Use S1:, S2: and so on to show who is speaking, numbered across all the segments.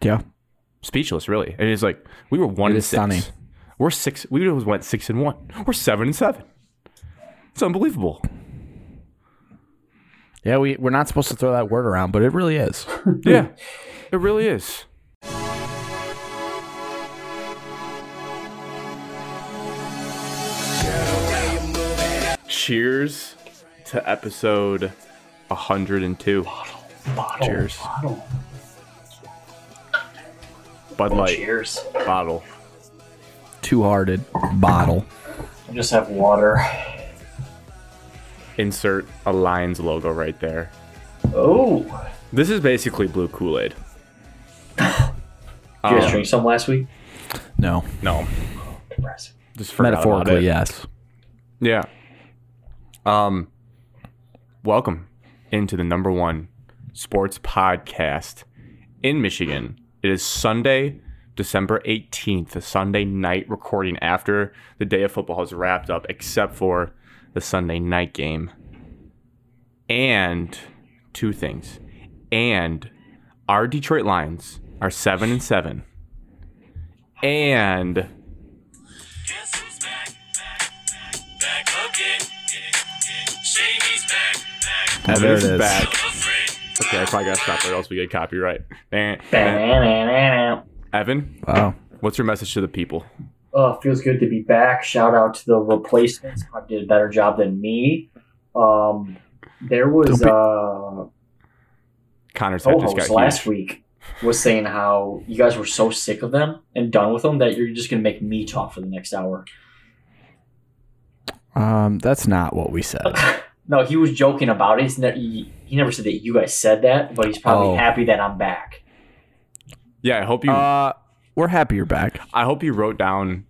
S1: Yeah.
S2: Speechless, really. And it's like we were one
S1: It
S2: and
S1: is
S2: six.
S1: stunning.
S2: We're six. We just went six and one. We're seven and seven. It's unbelievable.
S1: Yeah, we, we're not supposed to throw that word around, but it really is.
S2: Yeah, it really is. Cheers to episode 102.
S1: Oh,
S2: Cheers.
S3: Bottle.
S2: Bud Light
S3: Cheers.
S2: bottle.
S1: Two hearted bottle.
S3: I just have water.
S2: Insert a Lions logo right there.
S3: Oh,
S2: This is basically blue Kool Aid.
S3: you guys
S2: Uh,
S3: drank some last week?
S1: No.
S2: No,
S3: Depressing.
S2: just forgot about
S1: Metaphorically,
S2: it.
S1: yes.
S2: Yeah. Um welcome into the number 1 sports podcast in Michigan. It is Sunday, December 18th, a Sunday night recording after the day of football has wrapped up except for the Sunday night game. And two things. And our Detroit Lions are 7 and 7. And
S4: Guess who's back, back, back, back again? Shady's back, back,
S1: Oh,
S2: Evan
S1: there it
S2: is
S1: is.
S2: back.
S4: a friend.
S2: Okay, I probably gotta stop there, else we get copyright. Eh.
S3: Oh,
S2: Evan,
S1: Wow.
S2: what's your message to the people?
S3: feels good to be back. Shout out to the replacements. I did a better job than me. Um, there was
S1: Don't be-
S3: uh,
S2: Connor's head just
S3: co-host
S2: got
S3: Oh, last
S2: last
S3: week was saying how you guys were so sick of them and done with them that you're just gonna make me talk for the next hour.
S1: Um, that's not what we said.
S3: No, he was joking about it. He's ne- he, he never said that you guys said that, but he's probably
S1: Oh.
S3: happy that I'm back.
S2: Yeah, I hope you.
S1: Uh, we're happy you're back.
S2: I hope you wrote down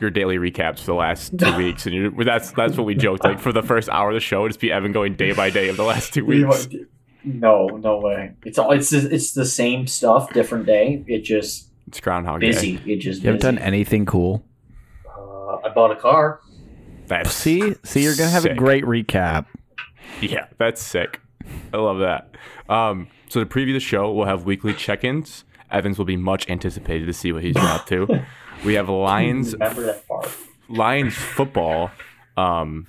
S2: your daily recaps for the last two weeks, and you, that's that's what we joked. Like for the first hour of the show, it'd just be Evan going day by day of the last two weeks.
S3: No, no way. It's all it's it's the same stuff, different day. It just
S2: It's Groundhog Day.
S3: busy. It just
S1: You haven't
S3: busy.
S1: done anything cool.
S3: Uh, I bought a car.
S2: That's
S1: See, see, you're gonna have a
S2: Sick.
S1: great recap.
S2: Yeah, that's sick. I love that. Um, so to preview the show, we'll have weekly check-ins. Evans will be much anticipated to see what he's been up to. We have Lions
S3: Remember that far?
S2: Lions football, um,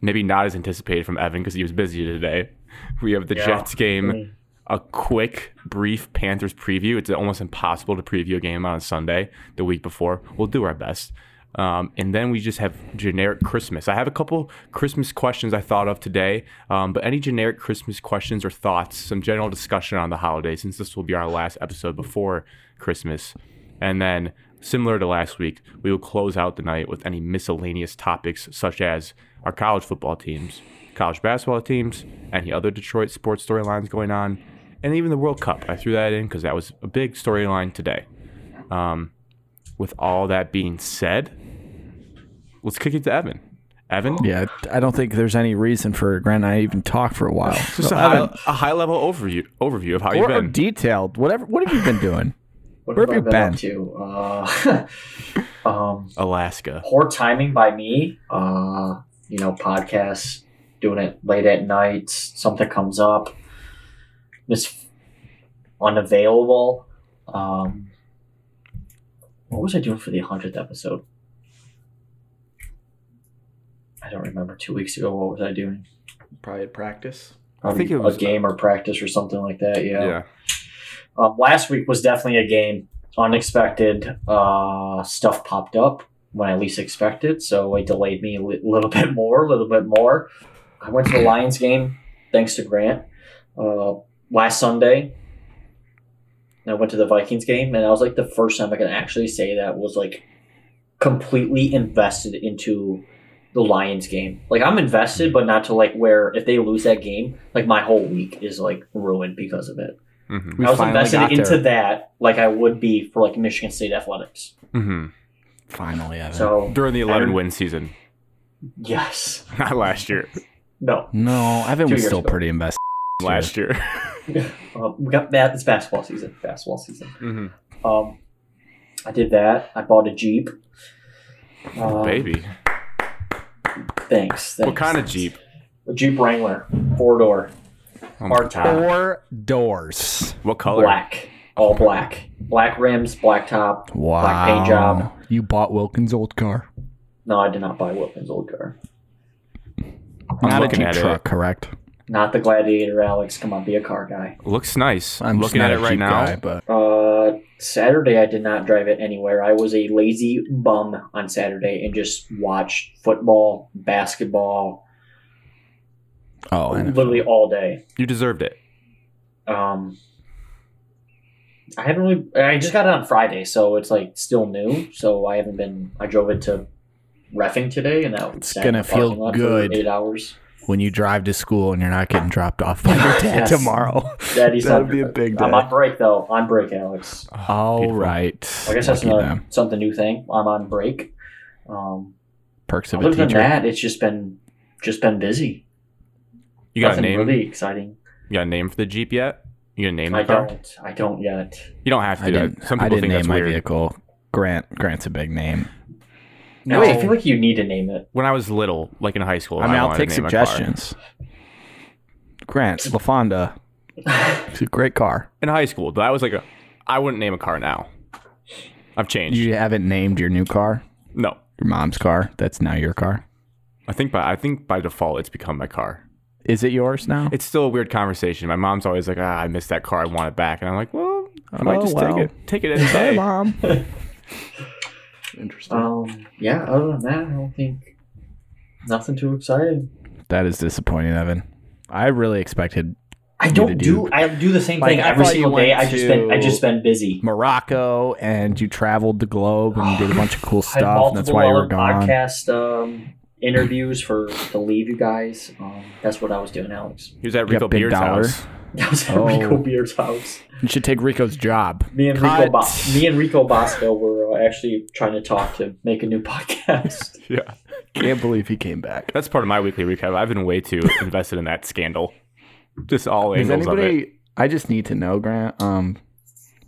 S2: maybe not as anticipated from Evan because he was busy today. We have the
S3: Yeah.
S2: Jets game, a quick, brief Panthers preview. It's almost impossible to preview a game on a Sunday the week before. We'll do our best. Um, and then we just have generic Christmas. I have a couple Christmas questions I thought of today, um, but any generic Christmas questions or thoughts, some general discussion on the holiday, since this will be our last episode before Christmas. And then, similar to last week, we will close out the night with any miscellaneous topics such as our college football teams, college basketball teams, any other Detroit sports storylines going on, and even the World Cup. I threw that in because that was a big storyline today. Um, with all that being said, let's kick it to Evan. Evan,
S1: Yeah, I don't think there's any reason for Grant and I to even talk for a while.
S2: just
S1: So
S2: a
S1: I
S2: high,
S1: don't-
S2: a high level overview overview of how you've
S1: or, or
S2: been.
S1: detailed, whatever. What have you been doing?
S3: What
S1: Where have
S3: I
S1: you
S3: been up to? Uh, um,
S2: Alaska.
S3: poor timing by me. Uh, you know, podcasts, doing it late at night. Something comes up. Miss unavailable. Um, what was I doing for the hundredth episode? I don't remember. Two weeks ago, what was I doing?
S1: Probably at practice.
S3: Probably
S2: think it was- uh,
S3: a game or practice or something like that.
S2: Yeah.
S3: Um, last week was definitely a game. Unexpected uh, stuff popped up when I least expected, so it delayed me a li- little bit more, a little bit more. I went to the Lions game thanks to Grant uh, last Sunday. And I went to the Vikings game, and I was like the first time I can actually say that was like completely invested into the Lions game. Like I'm invested, but not to like where if they lose that game, like my whole week is like ruined because of it.
S2: Mm-hmm.
S1: We
S3: I was
S1: finally
S3: invested
S1: got
S3: into
S1: there.
S3: that like I would be for like Michigan State athletics.
S2: Mm-hmm.
S1: Finally, Evan.
S3: So
S2: During the 11
S3: Evan-
S2: win season,
S3: yes,
S2: not last year.
S3: no,
S1: no, Evan
S3: Two
S1: was
S3: years
S1: still
S3: ago.
S1: pretty invested.
S2: Last year.
S3: Uh, we got that. It's basketball season. Basketball season.
S2: Mm-hmm.
S3: Um, I did that. I bought a jeep. Um,
S2: Oh, Baby.
S3: thanks, thanks.
S2: What kind of Jeep?
S3: A Jeep Wrangler, four door,
S2: Oh my
S3: hard top,
S1: Four doors.
S2: What color?
S3: black. all black, black rims, black top.
S1: Wow.
S3: Black paint job.
S5: You bought Wilkins' old car.
S3: No, I did not buy Wilkins' old car.
S2: I'm
S1: Not a
S2: looking
S1: Jeep
S2: at it.
S1: truck, correct?
S3: Not the Gladiator, Alex. Come on, be a car guy.
S2: Looks nice.
S1: I'm
S2: I'm
S1: just
S2: looking
S1: not
S2: at
S1: a
S2: it right
S1: Jeep
S2: now.
S1: guy, but
S3: Uh, Saturday I did not drive it anywhere. I was a lazy bum on Saturday and just watched football, basketball,
S1: oh, I know.
S3: literally all day.
S2: You deserved it.
S3: Um, I haven't really. I just got it on Friday, so it's like still new. So I haven't been. I drove it to refing today, and that
S1: It's
S3: sat in
S1: gonna
S3: the parking
S1: feel
S3: lot for
S1: good.
S3: Eight hours.
S1: when you drive to school and you're not getting dropped off by your dad
S3: Yes.
S1: tomorrow,
S3: Daddy's
S1: that'd
S3: not-
S1: be a big day.
S3: I'm on break though. On break, Alex.
S1: All
S2: Beautiful.
S1: right.
S3: I guess that's
S1: Lucky
S3: another,
S1: them.
S3: something new thing. I'm on break. Um,
S1: Perks of a
S3: other than
S1: teacher.
S3: that, it's just been just been busy.
S2: You got a
S3: Nothing
S2: name?
S3: really exciting.
S2: You got a name for the Jeep yet? You got a name
S3: I
S2: the car?
S3: don't. I don't yet.
S2: You don't have
S1: I
S2: to.
S1: didn't.
S2: Some
S1: I
S2: people
S1: didn't
S2: think
S1: name
S2: that's
S1: my
S2: weird.
S1: vehicle. Grant. Grant's a big name.
S3: No, I feel like you need to name it.
S2: When I was little, like in high school,
S1: I mean, I'll
S2: wanted to
S1: take
S2: name my car.
S1: suggestions. Grant LaFonda. It's a great car.
S2: In high school, that was like a. I wouldn't name a car now. I've changed.
S1: You haven't named your new car,
S2: no,
S1: your mom's car. That's now your car.
S2: I think by I think by default it's become my car.
S1: Is it yours now?
S2: It's still a weird conversation. My mom's always like, ah, I miss that car. I want it back. And I'm like, well, I might
S1: Oh,
S2: just
S1: well.
S2: take it. Take it any day.
S1: mom.
S3: Um, yeah. Other than that, I don't think nothing too exciting.
S1: That is disappointing, Evan. I really expected
S3: I
S1: You
S3: don't
S1: to
S3: do.
S1: do-
S3: I do the same
S1: Like,
S3: thing
S1: I
S3: every
S1: thought you
S3: single day.
S1: went
S3: I just been. I
S1: to-
S3: just been busy.
S1: Morocco, and you traveled the globe and you did a bunch of cool
S3: I had
S1: stuff. And that's
S3: multiple
S1: why you were
S3: other
S1: gone.
S3: Podcast um, interviews for to leave you guys. Um, that's what I was doing, Alex.
S2: He was at
S1: You got
S2: Rico
S1: big
S2: Beard's
S1: dollar.
S2: house.
S3: I was at
S1: Oh.
S3: Rico Beard's house.
S1: You should take Rico's job.
S3: Me and Rico,
S1: Cut.
S3: Bo- me and Rico Bosco were uh, actually trying to talk to make a new podcast.
S2: Yeah.
S1: Can't believe he came back.
S2: That's part of my weekly recap. I've been way too invested in that scandal. Just all
S1: Is
S2: angles of it.
S1: anybody? I just need to know, Grant. Um,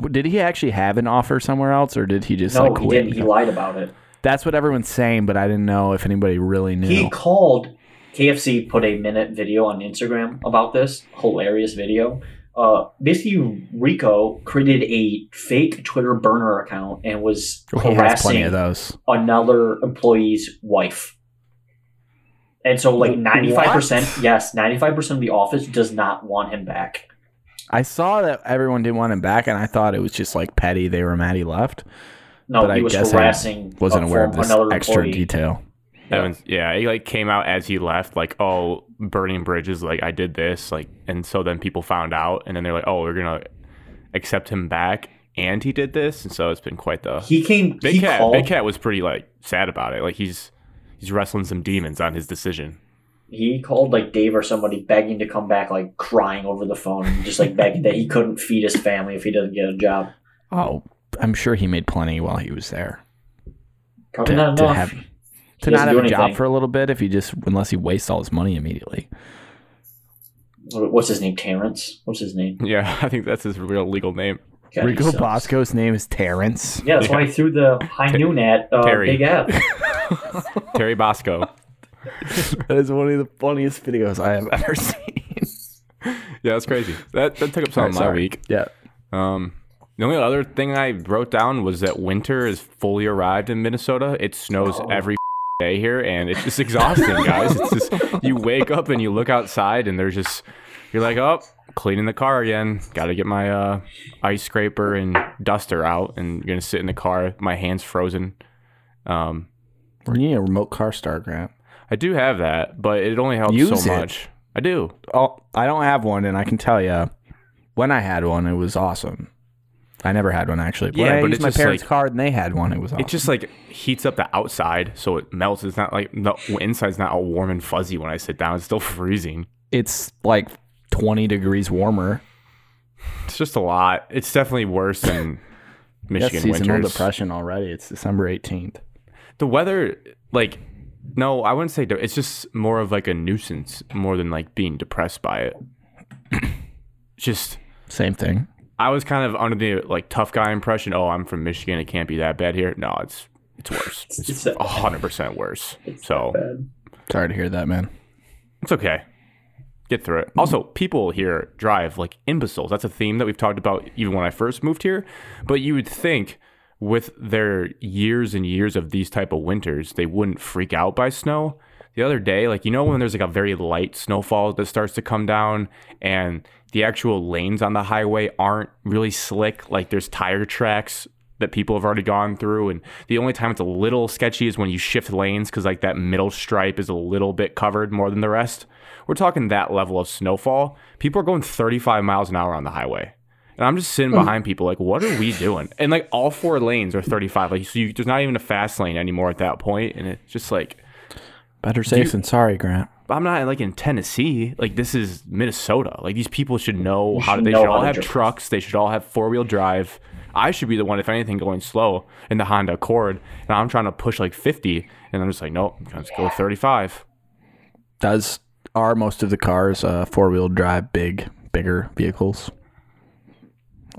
S1: w- did he actually have an offer somewhere else, or did he just
S3: no,
S1: like
S3: he
S1: quit?
S3: didn't. He lied about it.
S1: That's what everyone's saying, but I didn't know if anybody really knew.
S3: He called KFC put a minute video on Instagram about this hilarious video. Uh, basically, Rico created a fake Twitter burner account and was
S1: Oh, he has plenty
S3: harassing
S1: of those.
S3: another employee's wife. And so, like ninety five percent, yes, ninety five percent of the office does not want him back.
S1: I saw that everyone didn't want him back, and I thought it was just like petty. They were mad he left.
S3: No,
S1: But I
S3: he was
S1: guess I
S3: harassing.
S1: Wasn't
S3: a
S1: aware of
S3: form-
S1: this
S3: Oh, another
S1: extra
S3: employee.
S1: detail.
S2: Evans, yeah, he like came out as he left, like, oh, burning bridges, like I did this, like, and so then people found out, and then they're like, oh, we're gonna accept him back, and he did this, and so it's been quite the
S3: He came.
S2: big
S3: he
S2: cat.
S3: called.
S2: Big cat was pretty like sad about it, like he's he's wrestling some demons on his decision.
S3: he called like Dave or somebody begging to come back, like crying over the phone, just like begging that he couldn't feed his family if he doesn't get a job.
S1: Oh, I'm sure he made plenty while he was there.
S3: Probably
S1: To,
S3: not
S1: to
S3: enough.
S1: have to
S3: Oh, He
S1: not
S3: doesn't
S1: have
S3: do
S1: a job
S3: anything.
S1: for a little bit if he just unless he wastes all his money immediately.
S3: What's his name? Terrence. What's his name?
S2: Yeah, I think that's his real legal name.
S3: God, he
S1: Rico
S3: sucks.
S1: Bosco's name is Terrence.
S3: Yeah, that's why he threw the high noon at uh,
S2: Terry.
S3: Big F.
S2: Terry Bosco.
S1: That is one of the funniest videos I have ever seen.
S2: Yeah, that's crazy. That that took up
S1: Sorry,
S2: some of my
S1: sorry.
S2: week.
S1: Yeah.
S2: Um, the only other thing I wrote down was that winter has fully arrived in Minnesota. It snows
S1: Oh.
S2: every day here, and it's just exhausting, guys. It's just you wake up and you look outside, and there's just you're like, oh, cleaning the car again. Got to get my uh, ice scraper and duster out, and you're gonna sit in the car. My hands frozen. Um,
S1: We need a remote car start, Grant.
S2: I do have that, but it only helps
S1: Use it.
S2: so much. I do.
S1: Oh, I don't have one, and I can tell you, when I had one, it was awesome. I never had one actually. But
S2: Yeah,
S1: I
S2: but
S1: used
S2: it's
S1: my
S2: just
S1: parents'
S2: like-
S1: card, and they had one. It was awesome.
S2: It just like heats up the outside, so it melts. It's not like the inside's not all warm and fuzzy when I sit down. It's still freezing.
S1: it's like 20 degrees warmer.
S2: It's just a lot. It's definitely worse than
S1: That's
S2: Michigan
S1: seasonal
S2: winters.
S1: depression already. It's December 18th.
S2: The weather, like, no, I wouldn't say. De- it's just more of like a nuisance, more than like being depressed by it. just,
S1: Same thing.
S2: I was kind of under the like tough guy impression. Oh, I'm from Michigan. It can't be that bad here. No, it's it's worse.
S3: It's
S2: It's
S3: that bad.
S2: hundred percent worse.
S3: It's
S2: so
S3: Bad.
S1: Sorry to hear that, man.
S2: it's okay. get through it. Also, people here drive like imbeciles. That's a theme that we've talked about even when I first moved here. But you would think with their years and years of these type of winters, they wouldn't freak out by snow. The other day, like you know when there's like a very light snowfall that starts to come down and the actual lanes on the highway aren't really slick, like there's tire tracks that people have already gone through. And the only time it's a little sketchy is when you shift lanes because, like, that middle stripe is a little bit covered more than the rest. We're talking that level of snowfall. People are going 35 miles an hour on the highway. And I'm just
S3: Hmm.
S2: sitting behind people, like, what are we doing? And, like, all four lanes are 35. Like, so you, there's not even a fast lane anymore at that point, And it's just like,
S1: Better safe than sorry, Grant.
S2: I'm not like in Tennessee. Like this is Minnesota. Like these people should know how to.
S3: should
S2: They
S3: know
S2: should
S3: how
S2: all
S3: to
S2: have
S3: drive.
S2: trucks. They should all have four wheel drive. I should be the one, if anything, going slow in the Honda Accord, and I'm trying to push like 50, and I'm just like, nope, let's go 35.
S1: Does are most of the cars uh, four wheel drive big, bigger vehicles?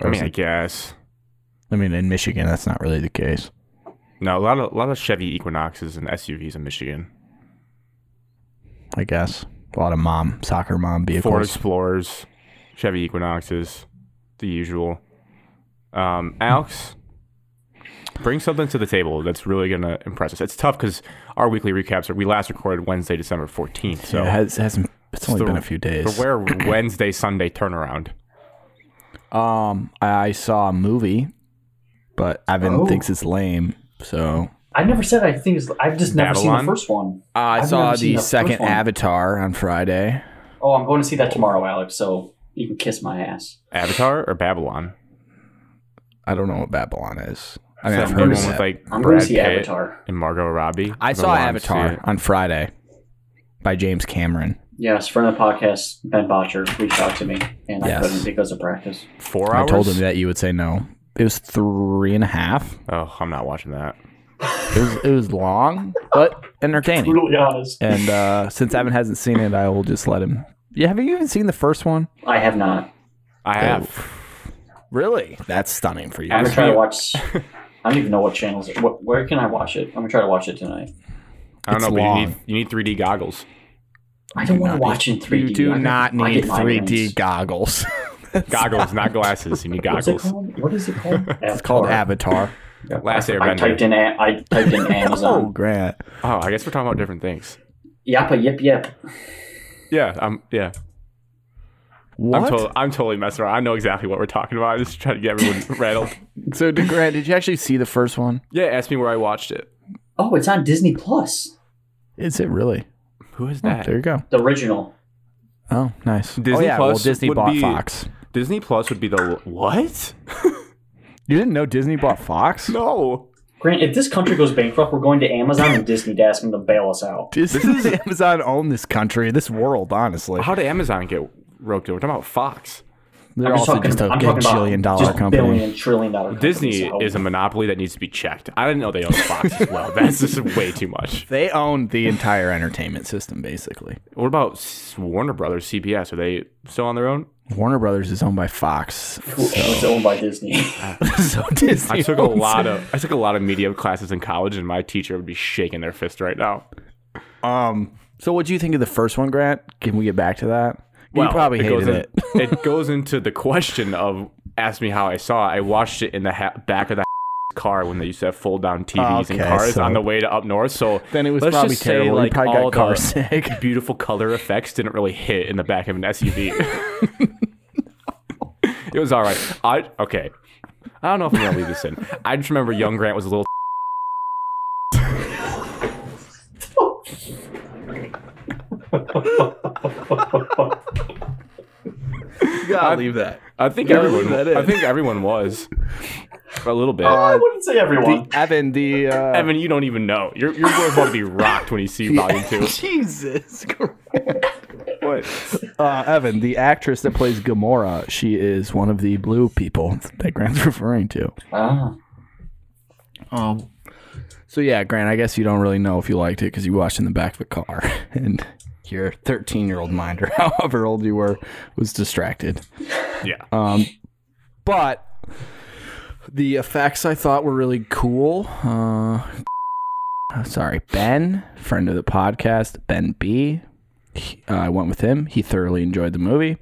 S2: I mean, I guess
S1: I mean, in Michigan, that's not really the case.
S2: no. A lot of a lot of Chevy Equinoxes and SUVs in Michigan.
S1: I guess a lot of mom soccer mom vehicles.
S2: Ford Explorers, Chevy Equinoxes, the usual. Um, Alex, bring something to the table that's really gonna impress us. It's tough because our weekly recaps are we last recorded Wednesday, December fourteenth. So
S1: Yeah, it has, hasn't. It's only
S2: the-
S1: been a few days.
S2: where Wednesday, Sunday turnaround.
S1: Um, I, I saw a movie, but Evan
S3: Oh.
S1: thinks it's lame. So
S3: I never said I think it's, I've just never
S2: Babylon?
S3: seen the first one.
S1: uh, I
S3: I've
S1: saw
S3: never seen
S1: the
S3: the first
S1: second
S3: one.
S1: Avatar on Friday.
S3: Oh, I'm going to see that tomorrow, Alex. So you can kiss my ass.
S2: Avatar or Babylon?
S1: I don't know what Babylon is. I mean,
S2: Is that
S1: I've
S2: the
S1: heard
S2: one
S1: of
S2: with
S1: it.
S2: like
S3: I'm going
S2: Brad
S3: to see
S2: Pitt
S3: Avatar.
S2: and Margot Robbie.
S1: I
S2: I've
S1: saw
S2: wanted to see
S1: Avatar
S2: it.
S1: on Friday by James Cameron.
S3: Yes, friend of the podcast, Ben Botcher, reached out to me, and
S1: Yes.
S3: I couldn't because of practice.
S2: Four hours.
S1: I told him that you would say no. It was three and a half.
S2: Oh, I'm not watching that.
S1: It was it was long but entertaining.
S3: Brutally honest.
S1: And uh, since Evan hasn't seen it, I will just let him. Yeah, have you even seen the first one?
S3: I have not.
S2: I have.
S1: Really? That's stunning for you.
S3: I'm gonna try to
S2: Actually-
S3: watch. I don't even know what channels. What, where can I watch it? I'm gonna try to watch it tonight.
S2: I don't
S1: It's
S2: know, but you need
S1: long.
S2: you need 3D goggles.
S3: I don't want to watch in 3D.
S1: You do
S3: I get-
S1: not
S3: I
S1: need
S3: get migraines.
S1: 3D goggles.
S2: Goggles, not glasses. You need
S3: What's it
S2: goggles.
S3: called? What is it called?
S1: It's called Avatar.
S2: Last
S3: I typed
S2: Airbender.
S3: in. A- I typed in
S1: Oh,
S3: Amazon.
S1: Grant.
S2: Oh, I guess we're talking about different things.
S3: Yappa yip yip.
S2: Yeah, I'm. Yeah,
S1: What?
S2: I'm, to- I'm totally messing around. I know exactly what we're talking about. I'm just trying to get everyone rattled.
S1: so, did Grant, did you actually see the first one?
S2: Yeah, ask me where I watched it.
S3: Oh, it's on Disney Plus.
S1: Is it really?
S2: Who is
S1: Oh,
S2: that?
S1: there you go.
S3: The original.
S1: Oh, nice.
S2: Disney
S1: oh, yeah. well,
S2: Plus
S1: Disney
S2: would
S1: bought
S2: be-
S1: Fox.
S2: Disney Plus would be the what?
S1: You didn't know Disney bought Fox?
S2: No,
S3: Grant, if this country goes bankrupt, we're going to Amazon and Disney to ask them to bail us out.
S1: Disney this is Amazon own this country, this world, honestly.
S2: how did Amazon get roped in? We're talking about Fox.
S1: They're
S3: I'm just
S1: also
S3: talking,
S1: just a
S3: I'm talking about
S1: gajillion dollar
S3: just
S1: company.
S3: Billion, trillion dollar companies.
S2: Disney
S3: So-
S2: is a monopoly that needs to be checked. I didn't know they owned Fox as well. That's just way too much.
S1: They own the entire entertainment system, basically.
S2: What about S- Warner Brothers, CBS? Are they still on their own?
S1: Warner Brothers is owned by Fox,
S3: It's owned by Disney.
S1: so Disney.
S2: I took a
S1: owns
S2: lot
S1: it.
S2: of I took a lot of media classes in college, and my teacher would be shaking their fist right now.
S1: Um. So, what do you think of the first one, Grant? Can we get back to that? you probably hated
S2: goes in-
S1: it.
S2: it goes into the question of ask me how I saw. it. I watched it in the ha- back of the car when they used to have fold down TVs and
S1: Okay,
S2: cars
S1: so-
S2: on the way to up north. So
S1: Then it was
S2: let's
S1: probably
S2: just say,
S1: terrible. You
S2: like
S1: probably got
S2: all
S1: car
S2: the
S1: sick.
S2: beautiful color effects didn't really hit in the back of an SUV. it was all right. I okay. I don't know if I'm gonna leave this in. I just remember young Grant was a little.
S1: gotta leave that.
S2: I think
S1: Yeah, leave
S2: everyone.
S1: that in.
S2: I think everyone was a little bit.
S3: I wouldn't say everyone.
S1: Evan, the uh,
S2: Evan, you don't even know. You're you're going to be rocked when you see Volume Two.
S1: Jesus Christ.
S2: What?
S1: Uh, Evan, the actress that plays Gamora, she is one of the blue people that Grant's referring to.
S3: Ah.
S5: Um,
S1: So yeah, Grant, I guess you don't really know if you liked it because you watched in the back of a car and your 13 year old mind or however old you were was distracted.
S2: Yeah.
S1: Um, But the effects I thought were really cool. Uh, sorry, Ben, friend of the podcast, Ben B, he- I went with him. He thoroughly enjoyed the movie.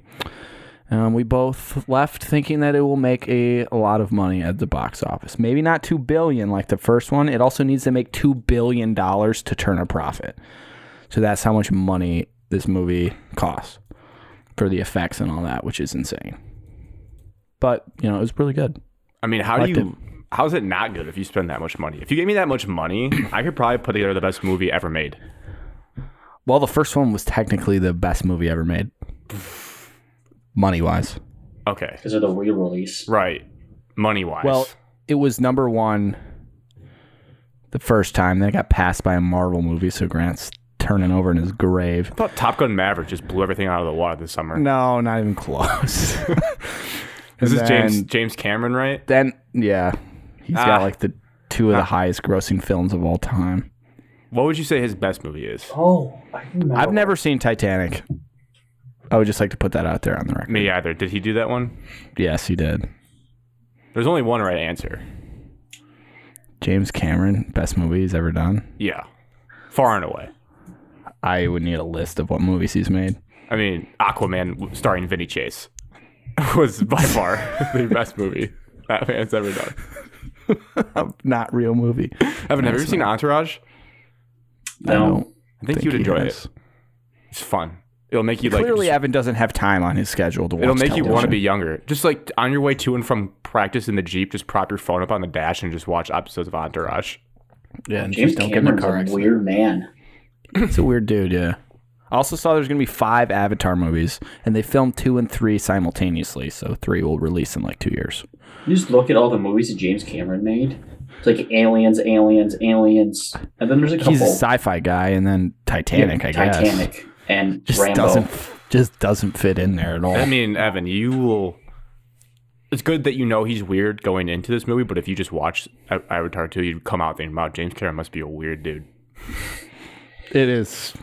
S1: Um, we both left thinking that it will make a, a lot of money at the box office. Maybe not two billion like the first one. It also needs to make two billion dollars to turn a profit. So that's how much money this movie costs for the effects and all that, which is insane. But you know, it was really good.
S2: I mean, how do
S1: Liked
S2: you? How's it not good if you spend that much money? If you gave me that much money, I could probably put together the best movie ever made.
S1: Well, the first one was technically the best movie ever made, money wise.
S2: Okay,
S3: because of the re-release.
S2: right. Money wise.
S1: Well, it was number one the first time. Then it got passed by a Marvel movie, so Grant's turning over in his grave.
S2: I thought Top Gun Maverick just blew everything out of the water this summer.
S1: No, not even close.
S2: this is
S1: And
S2: James
S1: then-
S2: James Cameron, right?
S1: Then, yeah, he's
S2: Ah.
S1: got like the two of the
S2: Ah.
S1: highest grossing films of all time.
S2: What would you say his best movie is?
S3: Oh, I remember.
S1: I've never seen Titanic. I would just like to put that out there on the record.
S2: Me either. Did he do that one?
S1: Yes, he did.
S2: There's only one right answer.
S1: James Cameron, best movie he's ever done.
S2: Yeah, far and away.
S1: I would need a list of what movies he's made.
S2: I mean, Aquaman starring Vinny Chase was by far the best movie that man's ever done.
S1: Not real movie.
S2: Evan, have you ever seen Entourage?
S1: I
S3: No.
S1: don't
S2: I think,
S1: think
S2: you'd
S1: he
S2: enjoy
S1: has.
S2: it. It's fun. It'll make you like.
S1: Clearly,
S2: just-
S1: Evan doesn't have time on his schedule to watch.
S2: it'll make you want to
S1: television.
S2: be younger. Just like on your way to and from practice in the jeep, just prop your phone up on the dash and just watch episodes of Entourage.
S1: Yeah, and
S3: James
S1: just don't get in a
S3: Cameron's
S1: car
S3: a
S1: accident.
S3: weird man.
S1: It's a weird dude. Yeah. I also saw there's gonna be five Avatar movies, and they filmed two and three simultaneously, so three will release in like two years.
S3: You just look at all the movies that James Cameron made. It's like aliens, aliens, aliens, and then there's a couple.
S1: He's a sci-fi guy, and then Titanic, I guess.
S3: Titanic and
S1: Just
S3: Rambo.
S1: doesn't just doesn't fit in there at all.
S2: I mean, Evan, you will. It's good that you know he's weird going into this movie, but if you just watch A- Avatar 2, you'd come out thinking, wow, James Cameron must be a weird dude.
S1: It is.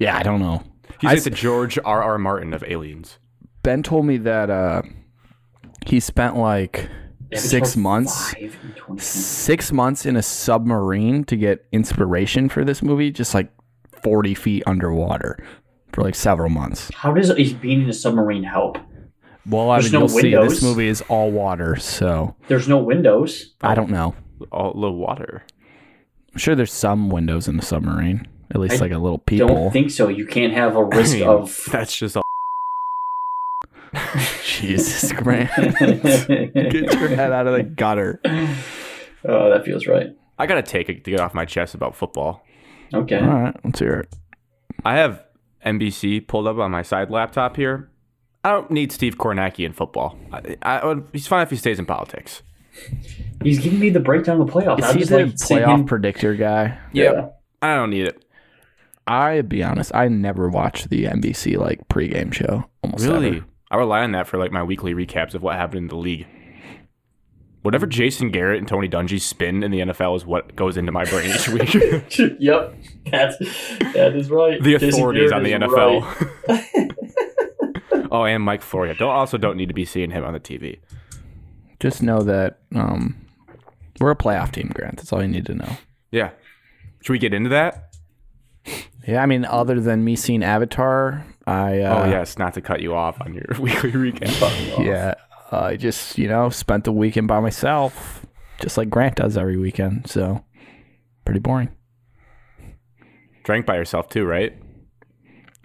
S1: Yeah, I don't know.
S2: He's
S1: I
S2: like the George R. R. Martin of aliens.
S1: Ben told me that uh, he spent like six
S3: Avatar
S1: months,
S3: five in 2020.
S1: six months in a submarine to get inspiration for this movie, just like forty feet underwater for like several months.
S3: How does is being in a submarine help?
S1: Well, I
S3: There's
S1: mean, you'll
S3: no
S1: see this
S3: windows.
S1: movie is all water, so
S3: There's no windows.
S1: I don't know.
S2: All the water.
S1: I'm sure there's some windows in the submarine, at least
S3: I
S1: like a little peephole.
S3: Don't think so. You can't have a risk
S2: I mean,
S3: of.
S2: That's just all.
S1: Jesus, Grant,
S3: oh,
S1: get your head out of the gutter.
S3: Oh, that feels right.
S2: I got to take it to get off my chest about football.
S3: Okay.
S1: All right, let's hear it.
S2: I have NBC pulled up on my side laptop here. I don't need Steve Kornacki in football. I, I, would- he's fine if he stays in politics.
S3: He's giving me the breakdown of the playoffs.
S1: Is
S3: I'm
S1: he
S3: just
S1: the
S3: like sitting
S1: playoff
S3: in-
S1: predictor guy?
S3: Yeah.
S2: I don't need it.
S1: I be honest, I never watch the NBC like pregame show. Almost
S2: Really?
S1: ever.
S2: I rely on that for like my weekly recaps of what happened in the league. Whatever Jason Garrett and Tony Dungy spin in the NFL is what goes into my brain each week.
S3: yep. That's that is right.
S2: the
S3: Jason
S2: authorities on the
S3: Garrett is
S2: NFL.
S3: right.
S2: oh, and Mike Floria. Don't also don't need to be seeing him on the TV.
S1: Just know that um, we're a playoff team, Grant. That's all you need to know.
S2: Yeah. Should we get into that?
S1: Yeah, I mean, other than me seeing Avatar, I uh,
S2: oh yes, not to cut you off on your weekly recap.
S1: Yeah, I just you know spent the weekend by myself, just like Grant does every weekend. So pretty boring.
S2: Drank by yourself too, right?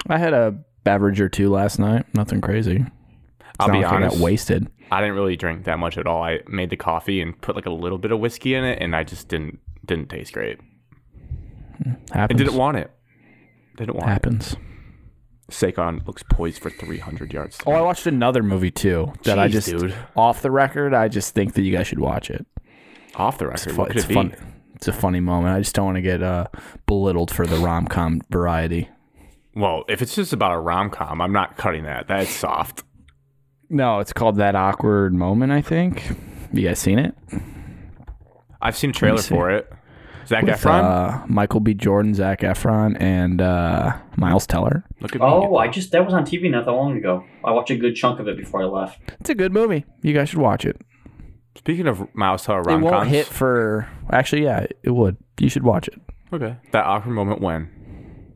S1: I had a beverage or two last night. Nothing crazy. It's
S2: I'll
S1: not
S2: be
S1: like I
S2: honest.
S1: got wasted.
S2: I didn't really drink that much at all. I made the coffee and put like a little bit of whiskey in it, and I just didn't didn't taste great. I
S1: Happens.
S2: didn't want it. Didn't want it.
S1: happens.
S2: Saquon looks poised for 300 yards.
S1: Oh, I watched another movie too that I
S2: Jeez,
S1: just
S2: dude.
S1: off the record. I just think that you guys should watch it.
S2: Off the record,
S1: It's, fu-
S2: what could
S1: it's
S2: it be?
S1: fun. It's a funny moment. I just don't want to get uh, belittled for the rom com variety.
S2: Well, if it's just about a rom com, I'm not cutting that. That's soft.
S1: No, it's called that awkward moment. I think you guys seen it.
S2: I've seen a trailer
S1: see.
S2: for it. Zach
S1: with,
S2: Efron.
S1: uh, Michael B. Jordan, Zach Efron, and uh, Miles Teller.
S2: Look at
S3: Oh,
S2: me.
S3: I just that was on TV not that long ago. I watched a good chunk of it before I left.
S1: It's a good movie. You guys should watch it.
S2: Speaking of Miles Teller
S1: It
S2: rom
S1: won't
S2: coms,
S1: hit for actually, yeah, it would. You should watch it.
S2: okay. That awkward moment when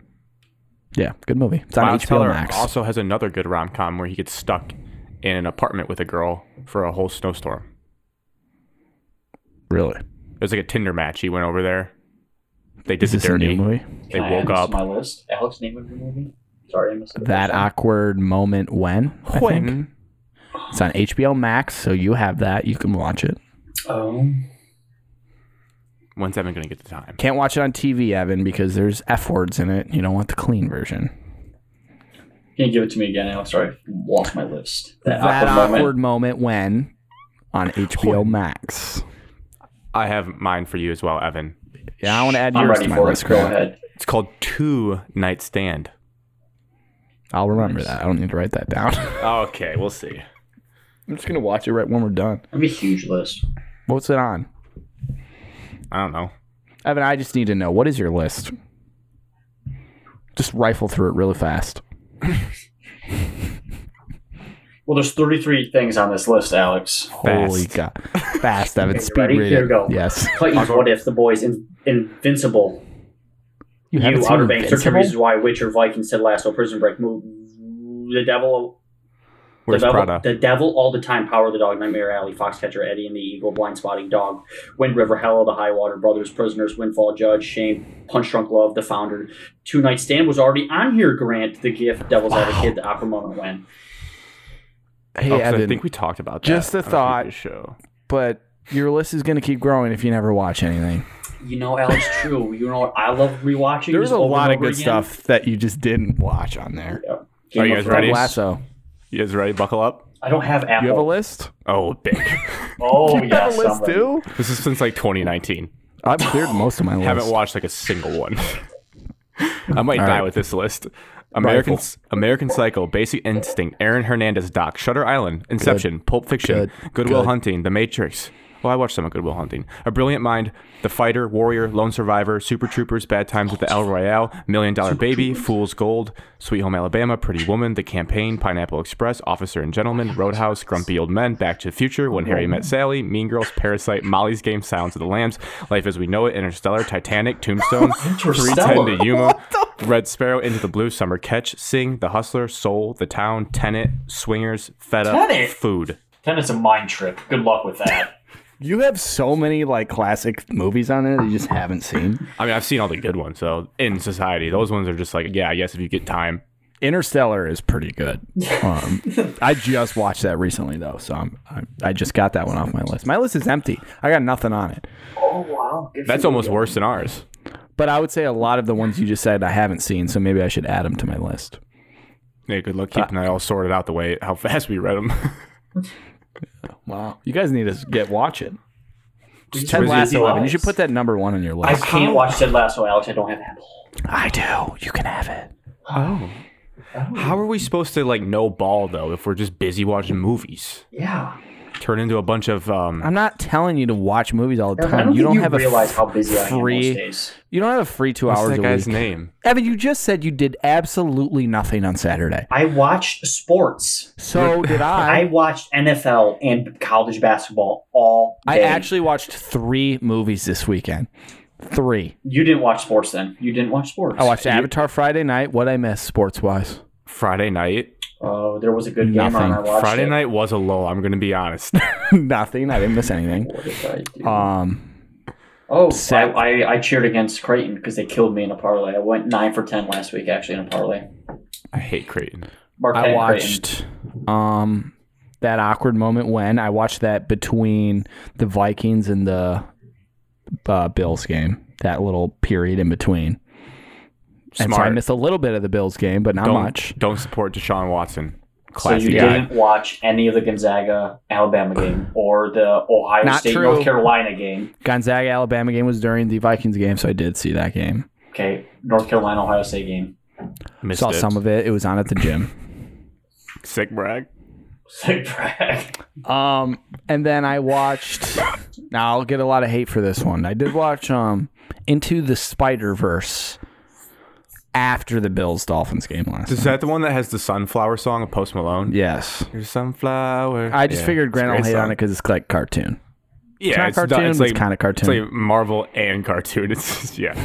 S1: Yeah, good movie. It's on
S2: Miles
S1: HBO
S2: Teller
S1: Max.
S2: also has another good rom com where he gets stuck in an apartment with a girl for a whole snowstorm.
S1: Really,
S2: It was like a Tinder match. He went over there. They did
S1: is
S2: the
S1: this a new
S2: dirty.
S1: movie?
S2: They
S3: Can I add
S2: woke
S3: this to
S2: up.
S3: My list. Alex, name of the movie. Sorry, I missed it.
S1: That awkward moment when I think
S2: When?
S1: it's on HBO Max, so you have that. You can watch it.
S3: Oh,
S2: When's Evan going to get the time?
S1: Can't watch it on TV, Evan, because there's f words in it. You don't want the clean version.
S3: can you give it to me again, Alex? Sorry, I lost my list.
S1: That,
S3: That, awkward,
S1: awkward
S3: moment.
S1: moment. when on HBO Max.
S2: I have mine for you as well, Evan.
S1: Yeah, I want to add
S3: I'm
S1: yours
S3: ready
S1: to my
S3: for it.
S1: list.
S3: Go
S1: Grant.
S3: ahead.
S2: It's called Two Night Stand.
S1: I'll remember that. I don't need to write that down.
S2: Okay, we'll see.
S1: I'm just gonna watch it right when we're done.
S3: I have a huge list.
S1: What's it on?
S2: I don't know.
S1: Evan, I just need to know what is your list. Just rifle through it really fast.
S3: Well, there's 33 things on this list, Alex.
S2: Fast.
S1: Holy God! Fast, Evan.
S3: Okay, you
S1: Speed
S3: ready?
S1: read
S3: Here
S1: it.
S3: we go.
S1: Yes.
S3: Clayton's What If, The Boys, in- Invincible,
S1: You
S3: You,
S1: haven't seen
S3: Outer Banks, Search and
S1: Invincible?
S3: Reasons Why, Witcher, Vikings, Ted Lasso, Prison Break, Mo- The Devil,
S2: Where's
S3: the devil,
S2: Prada?
S3: The Devil All the Time, Power of the Dog, Nightmare Alley, Foxcatcher, Eddie and the Eagle, Blind Spotting Dog, Wind River, Hell of the High Water, Brothers, Prisoners, Windfall, Judge, Shame, Punch Drunk Love, The Founder. Two Night Stand was already on here, Grant, The Gift, Devil's Advocate, The Opera Moment When.
S1: Hey,
S2: Oh, 'cause
S1: Evan.
S2: I think we talked about that.
S1: just the
S2: on a
S1: thought.
S2: previous Show.
S1: but your list is gonna keep growing if you never watch anything.
S3: You know, Alex, true. You know what I love rewatching?
S1: There's
S3: is
S1: a
S3: over and
S1: lot of
S3: over
S1: good
S3: again.
S1: stuff that you just didn't watch on there.
S3: Game
S2: Are you guys
S3: of
S2: ready?
S1: Ted
S3: Thrones.
S1: Lasso.
S2: You guys ready? Buckle up.
S3: I don't have Apple.
S1: You have a list?
S2: Oh, big.
S3: Oh,
S1: you
S3: yes,
S1: have a list
S3: somebody.
S1: too?
S2: this is since like 2019.
S1: I've cleared most of my list.
S2: Haven't watched like a single one. I might
S1: All
S2: die
S1: right.
S2: with this list. American American Psycho, Basic Instinct, Aaron Hernandez Doc, Shutter Island, Inception, Pulp Fiction,
S1: Good.
S2: Goodwill
S1: Good.
S2: Hunting, The Matrix. Well, I watched some of Goodwill Hunting. A Brilliant Mind, The Fighter, Warrior, Lone Survivor, Super Troopers, Bad Times at the El Royale, Million Dollar Baby, Fool's Gold, Sweet Home Alabama, Pretty Woman, The Campaign, Pineapple Express, Officer and Gentleman, Roadhouse, Grumpy Old Men, Back to the Future, When Harry Met Sally, Mean Girls, Parasite, Molly's Game, Silence of the Lambs, Life as We Know It, Interstellar, Titanic, Tombstone, 310 to Yuma, Red Sparrow, Into the Blue, Summer Catch, Sing, The Hustler, Soul, The Town, Tenet, Swingers, Fed Up,
S3: Tenet?
S2: Food.
S3: Then it's a mind trip. Good luck with that.
S1: You have so many like classic movies on there that you just haven't seen.
S2: I mean, I've seen all the good ones though in society. Those ones are just like, yeah, I guess if you get time.
S1: Interstellar is pretty good. Um, I just watched that recently though, so I'm, I, I just got that one off my list. My list is empty. I got nothing on it.
S3: oh, wow. Good for
S2: That's
S3: you.
S2: almost worse than ours.
S1: But I would say a lot of the ones you just said I haven't seen, so maybe I should add them to my list.
S2: Yeah, good luck keeping that all sorted out the way how fast we read them.
S1: Wow, you guys need to get watch it.
S3: Just
S1: Ted
S3: busy
S1: Lasso,
S3: with
S1: Evan. You
S3: lives.
S1: should put that number one on your
S3: I
S1: list.
S3: can't watch Ted Lasso, Alex. I don't have Apple.
S1: I do. You can have it.
S2: oh. How are we supposed to like know ball though if we're just busy watching movies?
S3: Yeah.
S2: Turn into a bunch of um
S1: I'm not telling you to watch movies all the
S3: I
S1: time.
S3: don't
S1: you
S3: think
S1: don't
S3: you
S1: have a
S3: realize how busy I am
S1: free-
S3: most days.
S1: you don't have a free two
S2: what's
S1: hours
S2: that
S1: a
S2: guy's
S1: week.
S2: name?
S1: Evan, you just said you did absolutely nothing on Saturday.
S3: I watched sports.
S1: So did
S3: I
S1: I.
S3: watched NFL and college basketball all
S1: I
S3: day.
S1: actually watched three movies this weekend. Three.
S3: You didn't watch sports then. You didn't watch sports.
S1: I watched Avatar Friday night. What I miss sports wise?
S2: Friday night.
S3: Oh, there was a good game
S1: Nothing.
S3: on. I watched
S2: Friday
S3: it.
S2: night was a low, I'm gonna be honest.
S1: Nothing. I didn't miss anything.
S3: What did I do?
S1: Um,
S3: oh, I,
S1: Sat-
S3: I, I cheered against Creighton because they killed me in a parlay. I went nine for ten last week actually in a parlay.
S2: I hate Creighton.
S3: Marquette
S1: I
S3: and
S1: watched um that awkward moment when I watched that between the Vikings and the uh, Bills game. That little period in between. And so I
S2: Smart.
S1: missed a little bit of the Bills game, but not
S2: don't,
S1: much.
S2: Don't support Deshaun Watson.
S3: So
S2: Classic
S3: you
S2: guy.
S3: didn't watch any of the Gonzaga Alabama game or the Ohio
S1: Not
S3: State
S1: true.
S3: North Carolina game.
S1: Gonzaga Alabama game was during the Vikings game, so I did see that game.
S3: Okay, North Carolina Ohio State game.
S2: Missed
S1: Saw
S2: it.
S1: some of it. It was on at the gym.
S2: Sick brag.
S3: Sick brag.
S1: Um, and then I watched. now I'll get a lot of hate for this one. I did watch um Into the Spider Verse after the Bills Dolphins game last.
S2: Is
S1: night.
S2: that the one that has the sunflower song of Post Malone?
S1: yes,
S2: Your sunflower.
S1: I just
S2: Yeah,
S1: figured
S2: it's a
S1: Grant will
S2: great
S1: hate
S2: song.
S1: on it because it's like cartoon.
S2: Yeah,
S1: it's not cartoon, but it's kinda
S2: It's
S1: cartoon.
S2: like Marvel and cartoon. It's just, yeah.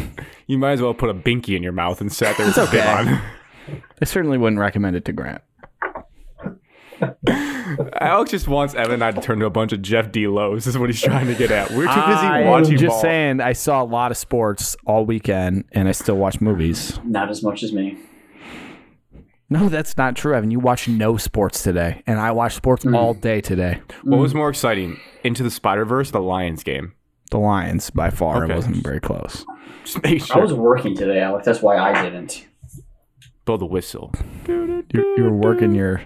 S2: You might as well put a binky in your mouth and sat there with
S1: It's
S2: a bib
S1: okay.
S2: on.
S1: I certainly wouldn't recommend it to Grant.
S2: Alex just wants Evan and I to turn to a bunch of Jeff D. Lowe's, is what he's trying to get at. We're too busy watching
S1: I'm just
S2: ball.
S1: saying, I saw a lot of sports all weekend, and I still watch movies.
S3: Not as much as me.
S1: No, that's not true, Evan. You watch no sports today, and I watch sports all day today.
S2: What
S1: mm.
S2: was more exciting? Into the Spider Verse, the Lions game.
S1: The Lions, by far,
S2: Okay.
S1: it wasn't very close.
S2: Just make
S3: I
S2: sure.
S3: was working today, Alex. That's why I didn't.
S2: Blow the whistle.
S1: You're, you're working your.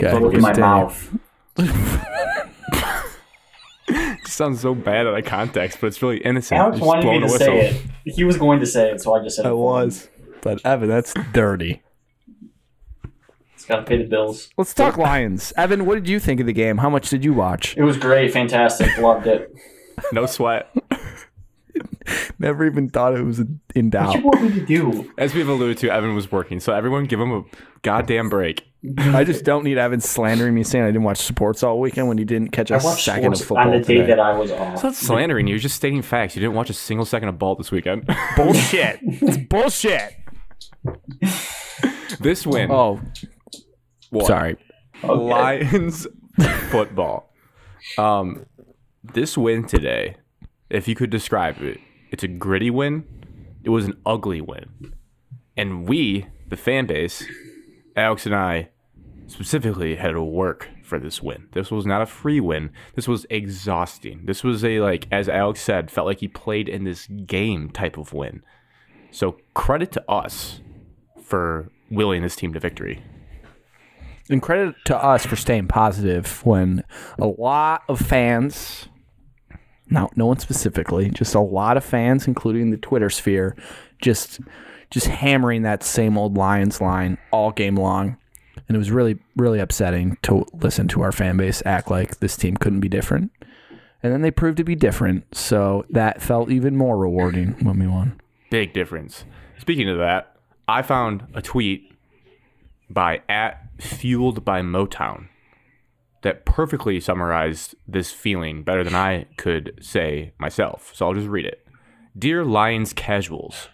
S1: Okay.
S3: Look in my
S1: continue.
S3: mouth.
S2: It sounds so bad out of context, but it's really innocent.
S3: Alex
S2: Just
S3: wanted me
S2: blowing
S3: to
S2: a
S3: say
S2: whistle.
S3: it. He was going to say it, so I just said
S1: I
S3: it.
S1: was. But Evan, that's dirty.
S3: It's got to pay the bills.
S1: Let's talk Lions. Evan, what did you think of the game? How much did you watch?
S3: It was great, fantastic, loved it.
S2: No sweat.
S1: Never even thought it was in doubt.
S3: What you want me to do?
S2: As we've alluded to, Evan was working, so everyone give him a goddamn break.
S1: I just don't need Evan slandering me saying I didn't watch sports all weekend when he didn't catch a
S3: I watched
S1: second of
S3: sports
S1: football
S3: on the day
S1: today.
S3: that I was off.
S2: It's not slandering you. You're just stating facts. You didn't watch a single second of ball this weekend. Bullshit.
S1: It's bullshit.
S2: this win.
S1: Oh,
S2: what?
S1: sorry.
S3: Okay.
S2: Lions football. Um, this win today, if you could describe it, it's a gritty win. It was an ugly win, and we, the fan base, Alex and I, specifically had to work for this win. This was not a free win. This was exhausting. This was a like, as Alex said, felt like he played in this game type of win. So credit to us for willing this team to victory.
S1: And credit to us for staying positive when a lot of fans, no, no one specifically, just a lot of fans, including the Twitter sphere, just just hammering that same old Lions line all game long. And it was really, really upsetting to listen to our fan base act like this team couldn't be different. And then they proved to be different. So that felt even more rewarding when we won.
S2: big difference. Speaking of that, I found a tweet by at fueled by Motown that perfectly summarized this feeling better than I could say myself. So I'll just read it. Dear Lions casuals,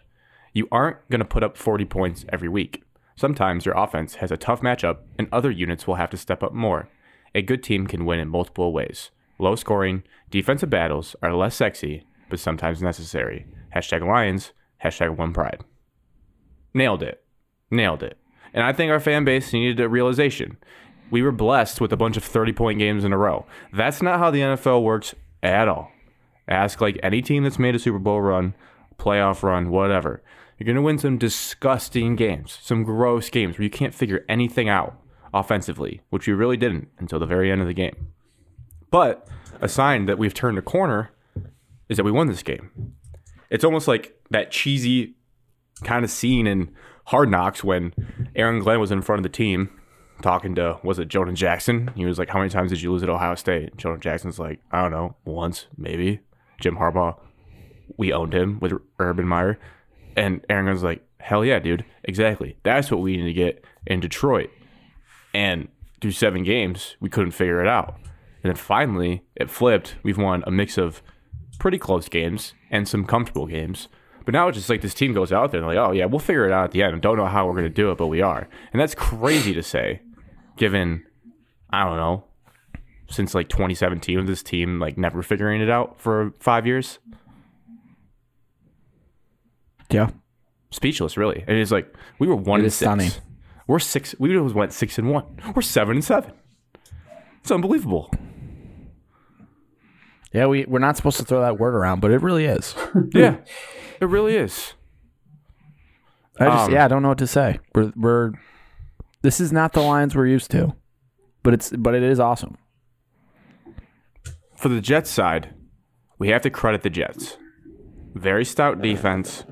S2: you aren't going to put up 40 points every week. Sometimes your offense has a tough matchup and other units will have to step up more. A good team can win in multiple ways. Low scoring, defensive battles are less sexy, but sometimes necessary. Hashtag Lions, hashtag One Pride. Nailed it. Nailed it. And I think our fan base needed a realization. We were blessed with a bunch of 30 point games in a row. That's not how the NFL works at all. Ask like any team that's made a Super Bowl run, playoff run, whatever. You're going to win some disgusting games, some gross games where you can't figure anything out offensively, which we really didn't until the very end of the game. But a sign that we've turned a corner is that we won this game. It's almost like that cheesy kind of scene in Hard Knocks when Aaron Glenn was in front of the team talking to was it Jonah Jackson? He was like, "How many times did you lose at Ohio State?" Jonah Jackson's like, "I don't know, once maybe." Jim Harbaugh, we owned him with Urban Meyer, and Aaron Glenn's like, "Hell yeah, dude, exactly. That's what we need to get in Detroit." And through seven games, we couldn't figure it out, and then finally it flipped. We've won a mix of pretty close games and some comfortable games. But now it's just like this team goes out there and they're like, oh yeah, we'll figure it out at the end. Don't know how we're gonna do it, but we are. And that's crazy to say, given I don't know, since like 2017 with this team like never figuring it out for five years.
S1: Yeah.
S2: Speechless, really. It is like we were one
S1: It
S2: and
S1: is
S2: six.
S1: stunning.
S2: We're six. We just went six and one. We're seven and seven. It's unbelievable.
S1: Yeah, we, we're not supposed to throw that word around, but it really is.
S2: yeah, it really is.
S1: I just
S2: Um,
S1: yeah, I don't know what to say. We're we're this is not the Lions we're used to, but it's but it is awesome.
S2: for the Jets side, we have to credit the Jets. Very stout defense.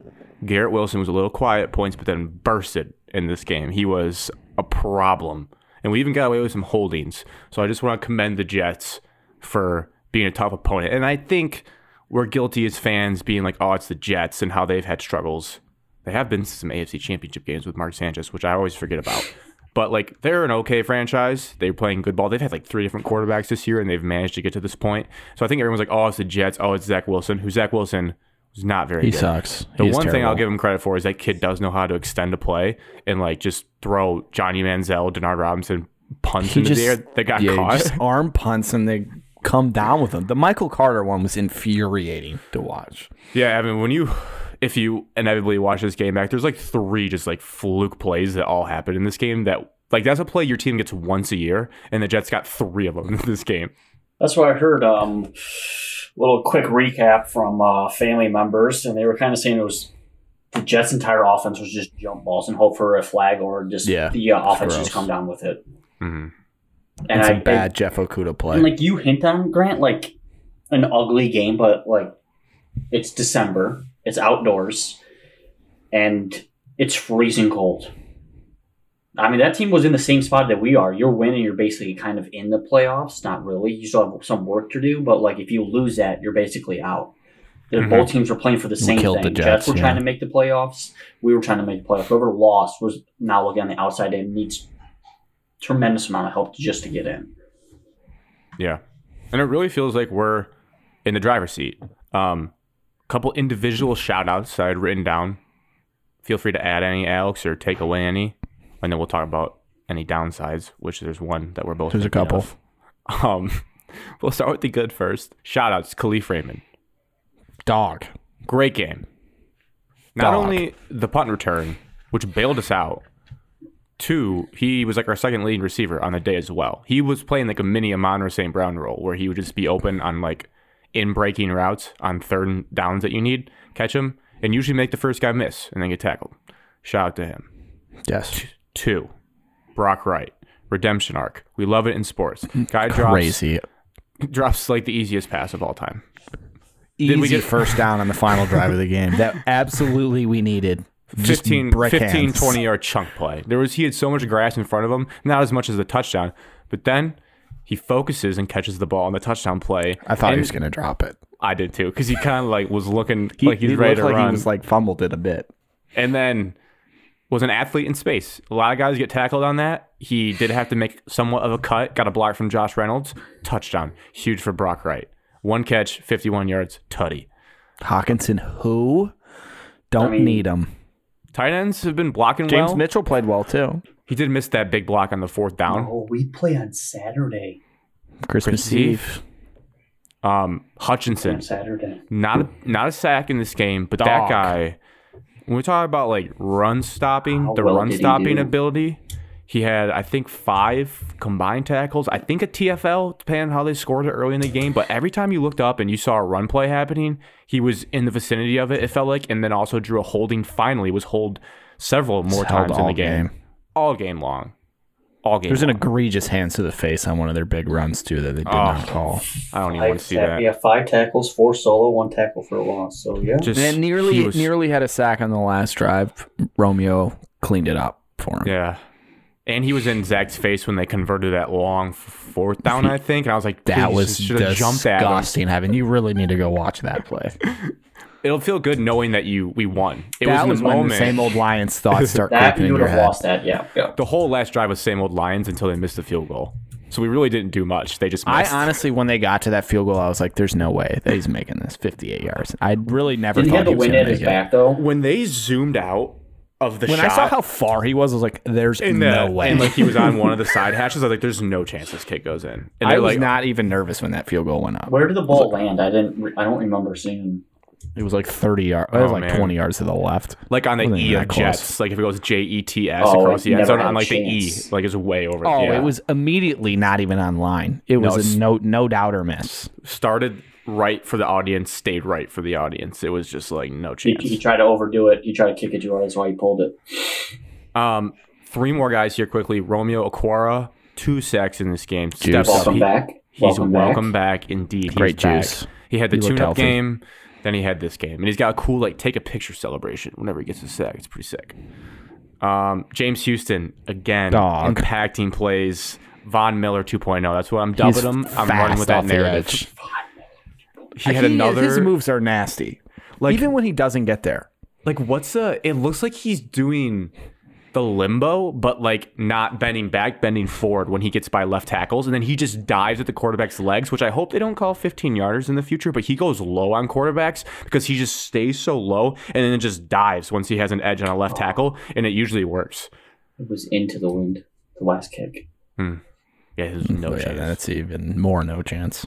S2: Garrett Wilson was a little quiet at points, but then bursted in this game. He was a problem. And we even got away with some holdings. So I just want to commend the Jets for being a tough opponent. And I think we're guilty as fans being like, oh, it's the Jets and how they've had struggles. They have been to some AFC championship games with Mark Sanchez, which I always forget about. But like they're an okay franchise. They're playing good ball. They've had like three different quarterbacks this year and they've managed to get to this point. So I think everyone's like, oh, it's the Jets. Oh, it's Zach Wilson. Who Zach Wilson was not very
S1: He
S2: good.
S1: sucks.
S2: The
S1: He is
S2: one thing I'll
S1: terrible.
S2: give him credit for is that kid does know how to extend a play and like just throw Johnny Manziel, Denard Robinson punts
S1: He
S2: into
S1: just-
S2: the air that got
S1: yeah, he
S2: caught.
S1: just arm punts and they come down with him. The Michael Carter one was infuriating to watch.
S2: Yeah, I mean, when you, if you inevitably watch this game back, there's like three just like fluke plays that all happened in this game that, like, that's a play your team gets once a year, and the Jets got three of them in this game.
S3: That's what I heard. Um, little quick recap from uh, family members, and they were kind of saying it was the Jets' entire offense was just jump balls and hope for a flag or just
S1: Yeah,
S3: the uh, offense
S1: gross.
S3: just come down with it.
S2: Mm-hmm.
S3: And
S1: it's a
S3: I-
S1: bad Jeff Okuda
S3: I-
S1: play.
S3: and like you hint on Grant, like an ugly game, but like it's December, it's outdoors, and it's freezing cold. I mean, that team was in the same spot that we are. You're winning, you're basically kind of in the playoffs. Not really. You still have some work to do, but like if you lose that, you're basically out. The
S2: Mhm.
S3: Both teams were playing for the same
S1: Mm-hmm. killed
S3: thing.
S1: the
S3: Jets,
S1: Jets,
S3: were
S1: yeah.
S3: trying to make the playoffs. We were trying to make the playoffs. Whoever lost was now looking on the outside and needs tremendous amount of help just to get in.
S2: Yeah. And it really feels like we're in the driver's seat. Um, couple individual shout outs I had written down. Feel free to add any, Alex, or take away any. And then we'll talk about any downsides, which there's one that we're both.
S1: There's a
S2: thinking
S1: couple.
S2: of. Um, we'll start with the good first. Shout outs, Khalif Raymond.
S1: Dog.
S2: Great game. Not
S1: Dog.
S2: only the punt return, which bailed us out. Two, he was like our second leading receiver on the day as well. He was playing like a mini Amonra St. Brown role where he would just be open on like in breaking routes on third and downs that you need, catch him, and usually make the first guy miss and then get tackled. Shout out to him.
S1: Yes.
S2: Two, Brock Wright, redemption arc. We love it in sports. Guy drops,
S1: Crazy.
S2: drops like the easiest pass of all time.
S1: Easy
S2: we get-
S1: first down on the final drive of the game. That absolutely we needed. Just
S2: 15,
S1: brick
S2: 15
S1: hands.
S2: 20 yard chunk play. There was he had so much grass in front of him, not as much as the touchdown, but then he focuses and catches the ball on the touchdown play.
S1: I thought
S2: and
S1: he was going to drop it.
S2: I did too because he kind of like was looking
S1: He,
S2: like he's
S1: he
S2: ready
S1: looked
S2: to
S1: like
S2: run,
S1: he was like fumbled it a bit.
S2: and then was an athlete in space. A lot of guys get tackled on that. He did have to make somewhat of a cut. Got a block from Josh Reynolds. Touchdown, huge for Brock Wright. One catch, fifty one yards. Tutty.
S1: Hawkinson, who don't
S3: I mean,
S1: need him.
S2: Tight ends have been blocking
S1: James
S2: well.
S1: Mitchell played well too.
S2: He did miss that big block on the fourth down.
S3: Oh, we play on Saturday.
S1: Christmas,
S2: Christmas Eve.
S1: Eve.
S2: Um,
S3: On
S2: Hutchinson.
S3: Saturday.
S2: not a, not a sack in this game, but that
S1: Dog.
S2: guy. When we talk about like run stopping,
S3: How
S2: the
S3: well
S2: run
S3: did he
S2: stopping
S3: do?
S2: ability, he had I think five combined tackles. I think a TFL, depending on how they scored it early in the game. But every time you looked up and you saw a run play happening, he was in the vicinity of it. It felt like, and then also drew a holding. Finally, was hold several more
S1: It's held
S2: times in the
S1: all
S2: game.
S1: game.
S2: all game long, all game.
S1: There's an
S2: long.
S1: egregious hands to the face on one of their big runs too that they did not call.
S2: I don't even
S3: I
S2: want to see that.
S3: We have five tackles, four solo, one tackle for a loss. So yeah,
S2: Just
S1: And nearly
S2: he was-
S1: nearly had a sack on the last drive. Romeo cleaned it up for him.
S2: Yeah. And he was in Zach's face when they converted that long f- fourth down, I think. And I was like,
S1: That
S2: "Please,
S1: was
S2: you should have jumped at him."
S1: disgusting, Evan. You really need to go watch that play.
S2: It'll feel good knowing that you we won. It
S1: that
S2: was
S1: was
S2: in the
S1: when
S2: moment.
S1: the same old Lions thoughts start
S3: that
S1: creeping
S3: you
S1: in
S3: would
S1: your
S3: have
S1: head.
S3: lost that. Yeah, yeah.
S2: the whole last drive was same old Lions until they missed the field goal. So we really didn't do much. They just
S1: I
S2: missed.
S1: honestly, when they got to that field goal, I was like, "There's no way that he's making this 58 yards." I really never
S3: Did he
S1: thought
S3: have the
S1: he was
S3: wind
S1: going
S3: at
S1: to make
S3: his
S1: it.
S3: back though?
S2: when they zoomed out of the
S1: When
S2: shot
S1: I saw how far he was, I was like, "There's
S2: in the,
S1: no way."
S2: and like he was on one of the side hashes, I was like, "There's no chance this kick goes in." And
S1: I
S2: they're
S1: was
S2: like,
S1: not even nervous when that field goal went up.
S3: Where did the ball land? I didn't. Re- I don't remember seeing.
S1: It was like 30 yards. It was
S2: Oh,
S1: like
S2: man.
S1: 20 yards to the left.
S2: like on the
S1: Wasn't
S2: E
S1: even
S2: of
S1: that close.
S2: Jets, like if it goes J E T S
S3: Oh,
S2: across
S3: it
S2: the end
S3: never
S2: zone,
S3: had
S2: on
S3: a
S2: like the E,
S3: chance.
S2: like it's way over.
S1: Oh,
S2: yeah.
S1: it was immediately not even on line. It was
S2: it's-
S1: a no no doubt or miss.
S2: started right for the audience, stayed right for the audience. It was just like no
S3: He, he
S2: chance.
S3: tried to overdo it. He tried to kick it too hard. That's why he pulled it.
S2: Um, three more guys here quickly. Romeo Aquara, two sacks in this game.
S1: Juice.
S2: Steps up.
S3: Welcome
S2: He-
S3: back.
S2: He's welcome, back. indeed. He
S1: Great
S2: was back.
S1: juice.
S2: He had the
S1: He looked
S2: tune-up
S1: healthy.
S2: game, then he had this game, and he's got a cool like take a picture celebration whenever he gets a sack. It's pretty sick. Um, James Houston again
S1: Dog.
S2: impacting plays. Von Miller 2.0. That's what I'm dubbing him. I'm running with that narrative. He had another.
S1: His moves are nasty. Like even when he doesn't get there,
S2: like what's the it looks like he's doing the limbo, but like not bending back, bending forward when he gets by left tackles, and then he just dives at the quarterback's legs, which I hope they don't call 15 yarders in the future. But he goes low on quarterbacks because he just stays so low, and then just dives once he has an edge on a left tackle, and it usually works.
S3: It was into the wind, the last kick.
S2: Yeah, there's no
S1: Oh, yeah,
S2: chance.
S1: that's even more no chance.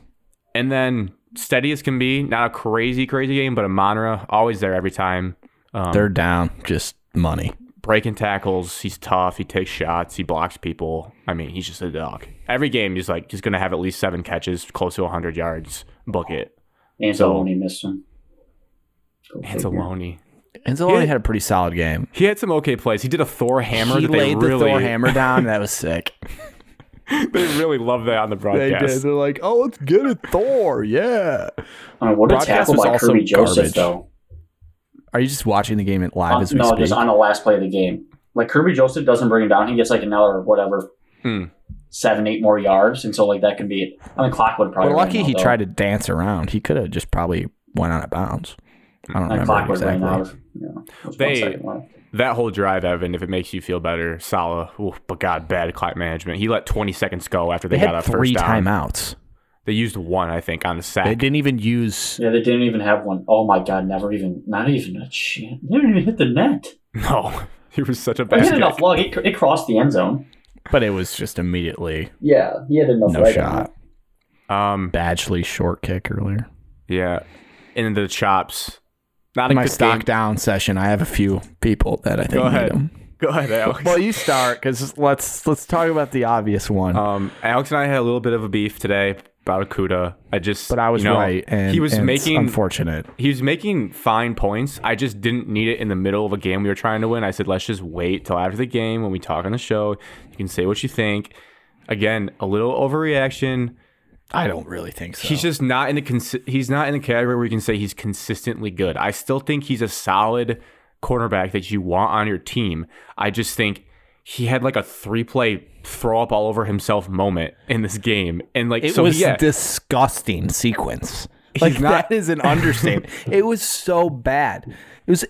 S2: And then steady as can be, not a crazy, crazy game, but a Monra always there every time. Um,
S1: They're down, just money.
S2: breaking tackles. He's tough. He takes shots. He blocks people. I mean, he's just a dog. Every game, he's like he's gonna have at least seven catches, close to 100 yards. Book it.
S3: Anzalone missed one. Go figure.
S2: Anzalone.
S1: Anzalone
S2: Yeah.
S1: had a pretty solid game.
S2: He had some okay plays. He did a Thor hammer.
S1: he
S2: that they
S1: laid
S2: really,
S1: the Thor hammer down. That was sick.
S2: they really love that on the broadcast.
S1: They're like, oh, let's get it, Thor. Yeah.
S3: I mean, what a
S1: Broadcast
S3: tackle
S1: was
S3: by
S1: also
S3: Kirby Joseph
S1: garbage.
S3: though.
S1: Are you just watching the game at live
S3: On-
S1: as we
S3: Uh, no,
S1: speak?
S3: just on the last play of the game. Like Kirby Joseph doesn't bring him down. He gets like another whatever,
S2: Hmm.
S3: seven, eight more yards, and so like that could be. I mean, clock would probably.
S1: We're lucky
S3: ran
S1: he
S3: out, though.
S1: tried to dance around. He could have just probably went out of bounds. I don't
S3: And
S1: remember
S3: clock would ran out.
S1: exactly.
S3: Of, you know, just one
S2: They-
S3: second left.
S2: That whole drive, Evan. If it makes you feel better, Salah. oof, but God, bad clock management. He let 20 seconds go after they,
S1: They,
S2: got
S1: had
S2: a
S1: three
S2: first down.
S1: timeouts.
S2: They used one, I think, on the sack.
S1: They didn't even use.
S3: Yeah, they didn't even have one. Oh my god, never even, not even a chance. They didn't even hit the net.
S2: No, he was such a
S3: He
S2: bad.
S3: had enough luck. It, it crossed the end zone.
S1: But it was just immediately
S3: Yeah, he had enough
S1: No
S3: leg
S1: shot.
S3: on it.
S2: Um,
S1: Badgley short kick earlier.
S2: yeah, and the chops. Not a
S1: My
S2: good
S1: stock
S2: game.
S1: down session. I have a few people that I think
S2: Go
S1: need
S2: ahead.
S1: them.
S2: Go ahead, Alex.
S1: Well, you start because let's let's talk about the obvious one.
S2: Um, Alex and I had a little bit of a beef today about a CUDA. I just,
S1: but I was
S2: you know,
S1: right, and
S2: he was
S1: and it's
S2: making
S1: unfortunate.
S2: he was making fine points. I just didn't need it in the middle of a game we were trying to win. I said, let's just wait till after the game when we talk on the show. You can say what you think. Again, a little overreaction.
S1: I don't really think so.
S2: He's just not in the consi- he's not in the category where you can say he's consistently good. I still think he's a solid cornerback that you want on your team. I just think he had like a three play throw up all over himself moment in this game, and like
S1: it
S2: so
S1: was
S2: yeah,
S1: disgusting sequence. Like
S2: not-
S1: that is an understatement. it was so bad. It was.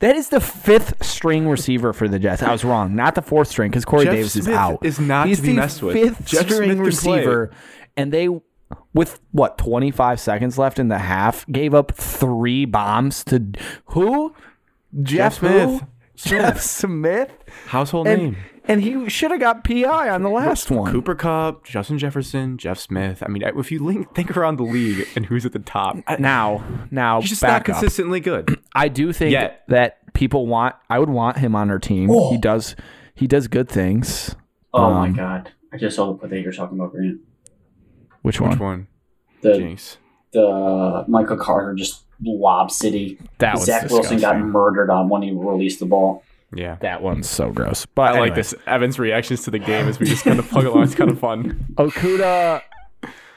S1: That is the fifth string receiver for the Jets. I was wrong. Not the fourth string because Corey
S2: Jeff
S1: Davis is
S2: Smith
S1: out.
S2: is not
S1: He's
S2: to be
S1: the
S2: messed with.
S1: Fifth
S2: Jeff Smith
S1: string
S2: can play.
S1: receiver, and they, with what twenty five seconds left in the half, gave up three bombs to who? Jeff, who?
S2: Smith.
S1: Jeff Smith.
S2: household
S1: And,
S2: name.
S1: and he should have got PI on the last one.
S2: Cooper Cup, Justin Jefferson, Jeff Smith. I mean, if you link, think around the league and who's at the top, I-
S1: Now, now
S2: he's just not
S1: back up.
S2: consistently good.
S1: I do think
S2: Yet.
S1: that people want. I would want him on our team. He does. He does good things.
S3: Oh my
S1: Um,
S3: god. I just saw the play that you're talking about, Grant.
S1: Which one?
S2: Which one?
S3: The,
S2: Jinx.
S3: the Michael Carter just lob city.
S1: That was
S3: Zach Wilson got
S1: disgusting.
S3: murdered on when he released the ball.
S2: Yeah.
S1: That one's so gross. But
S2: I like this. Evan's reactions to the game as we just kind of plug along. It's kind of fun.
S1: Okuda.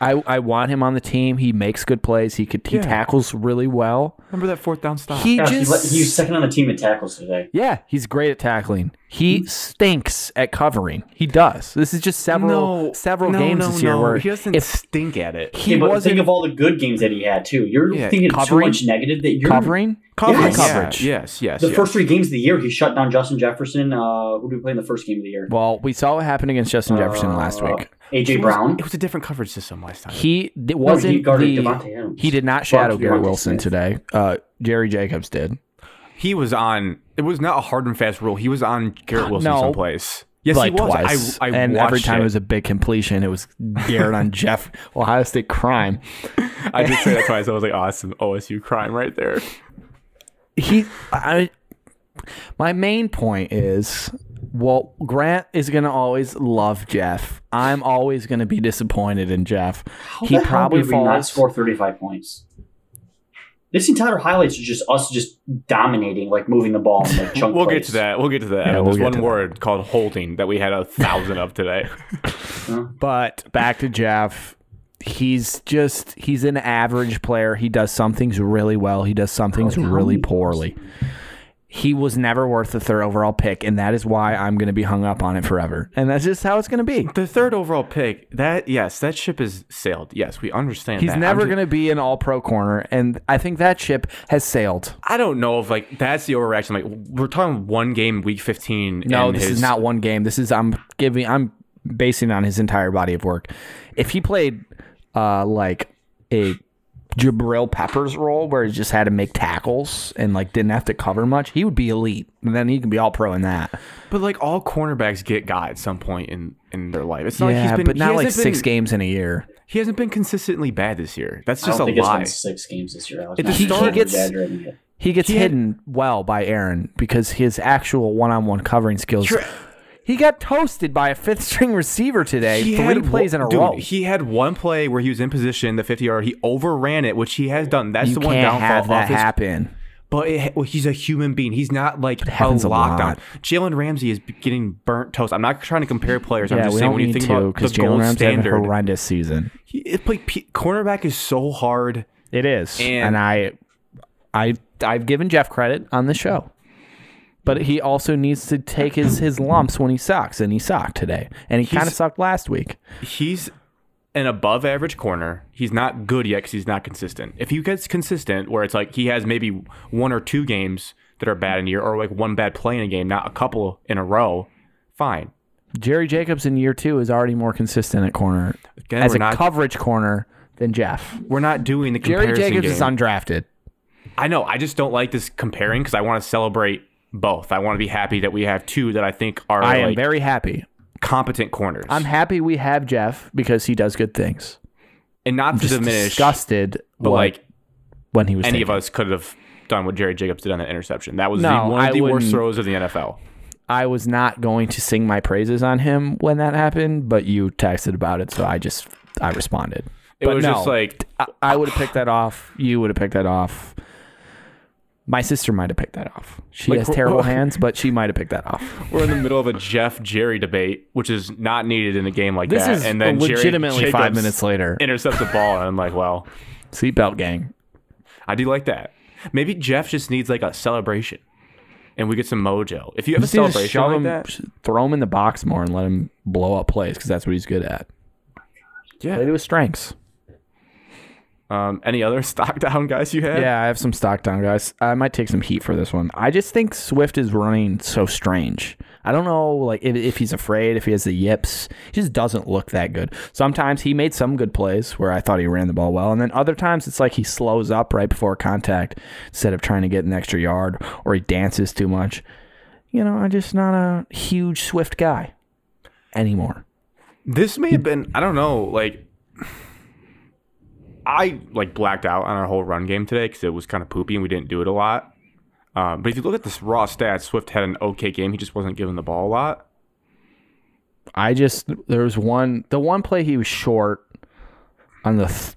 S1: I, I want him on the team. He makes good plays. He could he
S2: Yeah.
S1: tackles really well.
S2: Remember that fourth down stop?
S1: He
S3: Yeah, Oh, he,
S1: just
S3: let, he was second on the team in tackles today.
S1: yeah he's great at tackling. He
S3: Mm.
S1: stinks at covering. He does. This is just several several games this year where
S2: he doesn't
S1: if
S2: stink at it.
S1: he
S3: Yeah, but think
S1: wasn't
S3: of all the good games that he had too. You're
S2: Yeah,
S3: thinking
S1: covering-
S3: so much negative that you're
S1: covering
S3: Covering Yes.
S1: coverage.
S2: Yes, yes.
S3: The
S2: yes.
S3: first three games of the year, he shut down Justin Jefferson. Uh, who did we play in the first game of the year?
S1: Well, we saw what happened against Justin Jefferson last
S3: Uh,
S1: week.
S2: It
S3: AJ
S2: was-
S3: Brown.
S2: It was a different coverage system last time.
S1: He it
S3: No,
S1: wasn't
S3: he guarded
S1: the
S3: Devontae Adams.
S1: he did not shadow
S3: Fuck
S1: Garrett
S3: Devontae
S1: Wilson
S3: Smith.
S1: today. Uh, Jerry Jacobs did.
S2: He was on. It was not a hard and fast rule. He was on Garrett Wilson
S1: No.
S2: someplace. Yes,
S1: like
S2: he was.
S1: twice,
S2: I, I
S1: and
S2: watched
S1: every time it
S2: it.
S1: was a big completion, it was Garrett on Jeff Ohio State crime.
S2: I did say that twice. I was like, awesome OSU crime right there.
S1: He, I, my main point is, well, Grant is gonna always love Jeff. I'm always gonna be disappointed in Jeff.
S3: How
S1: he
S3: the hell
S1: probably
S3: did we not
S1: falls.
S3: score 35 points. This entire highlights is just us just dominating, like moving the ball in like chunk
S2: We'll
S3: plays.
S2: get to that. We'll get to that.
S1: Yeah,
S2: There's
S1: we'll get
S2: one
S1: to that.
S2: word called holding that we had a thousand of today.
S1: But back to Jeff. He's just he's Oh, an average player. He does some things really well. He does some things really poorly. he was never worth the third overall pick, and that is why I'm going to be hung up on it forever. And that's just how it's going to be.
S2: The third overall pick, that yes, that ship has sailed. Yes, we understand.
S1: He's
S2: that. I'm
S1: never
S2: just-
S1: going to be an all pro corner, and I think that ship has sailed.
S2: I don't know if like that's the overreaction. Like we're talking one game, week fifteen.
S1: No,
S2: and
S1: this is
S2: his-
S1: not one game. This is I'm giving I'm basing it on his entire body of work. If he played uh like a Jabril Peppers role where he just had to make tackles and like didn't have to cover much, he would be elite. And then he can be all pro in that.
S2: But like all cornerbacks get got at some point in in their life. It's not like
S1: yeah,
S2: he's been,
S1: but
S2: he
S1: not like
S2: hasn't
S1: six
S2: been-
S1: games in a year.
S2: He hasn't been consistently bad this year. That's
S3: I
S2: just
S3: don't
S2: a
S3: think
S2: lie.
S3: it's been six games this year. Alex.
S2: At the
S3: I think
S2: start-
S3: you're
S1: He gets-
S3: exaggerating it.
S1: He gets
S2: He had-
S1: hidden well by Aaron because his actual one on one covering skills he got toasted by a fifth string receiver today,
S2: He
S1: three
S2: had
S1: plays in
S2: one-
S1: a
S2: dude,
S1: row.
S2: He had one play where he was in position, the fifty yard. He overran it, which he has done. That's
S1: you
S2: the
S1: can't
S2: one downfall
S1: have that
S2: of his
S1: happen.
S2: But it, well, he's a human being. He's not like a
S1: happens a
S2: lockdown.
S1: lot.
S2: Jalen Ramsey is getting burnt toast. I'm not trying to compare players. I'm
S1: Yeah,
S2: just
S1: we
S2: saying
S1: don't
S2: when you
S1: need
S2: think
S1: to
S2: about the
S1: because Jalen
S2: gold
S1: Ramsey had a
S2: standard,
S1: horrendous season.
S2: he, it's like P, cornerback is so hard.
S1: It is, and,
S2: And-
S1: I, I, I've given Jeff credit on the show, but he also needs to take his his lumps when he sucks, and he sucked today, and he kind of
S2: He's-
S1: sucked last week.
S2: He's an above average corner. He's not good yet because he's not consistent. If he gets consistent, where it's like he has maybe one or two games that are bad in a year, or like one bad play in a game, not a couple in a row, fine.
S1: Jerry Jacobs in year two is already more consistent at corner
S2: Again,
S1: as
S2: we're
S1: a
S2: not
S1: coverage corner than Jeff.
S2: we're not doing the
S1: Jerry
S2: comparison
S1: Jacobs
S2: game.
S1: is undrafted.
S2: I know. I just don't like this comparing because I want to celebrate both. I want to be happy that we have two that I think are
S1: I am
S2: like,
S1: very happy.
S2: competent corners.
S1: I'm happy we have Jeff because he does good things.
S2: and not to
S1: Just
S2: diminish,
S1: disgusted,
S2: but
S1: what-
S2: like
S1: when he was
S2: any
S1: taken.
S2: of us could have done what Jerry Jacobs did on that interception. That was
S1: No,
S2: the, one
S1: I
S2: of the worst
S1: wouldn't-
S2: throws of the NFL.
S1: I was not going to sing my praises on him when that happened, but you texted about it, so I just I responded.
S2: It
S1: But
S2: was
S1: no,
S2: just like
S1: I, I would have picked that off. You would have picked that off. My sister might have picked that off. She
S2: Like,
S1: has
S2: wh-
S1: terrible hands, but she might have picked that off.
S2: we're in the middle of a Jeff Jerry debate, which is not needed in a game like
S1: This
S2: that.
S1: is
S2: and then Jerry
S1: legitimately five
S2: Jacobs
S1: minutes later.
S2: intercepts the ball, and I'm like, well,
S1: Seatbelt gang.
S2: I do like that. Maybe Jeff just needs like a celebration, and we get some mojo. If you have a
S1: Just need to
S2: celebration
S1: shove
S2: like
S1: him,
S2: that,
S1: throw him in the box more, and let him blow up plays because that's what he's good at.
S2: Yeah.
S1: play to his strengths.
S2: Um, any other stock down guys you had?
S1: Yeah, I have some stock down, guys. I might take some heat for this one. I just think Swift is running so strange. I don't know, like if, if he's afraid, if he has the yips. He just doesn't look that good. Sometimes he made some good plays where I thought he ran the ball well, and then other times it's like he slows up right before contact instead of trying to get an extra yard, or he dances too much. You know, I'm just not a huge Swift guy anymore.
S2: This may have been I don't know, like I like blacked out on our whole run game today because it was kind of poopy and we didn't do it a lot. Um, but if you look at this raw stats, Swift had an okay game. He just wasn't giving the ball a lot.
S1: I just there was one the one play he was short on the th-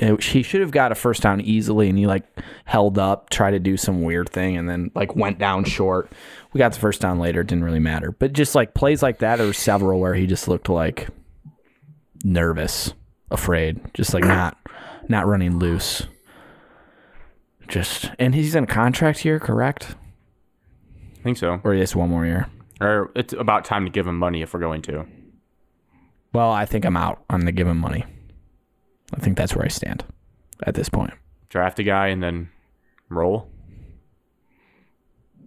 S1: it- he should have got a first down easily and he like held up tried to do some weird thing and then like went down short we got the first down later it didn't really matter but just like plays like that there were several where he just looked like nervous afraid just like not not running loose just and he's in a contract here correct
S2: I think so.
S1: or just one more year
S2: Or it's about time to give him money if we're going to.
S1: Well, I think I'm out on the given money. I think that's where I stand at this point.
S2: Draft a guy and then roll.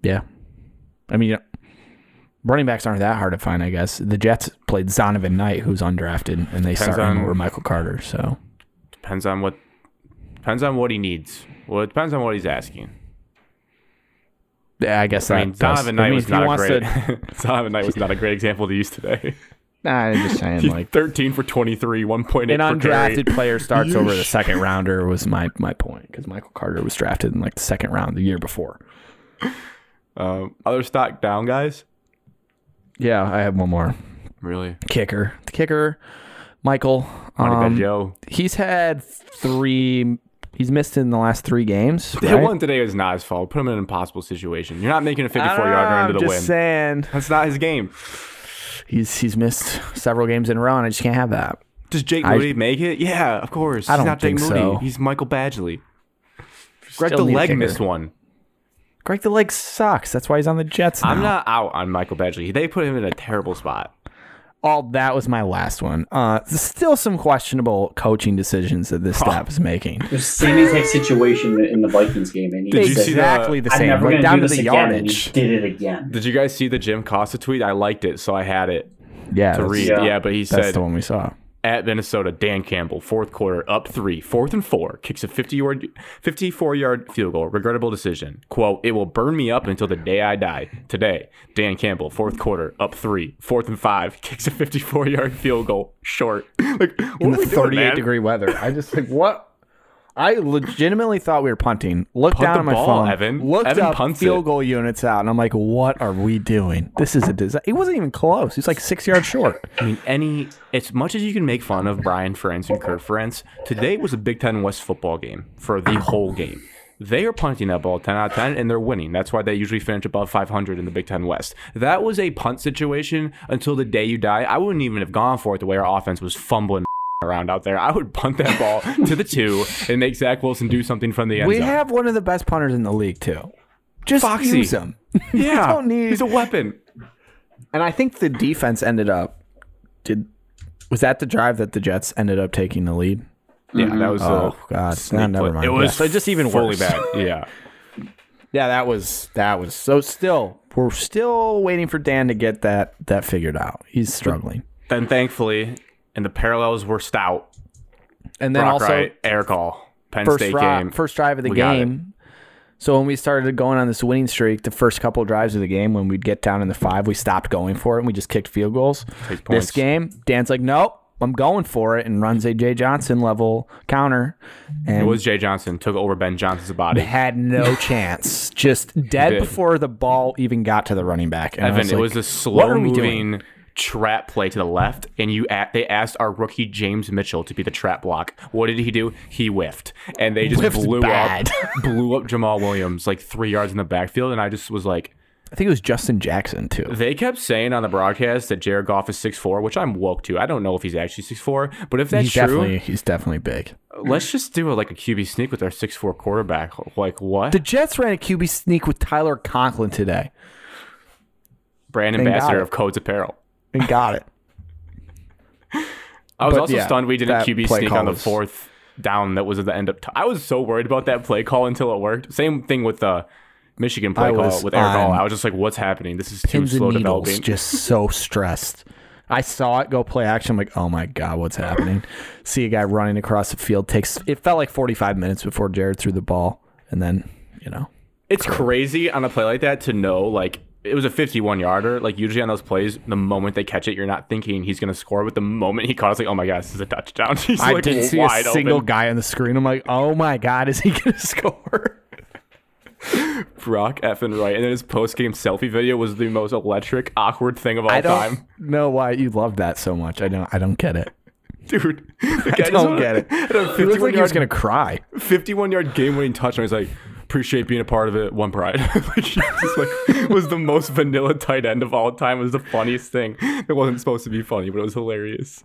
S1: Yeah. I mean, you know, running backs aren't that hard to find, I guess. The Jets played Zonovan Knight, who's undrafted, and they
S2: Depends
S1: started him
S2: on-
S1: over Michael Carter. So
S2: Depends on what depends on what he needs. Well, it depends on what he's asking.
S1: yeah, I guess that
S2: I mean,
S1: does-
S2: Donovan Knight
S1: mean,
S2: was
S1: if he
S2: not a
S1: wants
S2: great.
S1: to-
S2: Donovan Knight was not a great example to use today.
S1: Nah, I'm just saying,
S2: He's
S1: like,
S2: 13 for 23, 1.8
S1: an
S2: per carry.
S1: undrafted player starts over the second rounder was my, my point because Michael Carter was drafted in like the second round the year before.
S2: Um, other stock down guys.
S1: Yeah, I have one more
S2: Really,
S1: kicker. The kicker, Michael.
S2: Money
S1: um,
S2: Bad Joe.
S1: he's had three. He's missed in the last three games.
S2: The
S1: right?
S2: one today was not his fault. Put him in an impossible situation. You're not making a 54
S1: I don't
S2: yard
S1: know,
S2: run to
S1: Ah, I'm
S2: the
S1: just
S2: win.
S1: saying
S2: That's not his game.
S1: he's he's missed several games in a row, and I just can't have that.
S2: Does Jake
S1: I-
S2: Moody make it? Yeah, of course.
S1: I don't
S2: He's not Jake
S1: think
S2: Moody.
S1: so.
S2: He's Michael Badgley. Greg
S1: Still
S2: the
S1: need a
S2: leg
S1: kicker.
S2: missed one.
S1: Greg the Leg sucks. That's why he's on the Jets.
S2: I'm
S1: now.
S2: not out on Michael Badgley. They put him in a terrible spot.
S1: All Oh, that was my last one. Uh, still some questionable coaching decisions that this staff is making.
S3: There's same exact situation in the Vikings game, and he
S2: Did you
S3: said,
S2: see
S1: exactly the,
S3: "I'm
S1: same,
S3: never
S1: like
S3: going to
S1: down
S3: do
S1: to
S3: this
S1: the
S3: again." And
S1: yardage.
S3: he did it again.
S2: Did you guys see the Jim Costa tweet? I liked it, so I had it
S1: Yeah,
S2: to
S1: that's,
S2: read. Yeah,
S3: Yeah.
S2: but he
S1: that's
S2: said
S1: the one we saw.
S2: at Minnesota, Dan Campbell, fourth quarter, up three, fourth and four, kicks a 50 yard, 54 yard field goal. Regrettable decision. Quote, it will burn me up until the day I die. Today, Dan Campbell, fourth quarter, up three, fourth and five, kicks a 54 yard field goal, short. like, what
S1: in
S2: are
S1: the
S2: we doing,
S1: 38
S2: man?
S1: degree weather. I just like what. I legitimately thought we were punting. Looked
S2: Punt
S1: down
S2: the
S1: on my
S2: ball,
S1: phone.
S2: Evan.
S1: Looked
S2: Evan
S1: up
S2: punts
S1: field
S2: it.
S1: goal units out, and I'm like, "What are we doing? This is a disaster." It wasn't even close. He's like six yards short.
S2: I mean, any, as much as you can make fun of Brian Ferentz and Kurt Ferentz, today was a Big Ten West football game for the whole game. They are punting that ball 10 out of 10, and they're winning. That's why they usually finish above 500 in the Big Ten West. That was a punt situation until the day you die. I wouldn't even have gone for it the way our offense was fumbling around out there. I would punt that ball to the two and make Zach Wilson do something from the end
S1: we
S2: zone.
S1: have one of the best punters in the league too. Just
S2: Foxy.
S1: use him.
S2: yeah,
S1: don't need-
S2: he's a weapon.
S1: And I think the defense ended up. Did was that the drive that the Jets ended up taking the lead?
S2: Yeah, that was
S1: Oh
S2: a
S1: God,
S2: sneak
S1: no, never
S2: play.
S1: mind.
S2: It was
S1: yeah.
S2: just even fully bad. Yeah.
S1: Yeah, that was that was so. Still, we're still waiting for Dan to get that that figured out. He's struggling.
S2: Then thankfully, and the parallels were stout.
S1: And then
S2: Brock
S1: also
S2: Wright, air call. Penn
S1: first
S2: State
S1: ri-
S2: game.
S1: first drive of the
S2: We got it.
S1: game. So when we started going on this winning streak, the first couple drives of the game, when we'd get down in the five, we stopped going for it and we just kicked field goals.
S2: Take points.
S1: This game, Dan's like, nope, I'm going for it, and runs a Jay Johnson level counter, and
S2: it was Jay Johnson took over Ben Johnson's body.
S1: had no chance, just dead
S2: did.
S1: before the ball even got to the running back. And I
S2: Evan, it
S1: like,
S2: was a
S1: "What are
S2: slow
S1: we doing?"
S2: moving trap play to the left, and you at, they asked our rookie James Mitchell to be the trap block. What did he do? He whiffed, and they just
S1: Whiffed
S2: blew
S1: bad.
S2: up blew up Jamal Williams like three yards in the backfield, and I just was like.
S1: I think it was Justin Jackson too.
S2: They kept saying on the broadcast that Jared Goff is 6'4", which I'm woke to. I don't know if he's actually 6'4", but if that's
S1: he's
S2: true,
S1: definitely he's definitely big.
S2: let's just do a, like a QB sneak with our 6'4 quarterback. Like what?
S1: The Jets ran a QB sneak with Tyler Conklin today
S2: brand
S1: Thank
S2: ambassador
S1: God.
S2: of Codes Apparel.
S1: and got it.
S2: I was
S1: But
S2: also
S1: yeah,
S2: stunned we did a
S1: that
S2: QB
S1: play
S2: sneak
S1: call
S2: on the
S1: was-
S2: fourth down that was at the end of. T- I was so worried about that play call until it worked. Same thing with the Michigan play
S1: I
S2: call
S1: was
S2: with Eric Hall.
S1: on
S2: I was just like, "What's happening? This is too
S1: Pins
S2: slow
S1: and needles,
S2: developing."
S1: just so stressed. I saw it go play action. I'm like, oh my god, what's happening? See a guy running across the field. Takes it felt like 45 minutes before Jared threw the ball, and then you know
S2: It's crazy on a play like that to know like. It was a 51 yarder. Like, usually on those plays, the moment they catch it, you're not thinking he's going to score. But the moment he caught it, it's like, oh my God, this is a touchdown. He's
S1: I
S2: like
S1: didn't see a
S2: wide
S1: single
S2: open.
S1: guy on the screen. I'm like, oh my god, is he gonna score?
S2: Brock effing right. And then his post game selfie video was the most electric, awkward thing of all
S1: I don't
S2: time.
S1: know why you love that so much. I don't. I don't get it.
S2: dude. The
S1: I don't get it.
S2: Had a
S1: He
S2: 51
S1: looked like he
S2: yard,
S1: was gonna cry.
S2: 51 yard game winning touchdown. He's like, appreciate being a part of it. One pride. like, he just like was the most vanilla tight end of all time. It was the funniest thing. It wasn't supposed to be funny, but it was hilarious.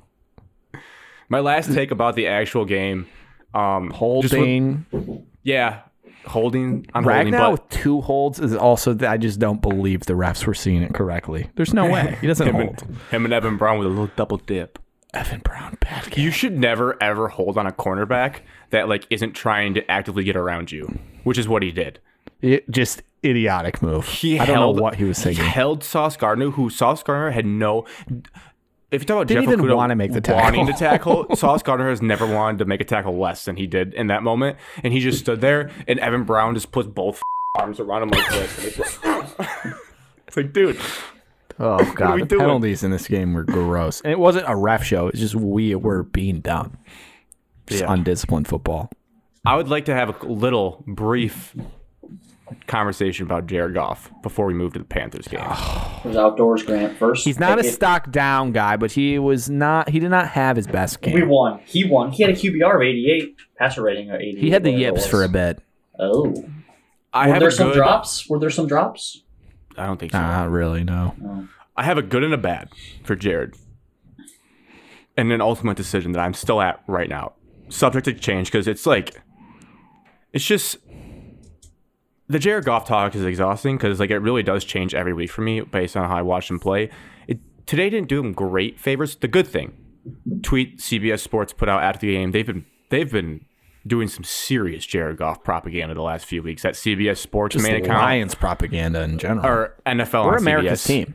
S2: My last take about the actual game. Um, just with-
S1: Holding.
S2: yeah, holding on holding,
S1: Ragnar
S2: but
S1: with two holds is also that I just don't believe the refs were seeing it correctly. There's no way he doesn't
S2: him
S1: hold.
S2: and, him and Evan Brown with a little double dip.
S1: Evan Brown bad game.
S2: You should never ever hold on a cornerback that like isn't trying to actively get around you, which is what he did.
S1: It, just idiotic move. I don't know what he was thinking.
S2: held Sauce Gardner, who Sauce Gardner had no. If you talk about
S1: Didn't
S2: Jeff
S1: even
S2: Okuda
S1: wanna make the tackle.
S2: wanting to tackle, Sauce Gardner has never wanted to make a tackle less than he did in that moment, and he just stood there, and Evan Brown just puts both arms around him like this. and it's like- it's like, dude,
S1: oh
S2: we
S1: god, the
S2: doing?
S1: penalties in this game were gross, and it wasn't a ref show. It's just we were being dumb. Just
S2: Yeah.
S1: undisciplined football.
S2: I would like to have a little brief conversation about Jared Goff before we move to the Panthers game.
S3: It was outdoors Grant first.
S1: He's not a
S3: Pickett.
S1: stock down guy, but he was not. He did not have his best
S3: We
S1: game.
S3: won. He won. He had a QBR of 88, passer rating of 88.
S1: He had the
S3: whatever it
S1: yips
S3: was.
S1: for a bit.
S3: Oh,
S2: I
S3: were
S2: have
S3: there
S2: a
S3: some
S2: good.
S3: drops? Were there some drops?
S2: I don't think so.
S1: Not really. No.
S2: I have a good and a bad for Jared. And an ultimate decision that I'm still at right now. Subject to change because it's like, it's just, the Jared Goff talk is exhausting because like it really does change every week for me based on how I watch him play. It today didn't do him great favors. The good thing, tweet CBS Sports put out after the game. They've been they've been doing some serious Jared Goff propaganda the last few weeks. That CBS Sports
S1: Just
S2: main account
S1: Lions propaganda in general.
S2: or NFL
S1: We're
S2: on
S1: America's
S2: CBS.
S1: team.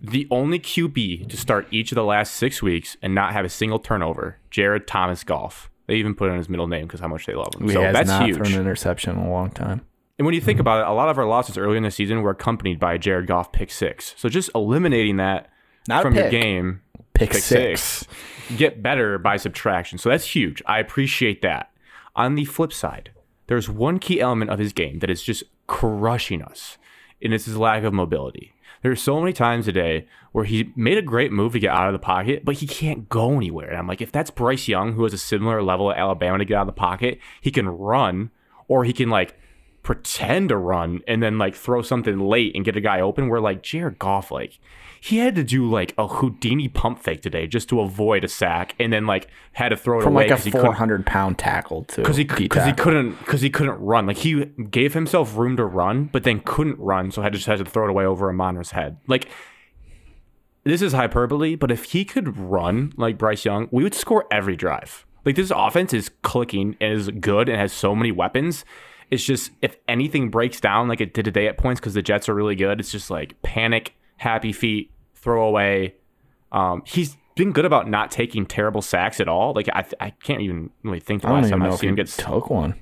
S2: The only QB to start each of the last six weeks and not have a single turnover, Jared Thomas Goff. They even put in his middle name because how much they love him.
S1: He
S2: so
S1: has
S2: that's
S1: not
S2: huge.
S1: thrown an interception in a long time.
S2: And when you think about it, a lot of our losses early in the season were accompanied by a Jared Goff pick six. So just eliminating that
S1: Not a
S2: from your
S1: pick.
S2: game,
S1: Pick,
S2: pick
S1: six.
S2: six. get better by subtraction. So that's huge. I appreciate that. On the flip side, there's one key element of his game that is just crushing us, and it's his lack of mobility. There's so many times today where he made a great move to get out of the pocket, but he can't go anywhere. And I'm like, if that's Bryce Young, who has a similar level at Alabama to get out of the pocket, he can run or he can like pretend to run and then like throw something late and get a guy open. Where like Jared Goff, like he had to do like a Houdini pump fake today just to avoid a sack, and then like had to throw it
S1: From
S2: away
S1: like a
S2: he couldn't-
S1: 400 pound tackle to
S2: because he
S1: D
S2: because he
S1: tackle.
S2: couldn't because he couldn't run. Like he gave himself room to run, but then couldn't run, so had to just had to throw it away over Amonra's head. Like this is hyperbole, but if he could run like Bryce Young, we would score every drive. Like this offense is clicking and is good and has so many weapons. It's just if anything breaks down like it did today at points because the Jets are really good, it's just like panic, happy feet, throw away, um, he's been good about not taking terrible sacks at all. Like I, th- I can't even really think the
S1: I don't
S2: last
S1: even
S2: time
S1: know
S2: I've
S1: if
S2: seen
S1: he
S2: him get s-
S1: took one.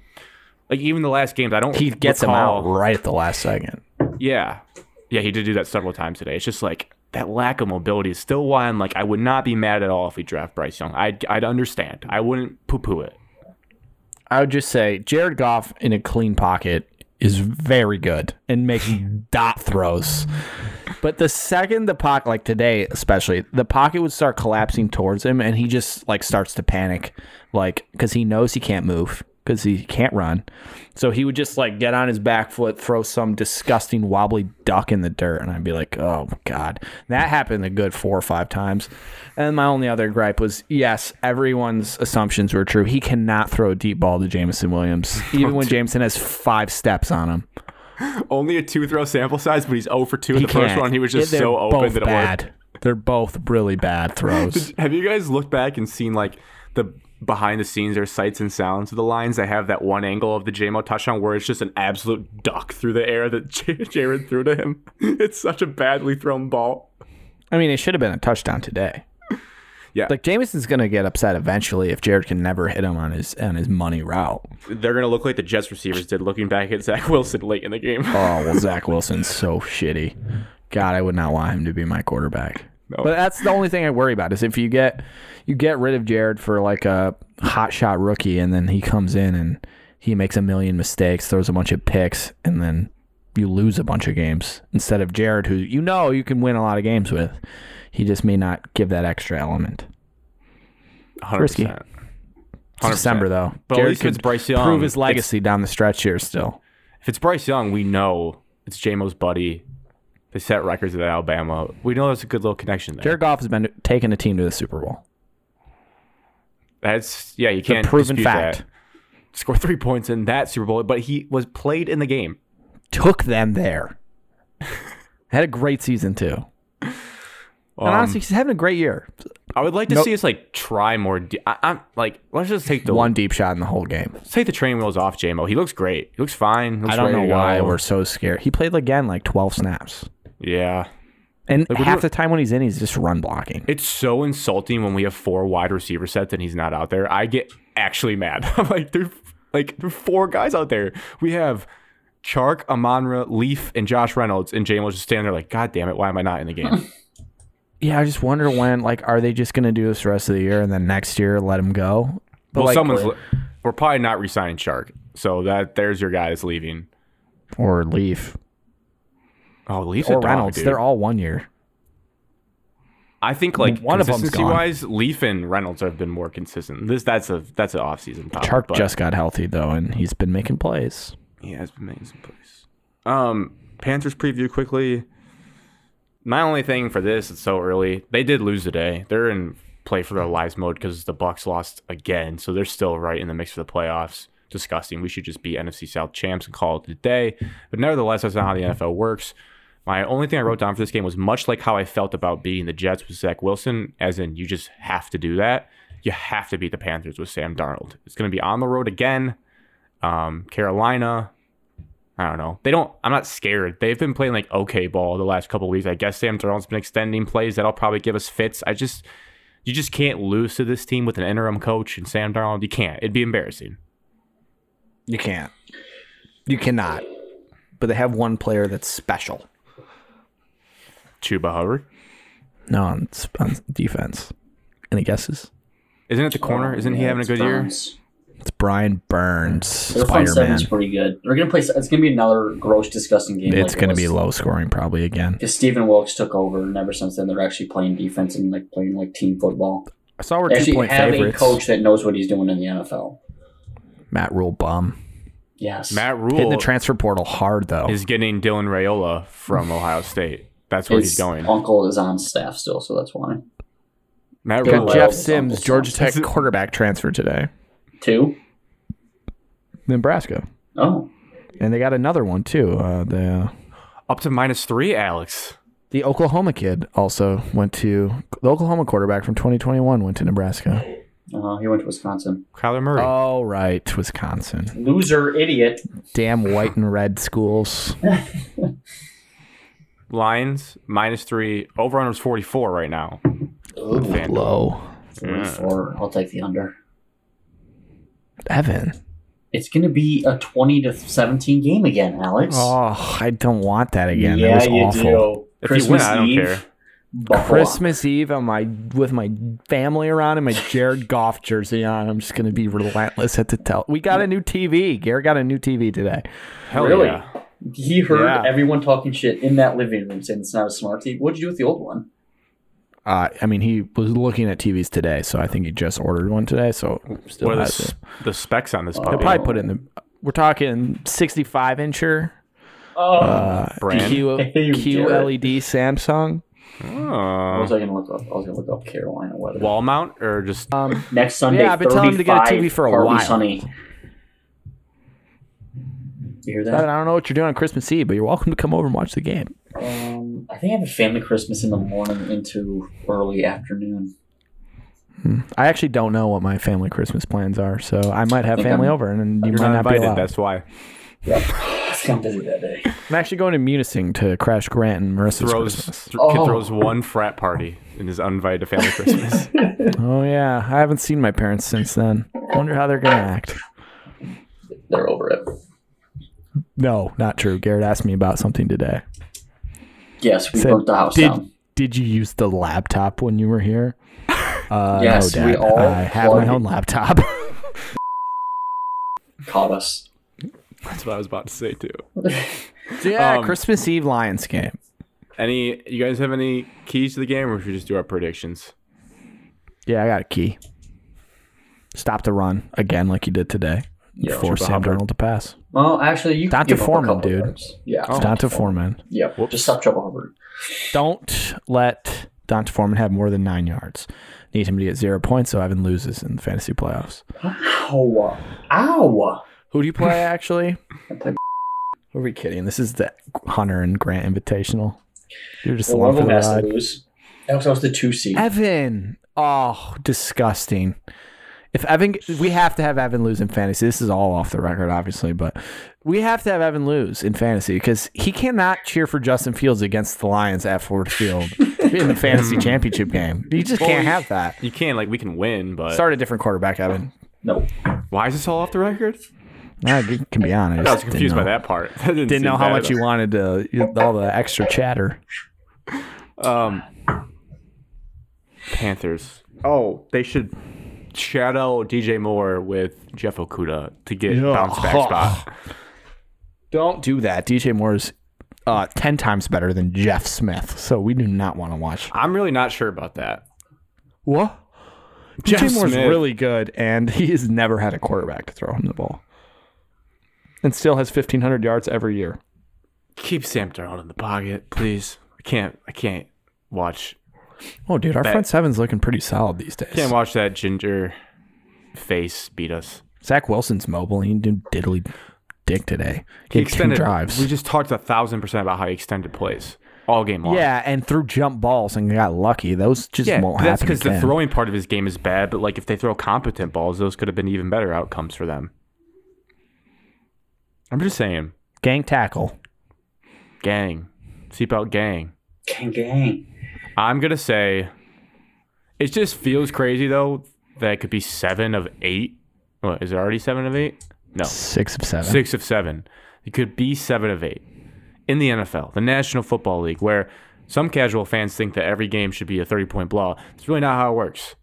S2: like even the last games. I don't.
S1: He gets him
S2: recall-
S1: out right at the last second.
S2: Yeah, yeah, he did do that several times today. It's just like that lack of mobility is still why I'm like I would not be mad at all if we draft Bryce Young. I'd I'd understand. I wouldn't poo poo it.
S1: I would just say Jared Goff in a clean pocket is very good and makes dot throws. But the second the pocket, like today especially, the pocket would start collapsing towards him, and he just like starts to panic, like because he knows he can't move because he can't run. So he would just like get on his back foot, throw some disgusting wobbly duck in the dirt, and I'd be like, "Oh my god!" That happened a good four or five times. And my only other gripe was, yes, everyone's assumptions were true. He cannot throw a deep ball to Jameson Williams, even when Jameson has five steps on him.
S2: Only a two throw sample size, but he's 0 for two in
S1: He can't. They're both bad. They're both really bad throws.
S2: Have you guys looked back and seen like the behind the scenes or sights and sounds of the lines? They have that one angle of the JMO touchdown where it's just an absolute duck through the air that J- Jared threw to him. It's such a badly thrown ball.
S1: I mean, it should have been a touchdown today.
S2: Yeah.
S1: Like Jameson's gonna get upset eventually if Jared can never hit him on his on his money route.
S2: They're gonna look like the Jets receivers did looking back at Zach Wilson late in the game.
S1: Oh well, Zach Wilson's so shitty. God, I would not want him to be my quarterback. But that's the only thing I worry about is if you get you get rid of Jared for like a hot shot rookie, and then he comes in and he makes a million mistakes, throws a bunch of picks, and then you lose a bunch of games instead of Jared, who you know you can win a lot of games with. He just may not give that extra element.
S2: 100%.
S1: risky. It's December though,
S2: But at
S1: Jared
S2: least if
S1: could
S2: it's Bryce Young,
S1: prove his
S2: it's-
S1: legacy down the stretch here. Still,
S2: If it's Bryce Young, we know it's JMO's buddy. They set records at Alabama. We know there's a good little connection there.
S1: Jared Goff has been taking a team to the Super Bowl.
S2: That's yeah, you
S1: It's a
S2: can't
S1: proven
S2: dispute
S1: fact.
S2: that. Score three points in that Super Bowl, but he was played in the game.
S1: took them there. Had a great season too.
S2: Um,
S1: and honestly, he's having a great year.
S2: I would like to
S1: Nope.
S2: see us like try more. De- I, I'm like, let's just take the
S1: One deep shot in the whole game.
S2: let's take the train wheels off JMO. He looks great. He looks fine. Looks
S1: I don't
S2: ready
S1: know
S2: to
S1: why
S2: go.
S1: we're so scared. He played again like 12 snaps.
S2: Yeah,
S1: And
S2: we
S1: half
S2: do-
S1: the time when he's in, he's just run blocking.
S2: it's so insulting when we have four wide receiver sets and he's not out there. I get actually mad. I'm like, there, like there are four guys out there. We have Chark, Amonra, Leaf, and Josh Reynolds, and JMO's just standing there like, God damn it, why am I not in the game?
S1: Yeah, I just wonder when, like, are they just going to do this the rest of the year and then next year let him go? But
S2: well,
S1: like,
S2: someone's. We're probably not re-signing Chark, so that there's your guy that's leaving.
S1: or Leaf
S2: Oh, Leaf's
S1: or
S2: a dog,
S1: Reynolds.
S2: dude.
S1: They're all one year.
S2: I think like
S1: One
S2: one
S1: of 'em's
S2: consistency wise, Leaf and Reynolds have been more consistent. This that's a that's an off season topic.
S1: Chark
S2: but
S1: just got healthy though, and he's been making plays.
S2: he has been making some plays. Um, Panthers preview quickly. My only thing for this, it's so early. They did lose today. They're in play for their lives mode because the Bucks lost again, so they're still right in the mix for the playoffs. disgusting. We should just be NFC South champs and call it a day. But nevertheless, that's not how the NFL works. My only thing I wrote down for this game was much like how I felt about beating the Jets with Zach Wilson, as in you just have to do that. You have to beat the Panthers with Sam Darnold. It's going to be on the road again. Um, Carolina, I don't know. They don't. I'm not scared. They've been playing like okay ball the last couple of weeks. I guess Sam Darnold's been extending plays that'll probably give us fits. I just, you just can't lose to this team with an interim coach and Sam Darnold. You can't. It'd be embarrassing.
S1: You can't. You cannot. But they have one player that's special.
S2: Chuba Hubbard.
S1: No, on, on defense. Any guesses?
S2: Isn't it the
S3: Oh,
S2: corner? Isn't he having a good year?
S3: Burns.
S1: It's Brian Burns.
S3: Their front
S1: Spider Man.
S3: seven's pretty good. They're gonna play. It's gonna be another gross, disgusting game.
S1: It's going to be low scoring probably again.
S3: because Stephen Wilkes took over, and ever since then, they're actually playing defense and like playing like team football.
S1: I saw we're
S3: They
S1: two
S3: actually
S1: point
S3: have
S1: favorites.
S3: a coach that knows what he's doing in the NFL.
S1: Matt Rule bum.
S3: Yes,
S2: Matt
S1: Hitting the
S2: Rule
S1: transfer portal hard though.
S2: is getting Dylan Rayola from Ohio State. That's where he's
S3: his
S2: going.
S3: uncle is on staff still, so that's why.
S2: Matt
S1: Got
S3: Good
S2: Rule.
S3: job.
S1: Jeff
S3: Well,
S1: Sims,
S3: it's
S1: Georgia Tech
S2: almost-
S1: quarterback transfer today.
S3: Two.
S1: Nebraska.
S3: Oh,
S1: And they got another one too. Uh, the
S2: Up to minus three, Alex.
S1: the Oklahoma kid also went to the Oklahoma quarterback from 2021 went to Nebraska.
S3: uh, he went to Wisconsin.
S2: Kyler Murray.
S3: Uh,
S1: Oh right, Wisconsin.
S3: Loser, idiot.
S1: Damn white and red schools.
S2: Lions, minus three. Over under is 44 right now. Fan-
S1: Low.
S3: Forty-four. I'll take the under.
S1: Evan.
S3: It's gonna be a twenty to seventeen game again, Alex.
S1: Oh, I don't want that again. it
S3: yeah,
S1: was
S3: you
S1: awful.
S3: do.
S2: If you win, I don't
S3: Eve,
S2: care.
S3: buckle up.
S1: Christmas Eve on my with my family around and my Jared Goff jersey on. I'm just gonna be relentless at the tell. We got a new TV. Garrett got a new TV today.
S2: Hell
S3: Really?
S2: yeah.
S3: He heard
S1: Yeah.
S3: everyone talking shit in that living room saying it's not a smart TV. What'd you do with the old one?
S1: Uh, I mean, he was looking at TVs today, so I think he just ordered one today. So still
S2: What are the,
S1: has
S2: s-
S1: it.
S2: the specs on this
S1: He'll
S2: puppy?
S1: probably put it in the. We're talking 65 incher
S3: Oh,
S1: uh,
S2: Brand?
S1: Q,
S3: Hey, Garrett.
S1: QLED Samsung.
S3: what was
S2: Oh.
S3: I gonna look up? I was gonna look up Carolina weather.
S2: Wall mount or just
S1: Um,
S3: Next Sunday,
S1: Yeah, I've been telling him to get a TV for a
S3: 35, partly
S1: while.
S3: Sunny. You hear
S1: I
S3: that?
S1: don't know what you're doing on Christmas Eve, but you're welcome to come over and watch the game.
S3: Um, I think I have a family Christmas in the morning into early afternoon.
S1: I actually don't know what my family Christmas plans are, so I might have
S3: Think
S1: family
S3: I'm-
S1: over, and you
S2: you're
S1: might
S2: not
S1: not be
S2: invited?
S1: allowed.
S2: That's why.
S3: It's kind of busy that day.
S1: I'm actually going to Munising to Crash Grant and Marissa's
S2: Throws
S1: Christmas.
S2: th- kid
S3: Oh.
S2: throws one frat party and is uninvited to family Christmas.
S1: Oh yeah, I haven't seen my parents since then. Wonder how they're gonna act.
S3: They're over it.
S1: No, not true. Garrett asked me about something today.
S3: Yes, we
S1: Said,
S3: burnt the house
S1: did
S3: down.
S1: did you use the laptop when you were here? Uh,
S3: Yes,
S1: no,
S3: we
S1: Dad.
S3: all
S1: I have my
S3: plugged-
S1: own laptop.
S3: Caught us.
S2: That's what I was about to say too.
S1: so yeah,
S2: Um,
S1: Christmas Eve Lions game.
S2: Any you guys have any keys to the game or should we just do our predictions?
S1: Yeah, I got a key. Stop the run again, like you did today.
S3: Yeah,
S1: Force
S2: Chuba
S1: Sam
S2: Hubbard.
S1: Darnold to pass.
S3: Well, actually, you
S1: Dante
S3: could give up a
S1: Foreman,
S3: couple
S1: dude. Oh.
S3: yards. Yeah.
S1: It's Dante Foreman.
S3: Yeah. Just stop Trouble Hubbard.
S1: Don't let Dante Foreman have more than nine yards. Need him to get zero points so Evan loses in the fantasy playoffs.
S3: Ow. Ow.
S1: Who do you play actually?
S3: I play
S1: Who are we kidding? This is the Hunter and Grant Invitational. You're just
S3: Well,
S1: along
S3: one of
S1: for
S3: them
S1: the
S3: has to
S1: ride.
S3: lose. That was, that was the two seed.
S1: Evan. Oh, disgusting. If Evan, we have to have Evan lose in fantasy. This is all off the record, obviously, but we have to have Evan lose in fantasy because he cannot cheer for Justin Fields against the Lions at Ford Field in the fantasy championship game. You just can't have that.
S2: You can like we can win, but
S1: Start a different quarterback, Evan.
S3: No.
S2: why is this all off the record?
S1: Nah, you can be honest.
S2: I was confused by
S1: Didn't know-
S2: that part. That didn't
S1: Didn't
S2: seem
S1: know how
S2: bad
S1: much you
S2: enough.
S1: wanted to all the extra chatter.
S2: Um, Panthers. Oh, they should shadow DJ Moore with Jeff Okuda to get bounce back spot.
S1: Don't do that. DJ Moore's uh, 10 times better than Jeff Smith. So we do not want to watch.
S2: I'm really not sure about that.
S1: What?
S2: Jeff
S1: DJ Moore's
S2: Smith.
S1: really good, and he has never had a quarterback to throw him the ball. And still has 1,500 yards every year.
S2: Keep Sam Darnold in the pocket, please. I can't. I can't watch.
S1: Oh, dude, our
S2: Bet.
S1: front seven's looking pretty solid these days.
S2: Can't watch that ginger face beat us.
S1: Zach Wilson's mobile. and He did diddly dick today. He, had two
S2: extended
S1: drives.
S2: We just talked a thousand percent about how he extended plays all game long.
S1: yeah, and threw jump balls and got lucky. Those just
S2: Yeah,
S1: won't
S2: but that's
S1: happen.
S2: because the
S1: again.
S2: throwing part of his game is bad. But like, if they throw competent balls, those could have been even better outcomes for them. I'm just saying,
S1: gang tackle.
S2: gang, seatbelt gang.
S3: Gang, gang.
S2: I'm gonna say, it just feels crazy though that it could be seven of eight. What is it already seven of eight? No,
S1: Six of seven.
S2: six of seven. It could be seven of eight in the NFL, the National Football League, where some casual fans think that every game should be a 30 point blowout. It's really not how it works.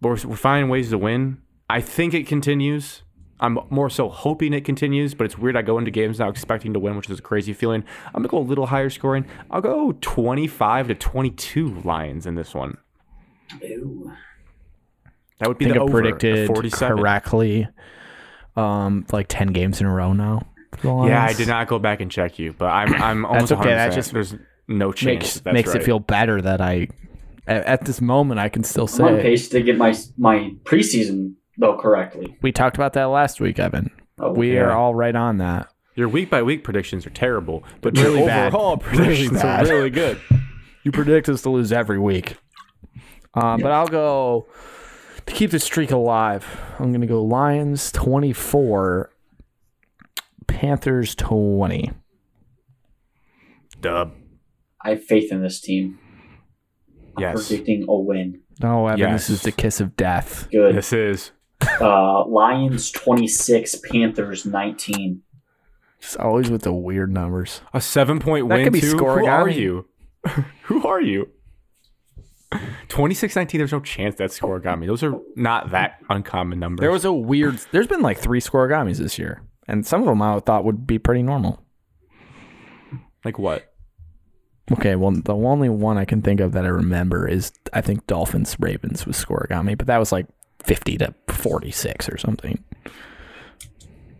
S2: But we're, we're finding ways to win. I think it continues. I'm more so hoping it continues, but it's weird. I go into games now expecting to win, which is a crazy feeling. I'm going to go a little higher scoring. I'll go 25 to 22 Lions in this one.
S3: Ooh.
S2: That would
S1: I
S2: be
S1: think
S2: the
S1: I
S2: over,
S1: predicted
S2: the 47.
S1: correctly. Um, like ten games in a row now. for the
S2: Yeah, I
S1: Lions.
S2: did not go back and check you, but I'm I'm almost
S1: okay, that
S2: 100%.
S1: just
S2: there's no chance
S1: Makes
S2: that's
S1: makes
S2: right.
S1: it feel better that I, at, at this moment, I can still
S3: I'm on
S1: say it.
S3: pace to get my my preseason though correctly.
S1: we talked about that last week, Evan.
S3: Oh,
S1: We are
S2: yeah.
S1: all right on that.
S2: your week by week predictions are terrible, but
S1: Really
S2: your
S1: bad.
S2: overall predictions
S1: bad.
S2: are really good.
S1: You predict us to lose every week. Uh, But I'll go to keep the streak alive. I'm going to go Lions 24, Panthers 20.
S2: Dub.
S3: I have faith in this team. I'm
S2: Yes.
S3: predicting a win.
S1: No, Oh, Evan,
S2: Yes.
S1: this is the kiss of death.
S3: Good.
S2: This is
S3: Uh, Lions 26, Panthers 19.
S1: It's always with the weird numbers.
S2: a seven point
S1: That
S2: win.
S1: could be
S2: too?
S1: scoring
S2: Who
S1: on
S2: are
S1: me.
S2: you? Who are you? 26 19, there's no chance that score got me. Those are not that uncommon numbers.
S1: There was a weird. There's been like three scoregamis this year, and some of them I thought would be pretty normal.
S2: like what?
S1: Okay, well, the only one I can think of that I remember is I think Dolphins Ravens was scoregami, but that was like 50 to 46 or something.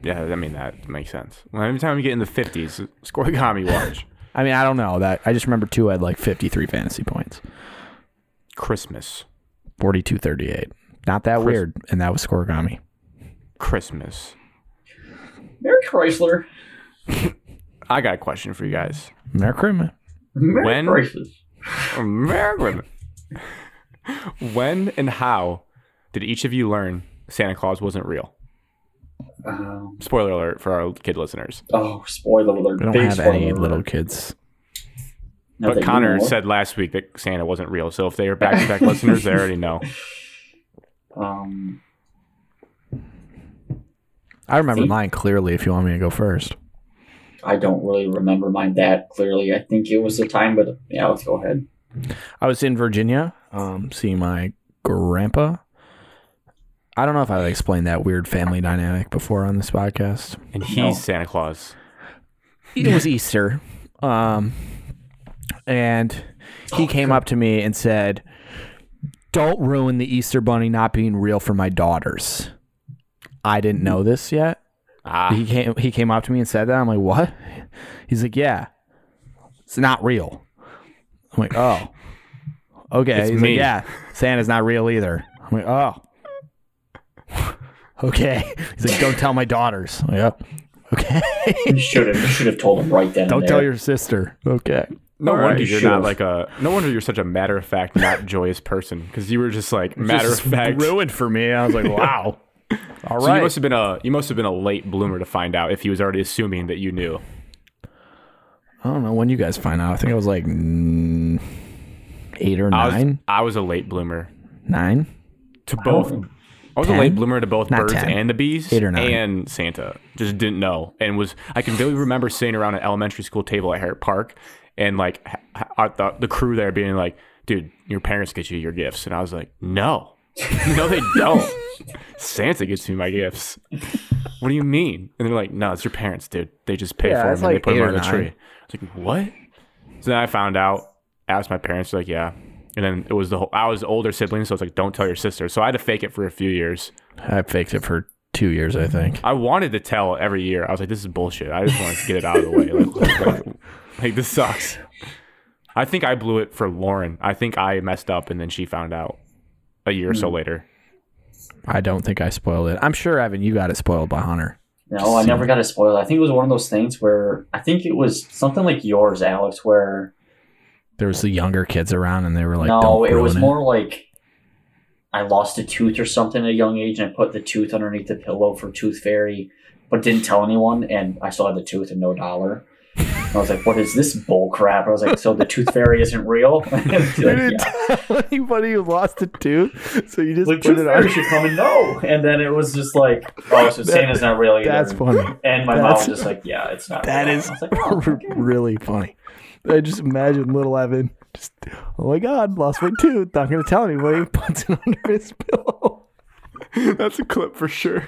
S2: Yeah, I mean that makes sense. Well, every time you get in the 50s, scoregami watch.
S1: I mean, I don't know that. I just remember two had like 53 fantasy points,
S2: Christmas.
S1: 42 38. Not that
S2: Chris-
S1: weird, and that was scoregami.
S2: Christmas.
S3: Mary Chrysler.
S2: I got a question for you guys.
S1: Merry Christmas.
S3: Mary
S2: When-
S3: Chrysler.
S2: American. when and how did each of you learn Santa Claus wasn't real?
S3: Um,
S2: Spoiler alert for our kid listeners.
S3: oh, spoiler alert.
S1: We don't
S3: Big
S1: have
S3: spoiler
S1: any
S3: alert.
S1: little kids.
S3: Not that
S2: but
S3: you
S2: Connor
S3: know of.
S2: said last week that Santa wasn't real. So if they are back to back listeners, they already know.
S3: Um,
S1: I remember
S3: See?
S1: mine clearly if you want me to go first.
S3: I don't really remember mine that clearly. I think it was the time, but yeah, let's go ahead.
S1: I was in Virginia, um, seeing my grandpa. I don't know if I explained that weird family dynamic before on this podcast.
S2: And he's
S3: No.
S2: Santa Claus.
S1: it was Easter. Um, and he came up to me and said, Don't ruin the Easter bunny not being real for my daughters. I didn't know this yet.
S2: Ah,
S1: He came he came up to me and said that. I'm like, What? He's like, Yeah. It's not real. I'm like, Oh. Okay.
S2: It's
S1: He's
S2: me.
S1: like, Yeah. Santa's not real either. I'm like, Oh. Okay. He's like, Don't tell my daughters. I'm like, "Oh, Okay.
S3: You should have you should have told him right then. and
S1: Don't tell
S3: there.
S1: your sister. Okay.
S2: no
S3: All
S2: wonder
S3: right,
S2: you're
S3: sure.
S2: not like a. No wonder you're such a matter of fact, not joyous person because you were just like matter of fact.
S1: ruined for me. I was like, wow. All
S2: So you
S1: right.
S2: must have been a you must have been a late bloomer to find out if he was already assuming that you knew.
S1: I don't know when you guys find out. I think I was like mm, eight or
S2: I was
S1: nine.
S2: I was a late bloomer.
S1: Nine.
S2: to both. I was a late
S1: Oh. Ten?
S2: bloomer to both
S1: Not
S2: birds
S1: ten.
S2: and the bees
S1: Eight or nine.
S2: and Santa. Just didn't know and was I can barely remember sitting around an elementary school table at Harriet Park and like ha- ha- out the, the crew there being like, "Dude, your parents get you your gifts," and I was like, "No, no, they don't. Santa gets me my gifts." What do you mean? And they're like, "No, it's your parents, dude. They just pay
S1: Yeah,
S2: for
S1: it's
S2: them and
S1: like
S2: they put
S1: eight
S2: them
S1: or
S2: under the
S1: nine.
S2: tree." I was like, "What?" So then I found out, asked my parents, like, yeah. And then it was the whole, I was the older sibling, so it's like, don't tell your sister. So I had to fake it for a few years.
S1: I faked it for two years, I think.
S2: I wanted to tell every year. I was like, this is bullshit. I just wanted to get it out of the way. Like, like, like, like, this sucks. I think I
S1: Hmm.
S2: blew it for Lauren. I think I messed up and then she found out a year or so later.
S1: I don't think I spoiled it. I'm sure, Evan, you got it spoiled by Hunter.
S3: No, I never got a spoiler. I think it was one of those things where I think it was something like yours, Alex, where
S1: There was the younger kids around, and they were like,
S3: no,
S1: "Don't
S3: it was
S1: ruin
S3: more like I lost a tooth or something at a young age, and I put the tooth underneath the pillow for tooth fairy, but didn't tell anyone, and I still had the tooth and no dollar. And I was like, "What is this bull crap?" I was like, "So the tooth fairy isn't real?" Like,
S1: You didn't
S3: yeah.
S1: tell anybody you lost a tooth, so you just
S3: Like
S1: put
S3: tooth
S1: it
S3: fairy
S1: on.
S3: should come and know, and then it was just like, "Oh, so
S1: That-
S3: Santa's not real either."
S1: That's funny.
S3: And my mom
S1: That's-
S3: was just like, "Yeah, it's not."
S1: That
S3: real."
S1: is
S3: I was like, "Oh, okay."
S1: really funny. I just imagine little Evan just, oh my god, lost my tooth. Not gonna tell anybody. Puts it under his pillow.
S2: That's a clip for sure.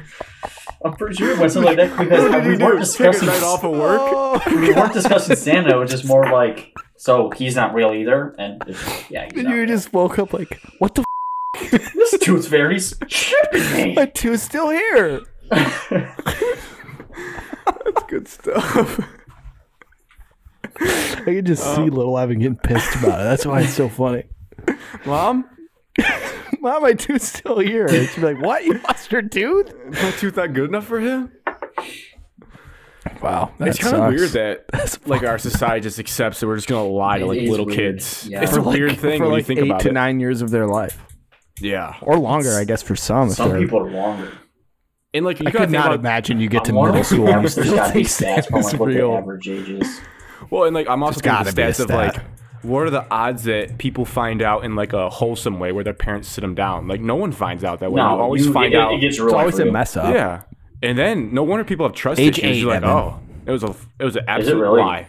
S3: I'm pretty sure it went something like that because
S2: What did
S3: we
S2: you do?
S3: weren't
S2: Take a
S3: discussing
S2: night off of work?
S1: Oh,
S3: we weren't discussing Santa. It was just more like, so he's not real either, and it's- yeah, he's
S1: and
S3: not
S1: you
S3: real.
S1: just woke up like, what the?
S3: this tooth fairy's tripping
S1: F-
S3: me.
S1: my tooth's still here.
S2: That's good stuff. Um,
S1: I can just see little Evan getting pissed about it. That's why it's so funny.
S2: Mom,
S1: Mom, my tooth's still here. And she'd be like, what? You lost your tooth?
S2: is my tooth not good enough for him?
S1: Wow,
S2: it's kind of weird that
S1: That's
S2: like our society just accepts that we're just gonna lie to
S3: It
S2: like
S3: is
S2: little
S3: weird.
S2: kids.
S3: Yeah.
S2: It's
S3: For
S2: a weird thing
S1: for
S2: when
S1: like
S2: you think
S1: eight
S2: about
S1: to
S2: it.
S1: nine years of their life,
S2: Yeah,
S1: or longer, I guess, for some. if
S3: Some
S1: they're-
S3: people are longer.
S2: and like you
S1: I
S2: gotta
S1: could
S2: think
S1: not
S2: about
S1: imagine you get to
S3: I'm one of
S1: middle school
S3: those
S1: and
S3: there's
S1: still
S3: got to be
S1: think
S3: stats on
S1: Santa's
S3: like what the
S1: real.
S3: average age is.
S2: Well, and like I'm also
S1: It's
S2: thinking of
S1: gotta be a
S2: stats of
S1: stat.
S2: like what are the odds that people find out in like a wholesome way where their parents sit them down? Like no one finds out that way.
S3: No,
S2: you always
S3: you-
S2: find
S3: it,
S2: out.
S3: It gets real.
S1: It's always
S3: for
S1: a
S3: real.
S1: mess up.
S2: yeah, and then no wonder people have trust
S1: Age
S2: issues. You're
S1: eight,
S2: like,
S1: Evan.
S2: oh, it was a it was an absolute
S3: really?
S2: lie.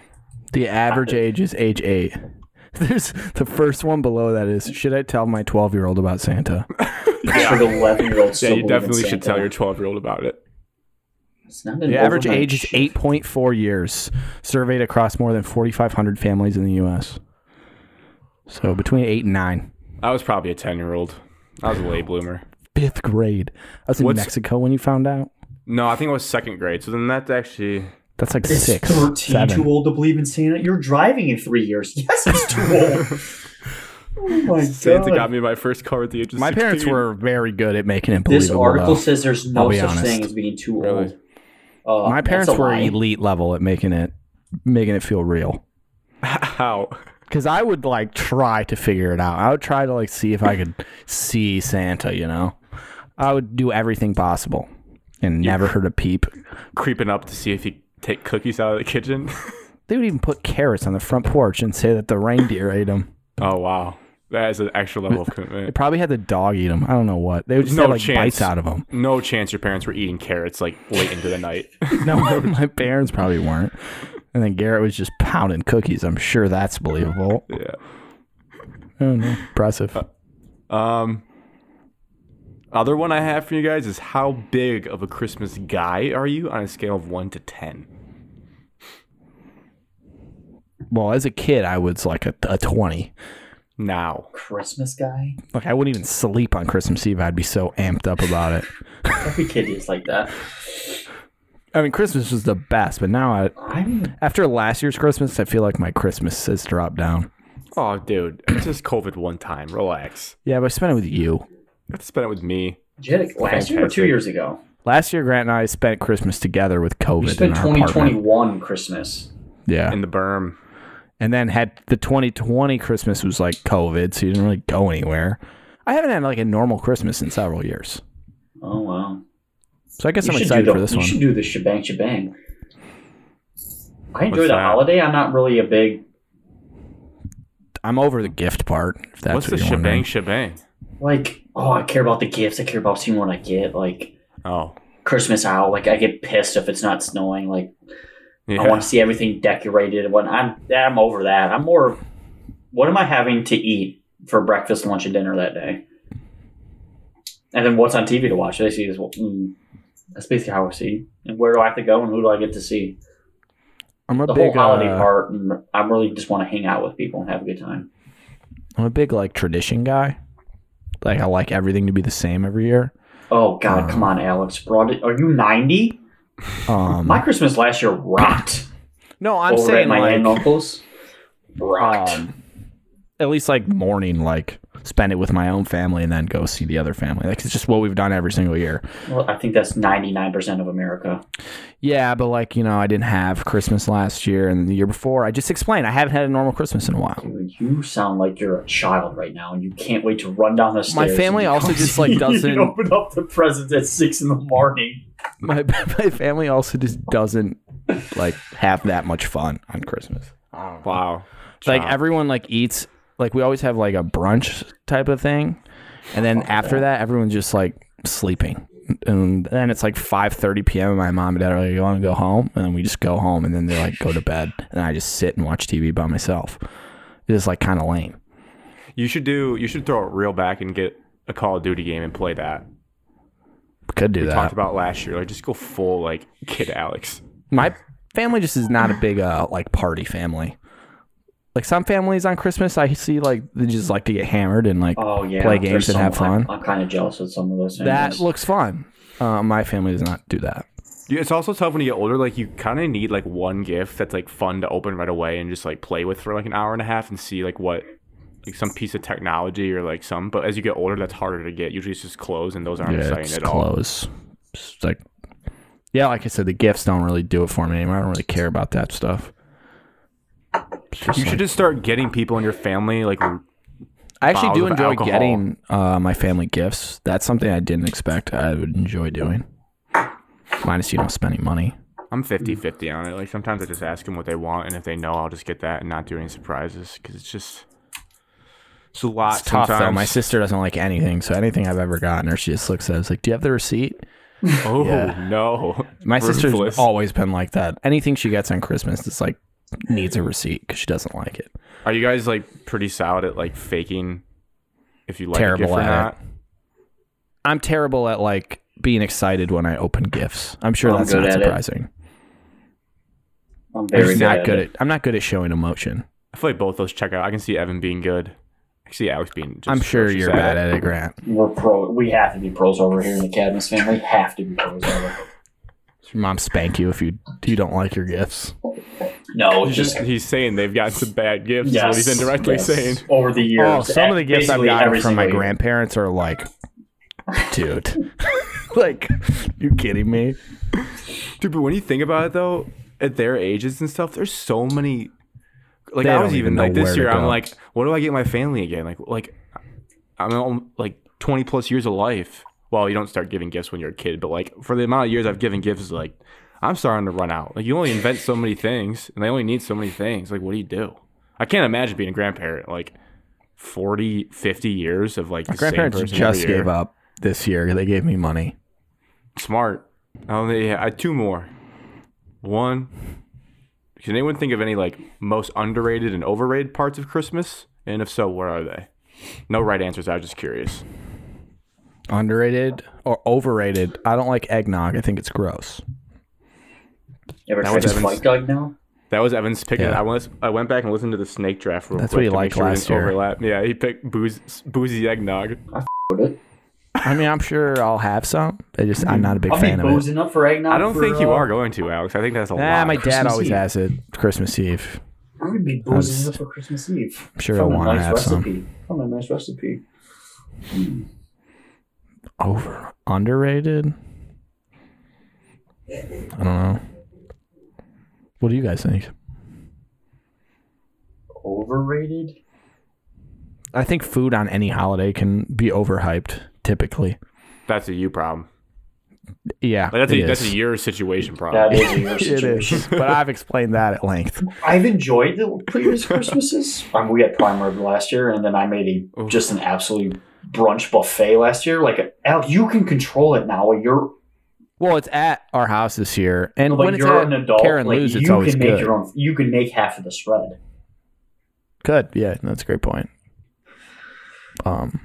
S1: The average age is age eight. There's the first one below that is should I tell my 12 year old about Santa?
S3: For the eleven-year-old,
S2: Yeah, you definitely should tell your 12 year old about it.
S3: It's not
S1: The average age is 8.4 years, surveyed across more than 4,500 families in the U.S. So between eight and nine.
S2: I was probably a 10 year old. I was a late bloomer.
S1: Fifth grade. I was in
S2: What's-
S1: Mexico when you found out.
S2: No, I think it was second grade. So then that's actually
S1: That's like
S3: It's
S1: six.
S3: 13 too
S1: Seven.
S3: old to believe in Santa. You're driving in three years. Yes, it's too old. oh my
S2: Santa
S3: god.
S2: got me my first car at the age of
S1: My parents
S2: 16.
S1: were very good at making it believable.
S3: This article
S1: though.
S3: says there's no
S1: I'll be
S3: such
S1: honest.
S3: thing as being too old.
S2: Really?
S3: Uh,
S1: My
S3: that's
S1: parents
S3: a
S1: were
S3: lie.
S1: elite level at making it making it feel real.
S2: How?
S1: Cause I would like try to figure it out. I would try to like see if I could see Santa. You know, I would do everything possible, and never heard a peep.
S2: Creeping up to see if he take cookies out of the kitchen.
S1: They would even put carrots on the front porch and say that the reindeer ate them.
S2: oh, wow. That is an extra level of
S1: They
S2: commitment.
S1: probably had the dog eat them. I don't know what. They would just
S2: No
S1: have like
S2: chance.
S1: bites out of them.
S2: No chance your parents were eating carrots like late into the night.
S1: No, my parents probably weren't. And then Garrett was just pounding cookies. I'm sure that's believable.
S2: yeah.
S1: Oh, no. Impressive.
S2: Uh, Um, other one I have for you guys is how big of a Christmas guy are you on a scale of one to ten?
S1: Well, as a kid, I was like a, a 20.
S2: Now,
S3: Christmas guy.
S1: Like I wouldn't even sleep on Christmas Eve. I'd be so amped up about it.
S3: Every kid is like that.
S1: I mean, Christmas was the best, but now I,
S3: I'm
S1: after last year's Christmas, I feel like my Christmas has dropped down.
S2: oh dude, it's just COVID one time. Relax.
S1: Yeah, but I spent it with you.
S2: You have to spend it with me.
S3: Jedic last year or two
S2: Fantastic.
S3: years ago.
S1: Last year, Grant and I spent Christmas together with COVID
S3: We spent
S1: in our apartment.
S3: 2021 Christmas.
S1: Yeah,
S2: in the berm.
S1: and then had the 2020 Christmas was like COVID, so you didn't really go anywhere. I haven't had like a normal Christmas in several years,
S3: Oh wow.
S1: so I guess
S3: You
S1: I'm
S3: should
S1: excited
S3: do the,
S1: for this
S3: you
S1: one.
S3: should do the shebang shebang. I enjoy
S2: What's
S3: the
S2: that?
S3: holiday. I'm not really a big
S1: I'm over the gift part. If that's
S2: What's
S1: what
S2: the
S1: you're
S2: shebang
S1: wondering.
S2: shebang?
S3: like. Oh, I care about the gifts. I care about seeing what I get. Like
S2: Oh,
S3: Christmas out. Like I get pissed if it's not snowing. Like
S2: yeah.
S3: I want to see everything decorated. When I'm I'm over that. I'm more. of, What am I having to eat for breakfast, lunch, and dinner that day? And then what's on TV to watch? I see this. Mm, that's basically how I see. And where do I have to go? And who do I get to see?
S1: I'm a
S3: The
S1: big
S3: whole holiday
S1: uh,
S3: part. And I really just want to hang out with people and have a good time.
S1: I'm a big like tradition guy. Like I like everything to be the same every year.
S3: Oh
S1: Uh.
S3: God, come on, Alex. Brought it. Are you ninety?
S1: Um,
S3: My Christmas last year rocked.
S1: no, I'm
S3: over
S1: saying
S3: at my aunt and
S1: like
S3: uncle's. Rocked.
S1: um, at least like morning, like spend it with my own family and then go see the other family. Like it's just what we've done every single year.
S3: Well, I think that's ninety nine percent of America.
S1: Yeah, but like, you know, I didn't have Christmas last year and the year before. I just explained I haven't had a normal Christmas in a while.
S3: Dude, you sound like you're a child right now, and you can't wait to run down the
S1: My
S3: stairs.
S1: family
S3: and
S1: also
S3: come
S1: just, like,
S3: see you
S1: doesn't-
S3: open up the presents at six in the morning.
S1: My my family also just doesn't like have that much fun on Christmas.
S2: Wow.
S1: like
S2: Chop.
S1: everyone like eats like we always have like a brunch type of thing and then after that everyone's just like sleeping and then it's like 5.30 p.m and my mom and dad are like you want to go home and then we just go home and then they like go to bed and i just sit and watch tv by myself it's like kind of lame
S2: You should do. You should throw it real back and get a Call of Duty game and play that.
S1: could do that
S2: Talked about last year. Like just go full like kid Alex.
S1: my family just is not a big uh like party family like some families on christmas i see like they just like to get hammered and like
S3: Oh yeah,
S1: Play
S3: there's
S1: games and
S3: some-
S1: have fun.
S3: I'm, I'm kind of jealous of some of those.
S1: that
S3: families.
S1: looks fun uh, my family does not do that
S2: Yeah, It's also tough when you get older. Like you kind of need like one gift that's like fun to open right away and just like play with for like an hour and a half and see like what like some piece of technology or like some. But as you get older, that's harder to get. Usually it's just clothes and those aren't
S1: yeah,
S2: exciting
S1: it's
S2: at all.
S1: close. It's like, yeah, like I said, the gifts don't really do it for me anymore. I don't really care about that stuff. It's just
S2: You
S1: like-
S2: should just start getting people in your family like
S1: I actually do
S2: bottles of
S1: enjoy
S2: alcohol.
S1: getting uh, my family gifts. That's something I didn't expect. I would enjoy doing. Minus, you know, spending money.
S2: I'm 50 50 on it. Like sometimes I just ask them what they want, and if they know, I'll just get that and not do any surprises because it's just it's a lot.
S1: It's tough though.
S2: Uh, sometimes.
S1: My sister doesn't like anything, so anything I've ever gotten her, she just looks at. It's like, do you have the receipt?
S2: Oh
S1: Yeah.
S2: no,
S1: My sister's
S2: Ruthless.
S1: always been like that. Anything she gets on Christmas, it's like needs a receipt because she doesn't like it.
S2: Are you guys like pretty solid at like faking if you like a
S1: Terrible
S2: gift or
S1: at it.
S2: not?
S1: I'm terrible at like being excited when I open gifts. I'm sure
S3: I'm
S1: that's
S3: good
S1: not
S3: at it.
S1: surprising.
S3: I'm
S1: I'm
S3: very
S1: just not good
S3: it.
S1: at. I'm not good at showing emotion.
S2: I feel like both those check out. I can see Evan being good. I can see Alex being. Just
S1: I'm sure
S2: atrocious
S1: you're bad at it, Grant.
S3: We're pro. We have to be pros over here in the Cadmus family. Have to be pros over.
S1: Your mom spank you if you you don't like your gifts.
S3: No,
S2: He's
S3: it's
S2: just
S3: just
S2: he's saying they've gotten some bad gifts. is what he's indirectly
S3: yes.
S2: saying.
S3: over the years.
S1: Oh, some of the gifts I've
S3: basically
S1: gotten
S3: every
S1: from my
S3: single year.
S1: grandparents are like, dude, like, you kidding me?
S2: Dude, but when you think about it though, at their ages and stuff, there's so many. Like
S1: They
S2: I
S1: don't
S2: was
S1: even
S2: even
S1: know
S2: like
S1: where
S2: this
S1: to
S2: year, I'm
S1: go.
S2: like, what do I get my family again? Like, like I'm al- like 20 plus years of life. Well, you don't start giving gifts when you're a kid, but like for the amount of years I've given gifts, like I'm starting to run out. Like you only invent so many things, and they only need so many things. Like what do you do? I can't imagine being a grandparent like 40, 50 years of like
S1: My
S2: the same
S1: grandparents
S2: person
S1: just
S2: every year.
S1: gave up this year. They gave me money.
S2: Smart. Oh, yeah. I two more. One. Can anyone think of any like most underrated and overrated parts of Christmas? And if so, where are they? No right answers. I was just curious.
S1: Underrated or overrated? I don't like eggnog. I think it's gross.
S3: You ever
S2: That
S3: tried
S2: was
S3: to
S2: Evan's-
S3: flight dog now?
S2: That was Evan's pick. and
S1: Yeah.
S2: I was I went back and listened to the snake draft. Real
S1: That's what
S2: quick
S1: he
S2: to
S1: liked
S2: make sure we
S1: last
S2: didn't
S1: year.
S2: Overlap. Yeah, he picked booze, boozy eggnog.
S3: Would it?
S1: I mean, I'm sure I'll have some. I just I'm not a big
S3: I'll be
S1: fan of it.
S3: boozing up for eggnog.
S2: I don't
S3: for,
S2: think you
S3: uh,
S2: are going to Alex. I think that's a
S1: Ah,
S2: lot.
S1: my dad
S3: Christmas
S1: always
S3: Eve.
S1: has it Christmas Eve.
S3: I'm gonna be boozing up for Christmas Eve.
S1: I'm sure
S3: From
S1: he'll
S3: a
S1: want to
S3: nice
S1: have some.
S3: recipe. From a nice recipe.
S1: Over underrated. I don't know. What do you guys think?
S3: Overrated.
S1: I think food on any holiday can be overhyped. Typically,
S2: That's a you problem.
S1: yeah,
S2: Like, that's
S1: it
S2: a that's a
S1: is.
S2: your situation problem.
S3: That is a weird
S1: It
S3: situation.
S1: is, but I've explained that at length.
S3: I've enjoyed the previous Christmases. Um, we had prime rib last year, and then I made a
S1: Oh.
S2: Oof.
S3: just an absolute brunch buffet last year. Like, Al, you can control it now. You're
S1: Well, it's at our house this year, and
S3: like
S1: when it's
S3: you're
S1: at
S3: an adult.
S1: Karen
S3: like,
S1: Lou's,
S3: you
S1: it's always
S3: can make
S1: good.
S3: your own. You can make half of the spread.
S1: good, yeah, that's a great point. Um,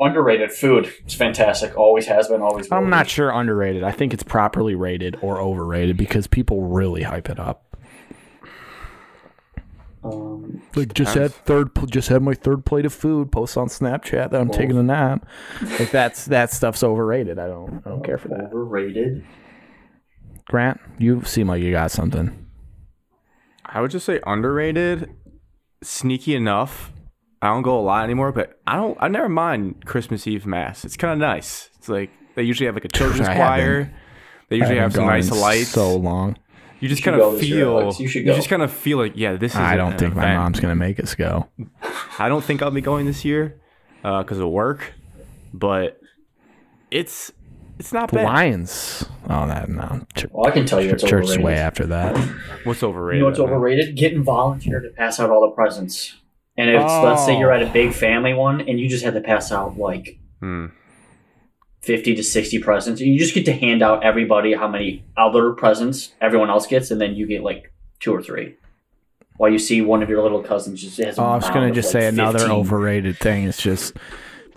S3: Underrated food. It's fantastic. Always has been. Always. will
S1: I'm
S3: be.
S1: not sure underrated. I think it's properly rated or overrated because people really hype it up.
S3: Um,
S1: Like just had third, pl- just had my third plate of food. Post on Snapchat that I'm taking a nap. Like that's that stuff's overrated. I don't, I don't care for that.
S3: overrated.
S1: Grant, you seem like you got something.
S2: I would just say underrated, sneaky enough. I don't go a lot anymore, but I don't. I never mind Christmas Eve mass. It's kind of nice. It's like they usually have like a children's
S1: I
S2: choir. They usually
S1: I
S2: have
S1: haven't
S2: some
S1: gone
S2: nice
S1: in
S2: lights.
S1: So long.
S2: you just
S3: should
S2: kind
S3: go
S2: of
S3: this year,
S2: feel.
S3: Alex. You should go.
S2: just kind of feel like yeah, this is.
S1: I
S2: an
S1: don't think my
S2: event.
S1: mom's gonna make us go.
S2: I don't think I'll be going this year because of work, but it's it's not
S1: The
S2: bad.
S1: Lions. Oh, that no. Ch-
S3: Well, I can tell you it's
S1: ch- church is
S3: overrated.
S1: way after that.
S2: What's overrated?
S3: You know what's
S2: about it?
S3: overrated? Getting volunteered to pass out all the presents. And if let's say you're at a big family one and you just had to pass out like
S2: Hmm.
S3: fifty to sixty presents, you just get to hand out everybody how many other presents everyone else gets, and then you get like two or three. While you see one of your little cousins just has. a
S1: Oh, I was
S3: mound
S1: gonna
S3: of,
S1: just
S3: like,
S1: say another
S3: 15.
S1: overrated thing. It's just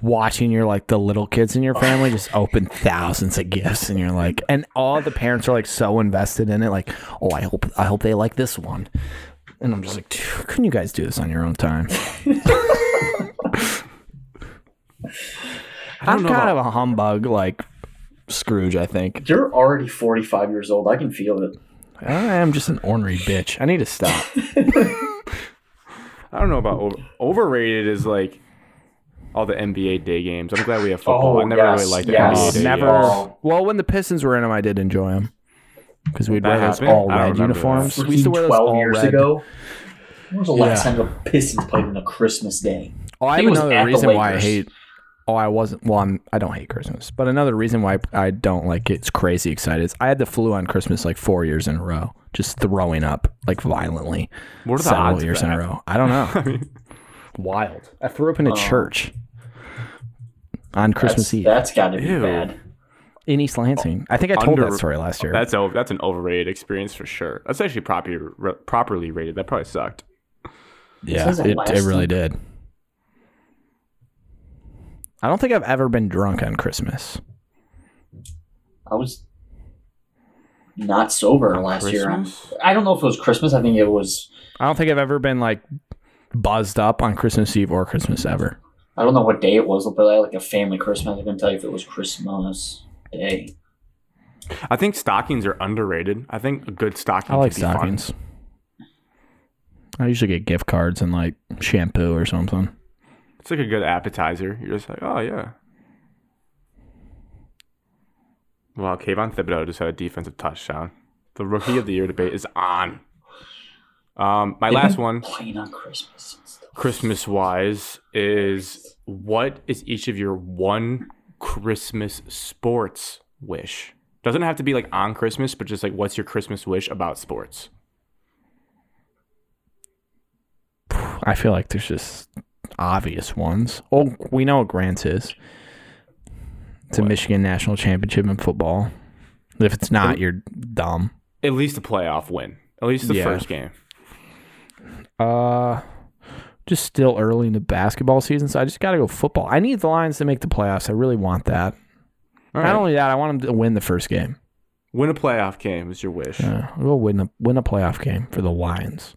S1: watching your like the little kids in your family just open thousands of gifts, and you're like, and all the parents are like so invested in it, like, oh, I hope I hope they like this one, and I'm just like, "Phew, couldn't you guys do this on your own time? I'm
S2: know
S1: kind
S2: about-
S1: of a humbug, like Scrooge. I think
S3: You're already forty five years old. I can feel it.
S1: I am just an ornery bitch. I need to stop.
S2: I don't know about over, overrated is like all the NBA day games. I'm glad we have football.
S3: Oh,
S2: I never
S3: yes,
S2: really liked the
S3: yes.
S2: NBA day
S1: never.
S2: games.
S3: Oh.
S1: Well, when the Pistons were in them, I did enjoy them because we'd wear
S2: That
S1: those
S2: happened?
S1: all
S2: I don't
S1: red
S2: remember
S1: uniforms.
S2: that.
S1: We used to wear those
S3: 12
S1: all
S3: years
S1: red.
S3: ago. When was the last
S1: Yeah.
S3: time the Pistons played on a Christmas day?
S1: Oh, I
S3: He
S1: have
S3: was at
S1: another
S3: the
S1: reason why I
S3: Lakers.
S1: hate. Oh, I wasn't. Well, I'm, I don't hate Christmas, but another reason why I don't like gets crazy excited is I had the flu on Christmas like four years in a row, just throwing up like violently.
S2: What are the
S1: several
S2: odds of
S1: years in
S2: that? Oh.
S1: a row. I don't know.
S2: mean-
S1: Wild. I threw up in a church on Christmas
S3: That's-
S1: Eve
S3: That's got to be
S2: Ew.
S3: bad.
S1: in East Lansing. I think I told
S2: Under-
S1: that story last year.
S2: That's o- that's an overrated experience for sure. That's actually properly re- properly rated. That probably sucked.
S1: Yeah,
S3: This isn't
S1: it, it
S3: lasting.
S1: really did. I don't think I've ever been drunk on Christmas.
S3: I was not sober last
S2: Christmas?
S3: year. I don't know if it was Christmas. I think it was.
S1: I don't think I've ever been like buzzed up on Christmas Eve or Christmas ever.
S3: I don't know what day it was, but I had like a family Christmas. I can tell you if it was Christmas day.
S2: I think stockings are underrated. I think a good stocking.
S1: I like
S2: could be fun.
S1: stockings. I usually get gift cards and like shampoo or something.
S2: It's like a good appetizer. You're just like, oh yeah. Wow, Kayvon Thibodeau just had a defensive touchdown. The rookie of the year debate is on. Um, my last one.
S3: Playing on Christmas. and stuff.
S2: Christmas wise is what is each of your one Christmas sports wish? Doesn't have to be like on Christmas, but just like what's your Christmas wish about sports?
S1: I feel like there's just obvious ones. Oh, we know what Grant's is. It's a Michigan national championship in football. If it's not, you're dumb.
S2: At least a playoff win. At least the
S1: Yeah.
S2: first game.
S1: Uh, just still early in the basketball season, so I just got to go football. I need the Lions to make the playoffs. I really want that.
S2: All
S1: Not
S2: right.
S1: only that, I want them to win the first game.
S2: Win a playoff game is your wish.
S1: Uh, we'll win a win a playoff game for the Lions.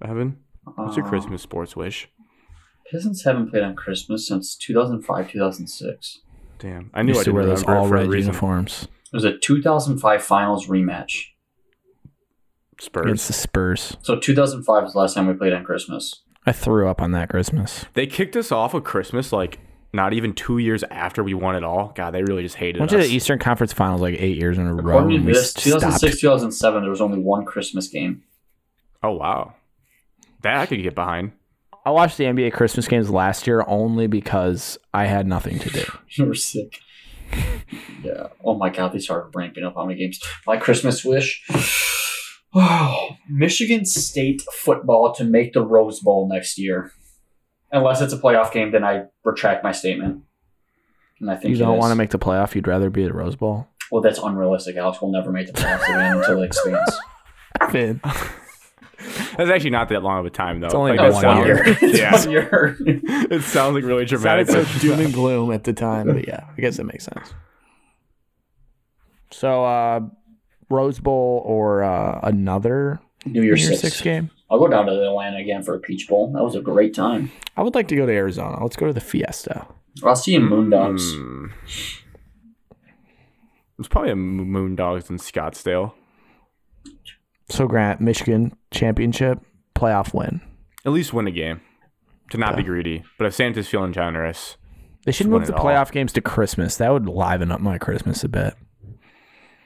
S2: Evan, what's your
S3: Uh,
S2: Christmas sports wish?
S3: Pistons haven't played on Christmas since 2005, 2006.
S2: Damn, I
S1: I
S2: knew I
S1: used to
S2: didn't
S1: wear those
S2: remember it
S1: all
S2: for a
S1: red
S2: reason.
S1: uniforms
S3: It was a 2005 finals rematch.
S2: Spurs.
S1: against the Spurs.
S3: So 2005 was the last time we played on Christmas.
S1: I threw up on that Christmas.
S2: They kicked us off of Christmas like not even two years after we won it all. God, they really just hated
S1: Went
S2: us.
S1: to the Eastern Conference Finals like eight years in a row.
S3: According
S1: And
S3: to
S1: we
S3: this, 2006,
S1: stopped.
S3: 2007, there was only one Christmas game.
S2: oh wow, that I could get behind.
S1: I watched the NBA Christmas games last year only because I had nothing to do.
S3: You were sick. Yeah. Oh my God, they started ramping up how many games. My Christmas wish. Oh, Michigan State football to make the Rose Bowl next year. Unless it's a playoff game, then I retract my statement. And I think
S1: You don't want to
S3: make.
S1: make the playoff. You'd rather be at Rose Bowl.
S3: Well, that's unrealistic. Alex will never make the playoffs again until it expands.
S2: That's actually not that long of a time though. It's
S1: only
S3: No,
S1: been
S3: it's
S1: one
S3: one
S1: year.
S3: year. Oh, It's
S2: Yeah.
S3: one year.
S2: it sounds like really dramatic. but-
S5: doom and gloom at the time, but yeah, I guess it makes sense.
S1: So, uh, Rose Bowl or uh, another
S3: New Year's
S1: New
S3: Six.
S1: Year's Six game?
S3: I'll go down to Atlanta again for a Peach Bowl. That was a great time.
S5: I would like to go to Arizona.
S1: Arizona. Let's go to the Fiesta.
S3: I'll see you in Moondogs.
S2: Hmm. It's probably a Mo- Moondogs in Scottsdale.
S1: So, Grant, Michigan championship playoff win.
S2: At least win a game. to not be greedy. But if Santa's feeling generous,
S1: They should
S2: Just win
S1: move the
S2: it all.
S1: playoff games to Christmas. That would liven up my Christmas a bit.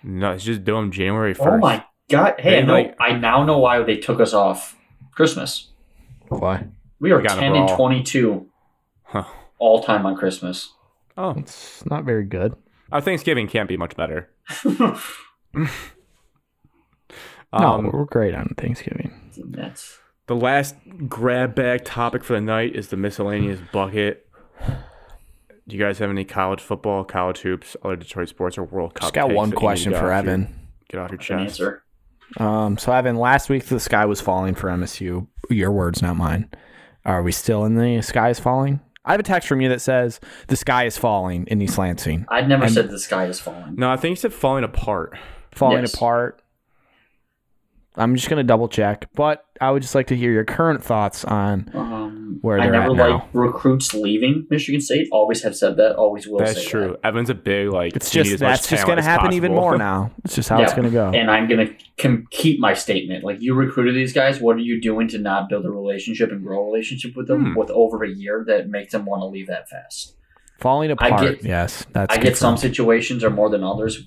S2: no, it's just do 'em January first.
S3: Oh my god! Hey, I
S2: They
S3: know.
S2: might-
S3: I now know why they took us off Christmas.
S5: Why?
S3: We are
S2: We got a
S3: ten and
S2: brawl.
S3: twenty-two
S2: Huh.
S3: all time on Christmas.
S2: Oh,
S5: It's not very good.
S2: our Thanksgiving can't be much better.
S5: no,
S2: Um,
S5: we're great on Thanksgiving.
S3: That's
S2: The last grab bag topic for the night is the miscellaneous bucket. Do you guys have any college football, college hoops, other Detroit sports, or World Cup?
S1: Just got
S2: takes
S1: one
S2: that you
S1: question
S2: need to
S1: for
S2: get off your-
S1: Evan.
S2: get off your
S3: an
S2: chest.
S3: answer.
S1: Um, so Evan, last week the sky was falling for MSU. Your words, not mine. Are we still in the sky is falling? I have a text from you that says the sky is falling in East Lansing,
S3: I'd never said the sky is falling.
S2: No, I think you said falling apart.
S1: falling
S3: Yes.
S1: apart. I'm just gonna double check, but I would just like to hear your current thoughts on
S3: Um,
S1: Where
S3: I
S1: they're
S3: never
S1: at now.
S3: like recruits leaving Michigan State. Always have said that. Always will.
S2: That's
S3: say
S2: true. Evan's a big like.
S1: It's
S2: you need
S1: just
S2: as much
S1: that's just
S2: talent
S1: going to
S2: as
S1: happen even
S2: possible.
S1: more now. It's just how it's
S3: Yeah.
S1: going to go.
S3: That. And I'm gonna com- keep my statement. Like you recruited these guys. What are you doing to not build a relationship and grow a relationship with them
S2: Hmm.
S3: with over a year that makes them want to leave that fast?
S1: Falling
S3: I
S1: apart.
S3: get-
S1: yes, that's.
S3: I get some
S1: confirmed.
S3: situations are more than others.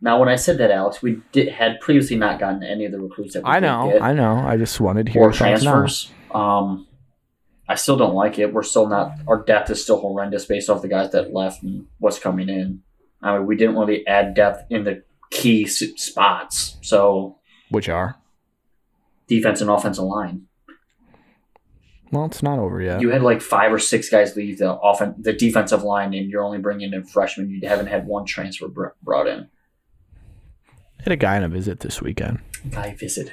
S3: Now, when I said that, Alex, we did, had previously not gotten any of the recruits that we
S1: I
S3: did
S1: know.
S3: get,
S1: I know. I just wanted to hear
S3: or
S1: your thoughts now.
S3: transfers. Um, I still don't like it. We're still not. Our depth is still horrendous based off the guys that left and what's coming in. I mean, we didn't really add depth in the key s- spots, so
S1: Which are?
S3: defense and offensive line.
S1: Well, it's not over yet.
S3: You had like five or six guys leave the offen- the defensive line, and you're only bringing in freshmen. You haven't had one transfer br- brought in.
S1: Hit a guy on a visit this weekend.
S3: I visited.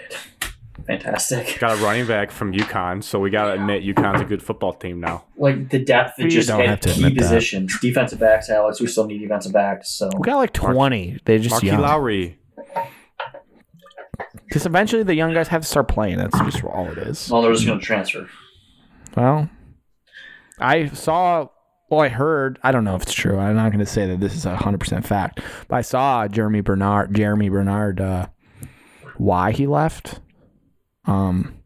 S3: Fantastic.
S2: Got a running back from UConn, so we gotta admit UConn's a good football team now.
S3: like the depth
S1: You
S3: that just
S1: don't have
S3: at
S1: to
S3: key
S1: admit that.
S3: positions. Defensive backs, Alex. We still need defensive backs. So
S1: We got like
S2: Mark-
S1: twenty. they just
S2: Marky
S1: young.
S2: Lowry.
S1: Because eventually the young guys have to start playing. That's just all it is.
S3: well, they're just going to transfer.
S1: Well, I saw. Well, I heard. I don't know if it's true. I'm not going to say that this is a hundred percent fact. But I saw Jeremy Bernard. Jeremy Bernard. Uh, why he left? Um,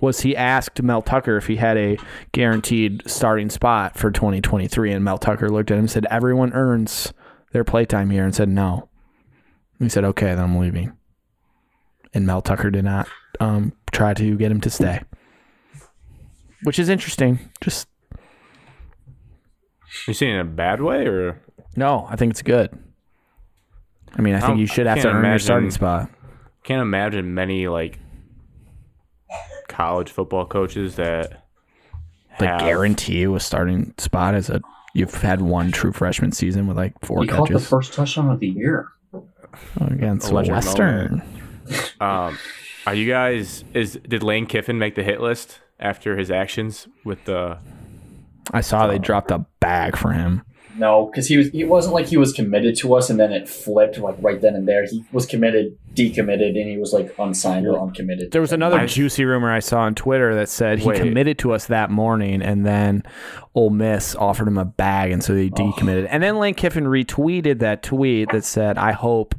S1: was he asked Mel Tucker if he had a guaranteed starting spot for 2023? And Mel Tucker looked at him and said, "Everyone earns their playtime here," and said, "No." And he said, "Okay, then I'm leaving." And Mel Tucker did not um, try to get him to stay which is interesting. Just
S2: You seen it in a bad way or?
S1: no, I think it's good. I mean, I think
S2: don't-
S1: you should
S2: I
S1: have to
S2: can't
S1: earn your
S2: imagine-
S1: starting spot.
S2: can't imagine many like college football coaches that
S1: Like
S2: have-
S1: guarantee you a starting spot as a you've had one true freshman season with like four
S3: he caught the
S1: catches
S3: first touchdown of the year.
S1: Oh, against
S2: Legend
S1: Western.
S2: Um, are you guys? Is did Lane Kiffin make the hit list after his actions with the?
S1: I saw they dropped a bag for him.
S3: No, because he was. It wasn't like he was committed to us, and then it flipped like right then and there. He was committed, decommitted, and he was like unsigned or uncommitted.
S1: There was another
S2: I-
S1: juicy rumor I saw on Twitter that said he
S2: Wait.
S1: committed to us that morning, and then Ole Miss offered him a bag, and so he
S3: Oh.
S1: decommitted. And then Lane Kiffin retweeted that tweet that said, "I hope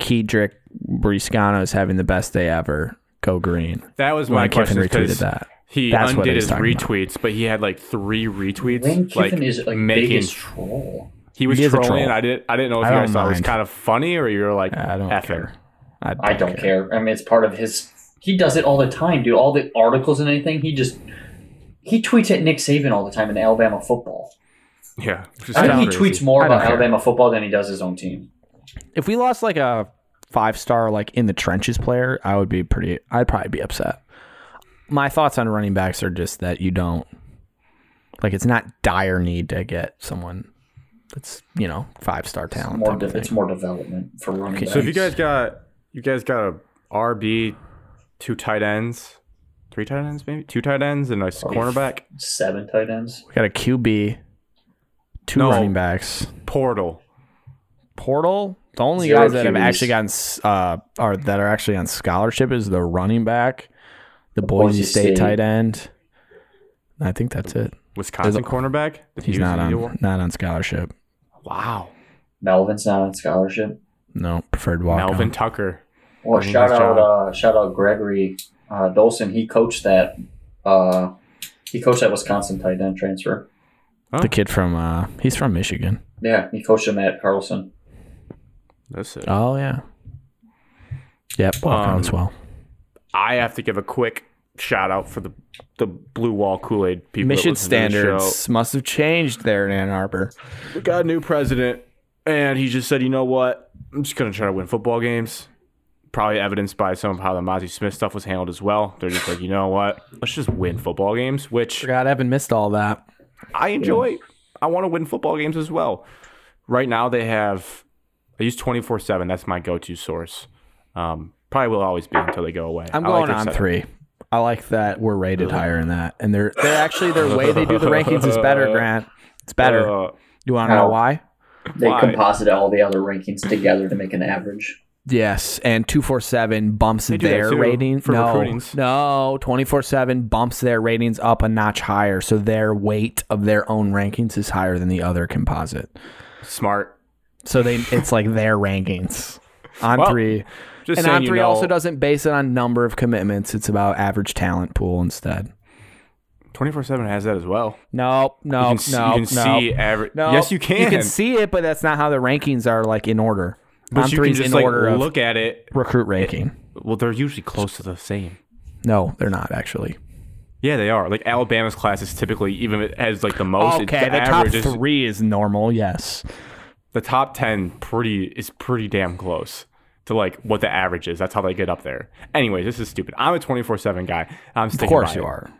S1: Kedrick Briscano is having the best day ever. Go green."
S2: That was my
S1: Lane Kiffin
S2: question.
S1: retweeted
S2: because
S1: that.
S2: He
S1: That's what
S2: undid
S1: he's
S2: his
S1: talking about.
S2: retweets, but he had like three retweets.
S3: Lane Kiffin
S2: like,
S3: is like
S2: making
S3: biggest troll.
S2: he was
S1: He is a
S2: trolling.
S1: troll.
S2: I didn't. I didn't know if
S1: I
S2: you
S1: don't
S2: guys thought it was
S1: mind.
S2: kind of funny or you were like,
S1: I don't
S2: F him.
S1: care.
S3: I don't care. I mean, it's part of his. He does it all the time, dude. All the articles and anything. He just he tweets at Nick Saban all the time in Alabama football.
S2: Yeah, which is
S3: I think
S2: kinda
S3: he
S2: crazy.
S3: tweets more
S1: I don't
S3: about
S1: care.
S3: Alabama football than he does his own team.
S1: If we lost like a five star, like in the trenches player, I would be pretty. I'd probably be upset. My thoughts on running backs are just that you don't like. It's not dire need to get someone that's you know five star talent.
S3: More
S1: type of
S3: de- it's
S1: thing.
S3: more development for running backs.
S2: So if you guys got, you guys got a RB, two tight ends, three tight ends maybe, two tight ends and a cornerback
S3: seven tight ends,
S1: We got a QB, two
S2: No.
S1: running backs.
S2: portal.
S1: Portal. The only
S3: Zero
S1: guys that have
S3: QBs.
S1: actually gotten s- uh are that are actually on scholarship is the running back, the Boise,
S3: Boise
S1: State,
S3: State.
S1: tight end. I think that's it.
S2: Wisconsin cornerback.
S1: He's not on not on scholarship.
S2: Wow.
S3: Melvin's not on scholarship.
S1: No, preferred walk.
S2: Melvin Tucker.
S3: Well,
S2: Running
S3: shout
S2: back
S3: out,
S2: job.
S3: uh, shout out Gregory uh, Dolson. He coached that uh, He coached that Wisconsin tight end transfer.
S1: The kid from uh, he's from Michigan.
S3: Yeah, he coached him at Carlson.
S2: That's it.
S1: Oh yeah. Yep, all
S2: Um,
S1: counts well.
S2: I have to give a quick shout out for the the Blue Wall Kool Aid people. that
S1: Mission
S2: listen to this show.
S1: standards must have changed there in Ann Arbor.
S2: We got a new president, and he just said, you know what? I'm just going to try to win football games. Probably evidenced by some of how the Mozzie Smith stuff was handled as well. They're just like, you know what? Let's just win football games, which
S1: Forgot I haven't missed all that.
S2: I enjoy. I want to win football games as well. Right now, they have, I use 24 7. That's my go to source. Um, probably will always be until they go away.
S1: I'm
S2: I like
S1: going
S2: their
S1: on
S2: setup.
S1: three. I like that we're rated higher in that, and they're they're actually their way they do the rankings is better, Grant. It's better.
S2: Uh,
S1: you want to know
S3: How?
S1: why?
S3: They
S2: Why?
S3: composited all the other rankings together to make an average.
S1: Yes, and two four seven bumps
S2: do that
S1: their
S2: too
S1: rating.
S2: for
S1: no,
S2: recruitings.
S1: no, twenty four seven bumps their ratings up a notch higher, so their weight of their own rankings is higher than the other composite.
S2: smart.
S1: So they, it's like their rankings on
S2: Well,
S1: three,
S2: Just
S1: and
S2: saying,
S1: on
S2: you
S1: three
S2: know,
S1: also doesn't base it on number of commitments. It's about average talent pool instead.
S2: 24 7 has that as well.
S1: Nope,
S2: You
S1: no,
S2: can, s-
S1: no,
S2: you
S1: no.
S2: can see every.
S1: No,
S2: yes, you can.
S1: You can see it, but that's not how the rankings are like in order.
S2: But
S1: On
S2: you can
S1: three's
S2: just
S1: in
S2: like
S1: order of
S2: look at it.
S1: recruit ranking.
S2: Well, they're usually close to the same.
S1: No, they're not actually.
S2: Yeah, they are. Like Alabama's class is typically even if it has like the most. it's
S1: Okay, the top
S2: average is-
S1: three is normal. Yes,
S2: The top ten pretty is pretty damn close to like what the average is. That's how they get up there. Anyways, this is stupid. I'm a 24 seven guy. I'm sticking
S1: of course
S2: by
S1: you
S2: it.
S1: are.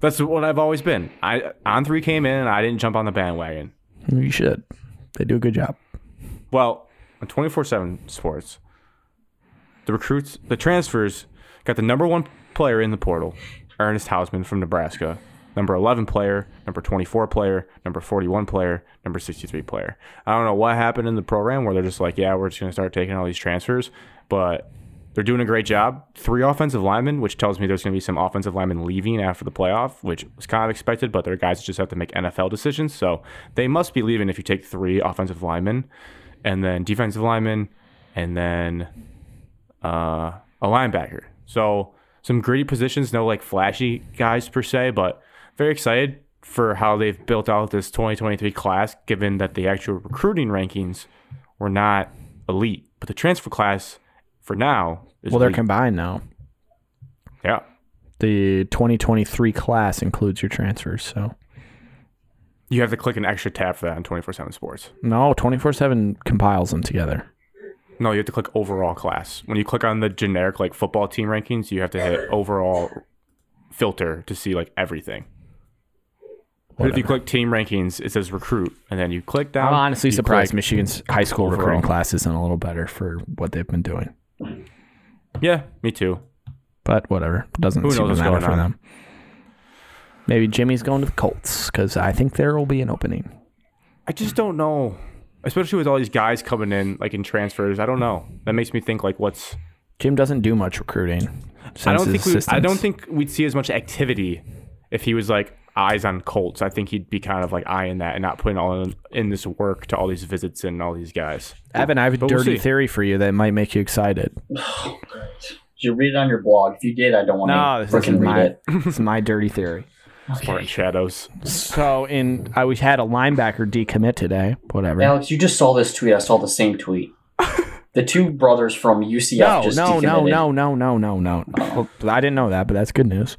S2: That's what I've always been. I on three came in. and I didn't jump on the bandwagon.
S1: You should. They do a good job.
S2: Well, on 24 7 sports, the recruits, the transfers got the number one player in the portal, Ernest Hausman from Nebraska, number 11 player, number 24 player, number 41 player, number 63 player. I don't know what happened in the program where they're just like, yeah, we're just going to start taking all these transfers, but they're doing a great job. Three offensive linemen, which tells me there's going to be some offensive linemen leaving after the playoff, which was kind of expected, but they're guys that just have to make NFL decisions. So they must be leaving if you take three offensive linemen and then defensive lineman, and then uh, a linebacker. So some gritty positions, no like flashy guys per se, but very excited for how they've built out this 2023 class, given that the actual recruiting rankings were not elite, but the transfer class for now is
S1: Well, they're
S2: elite.
S1: combined now.
S2: yeah.
S1: The 2023 class includes your transfers. So
S2: You have to click an extra tab for that on 24/7 Sports.
S1: no, 24 seven compiles them together.
S2: No, you have to click overall class. When you click on the generic like football team rankings, you have to hit overall filter to see like everything. But if you click team rankings, it says recruit, and then you click down.
S1: I'm honestly
S2: you
S1: surprised
S2: click-
S1: Michigan's high school recruiting
S2: Overall.
S1: class isn't a little better for what they've been doing.
S2: Yeah, me too.
S1: But whatever, doesn't
S2: Who
S1: seem
S2: knows
S1: to
S2: what's
S1: matter
S2: going
S1: for
S2: on?
S1: them. Maybe Jimmy's going to the Colts because I think there will be an opening.
S2: I just don't know, especially with all these guys coming in like in transfers. I don't know. That makes me think like, what's?
S1: Jim doesn't do much recruiting. Since
S2: I don't
S1: his
S2: think we, I
S1: assistants.
S2: don't think we'd see as much activity if he was like eyes on Colts. I think he'd be kind of like eyeing that and not putting all in, in this work to all these visits and all these guys.
S1: Evan, I have a
S2: But we'll
S1: dirty
S2: see.
S1: theory for you that might make you excited.
S3: Did you read it on your blog? If you did, I don't want to freaking read it.
S1: this is my dirty theory.
S2: Or in shadows.
S1: So in I we had a linebacker decommit today. Whatever.
S3: Alex, you just saw this tweet. I saw the same tweet. the two brothers from UCF
S1: no,
S3: just
S1: no, no,
S3: decommitted.
S1: no, no, no, no, no. Well, I didn't know that, but that's good news.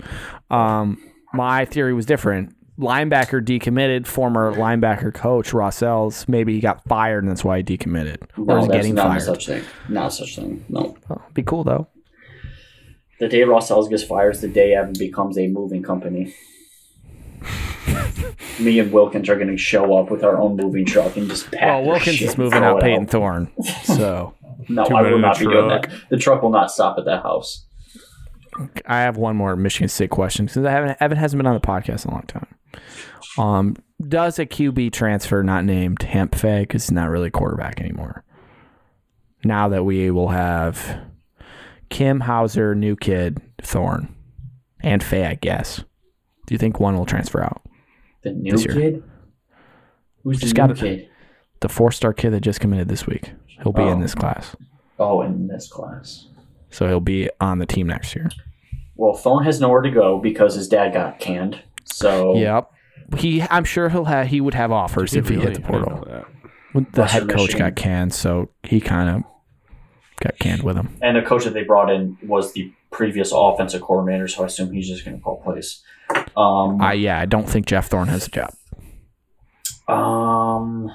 S1: Um, my theory was different. Linebacker decommitted, former linebacker coach Ross Ells. Maybe he got fired, and that's why he decommitted,
S3: No,
S1: or is
S3: that's
S1: getting
S3: not
S1: fired.
S3: such thing. Not such thing. No.
S1: Oh, be cool though.
S3: The day Ross Ells gets fired is the day Evan becomes a moving company. Me and Wilkins are going to show up with our own moving truck and just pack.
S1: Well,
S3: their
S1: Wilkins
S3: Ah, shit
S1: is
S3: and
S1: moving
S3: throw
S1: out
S3: it
S1: Peyton Thorne, so
S3: No,
S2: Two
S3: I will
S2: men in a
S3: not be doing that.
S2: truck.
S3: The truck will not stop at that house.
S1: I have one more Michigan State question since I haven't Evan hasn't been on the podcast in a long time. Um, does a QB transfer not named Hemp Fay because he's not really a quarterback anymore? Now that we will have Kim Hauser, new kid Thorne, and Fay, I guess. Do you think one will transfer out?
S3: The new
S1: This year.
S3: kid? Who's
S1: Just
S3: the
S1: got
S3: new
S1: it.
S3: kid?
S1: The four-star kid that just committed this week, he'll be in
S3: Oh.
S1: this class,
S3: Oh, in this class.
S1: so he'll be on the team next year.
S3: Well, Thorne has nowhere to go because his dad got canned.
S4: So
S1: Yep. He, I'm sure he'll have. He would have offers if he hit the portal. When the
S4: Western
S1: head coach
S4: Michigan.
S1: got canned, so he kind of got canned with him.
S4: and the coach that they brought in was the previous offensive coordinator, so I assume he's just going to call plays. Um,
S1: I yeah, I don't think Jeff Thorne has a job.
S4: um,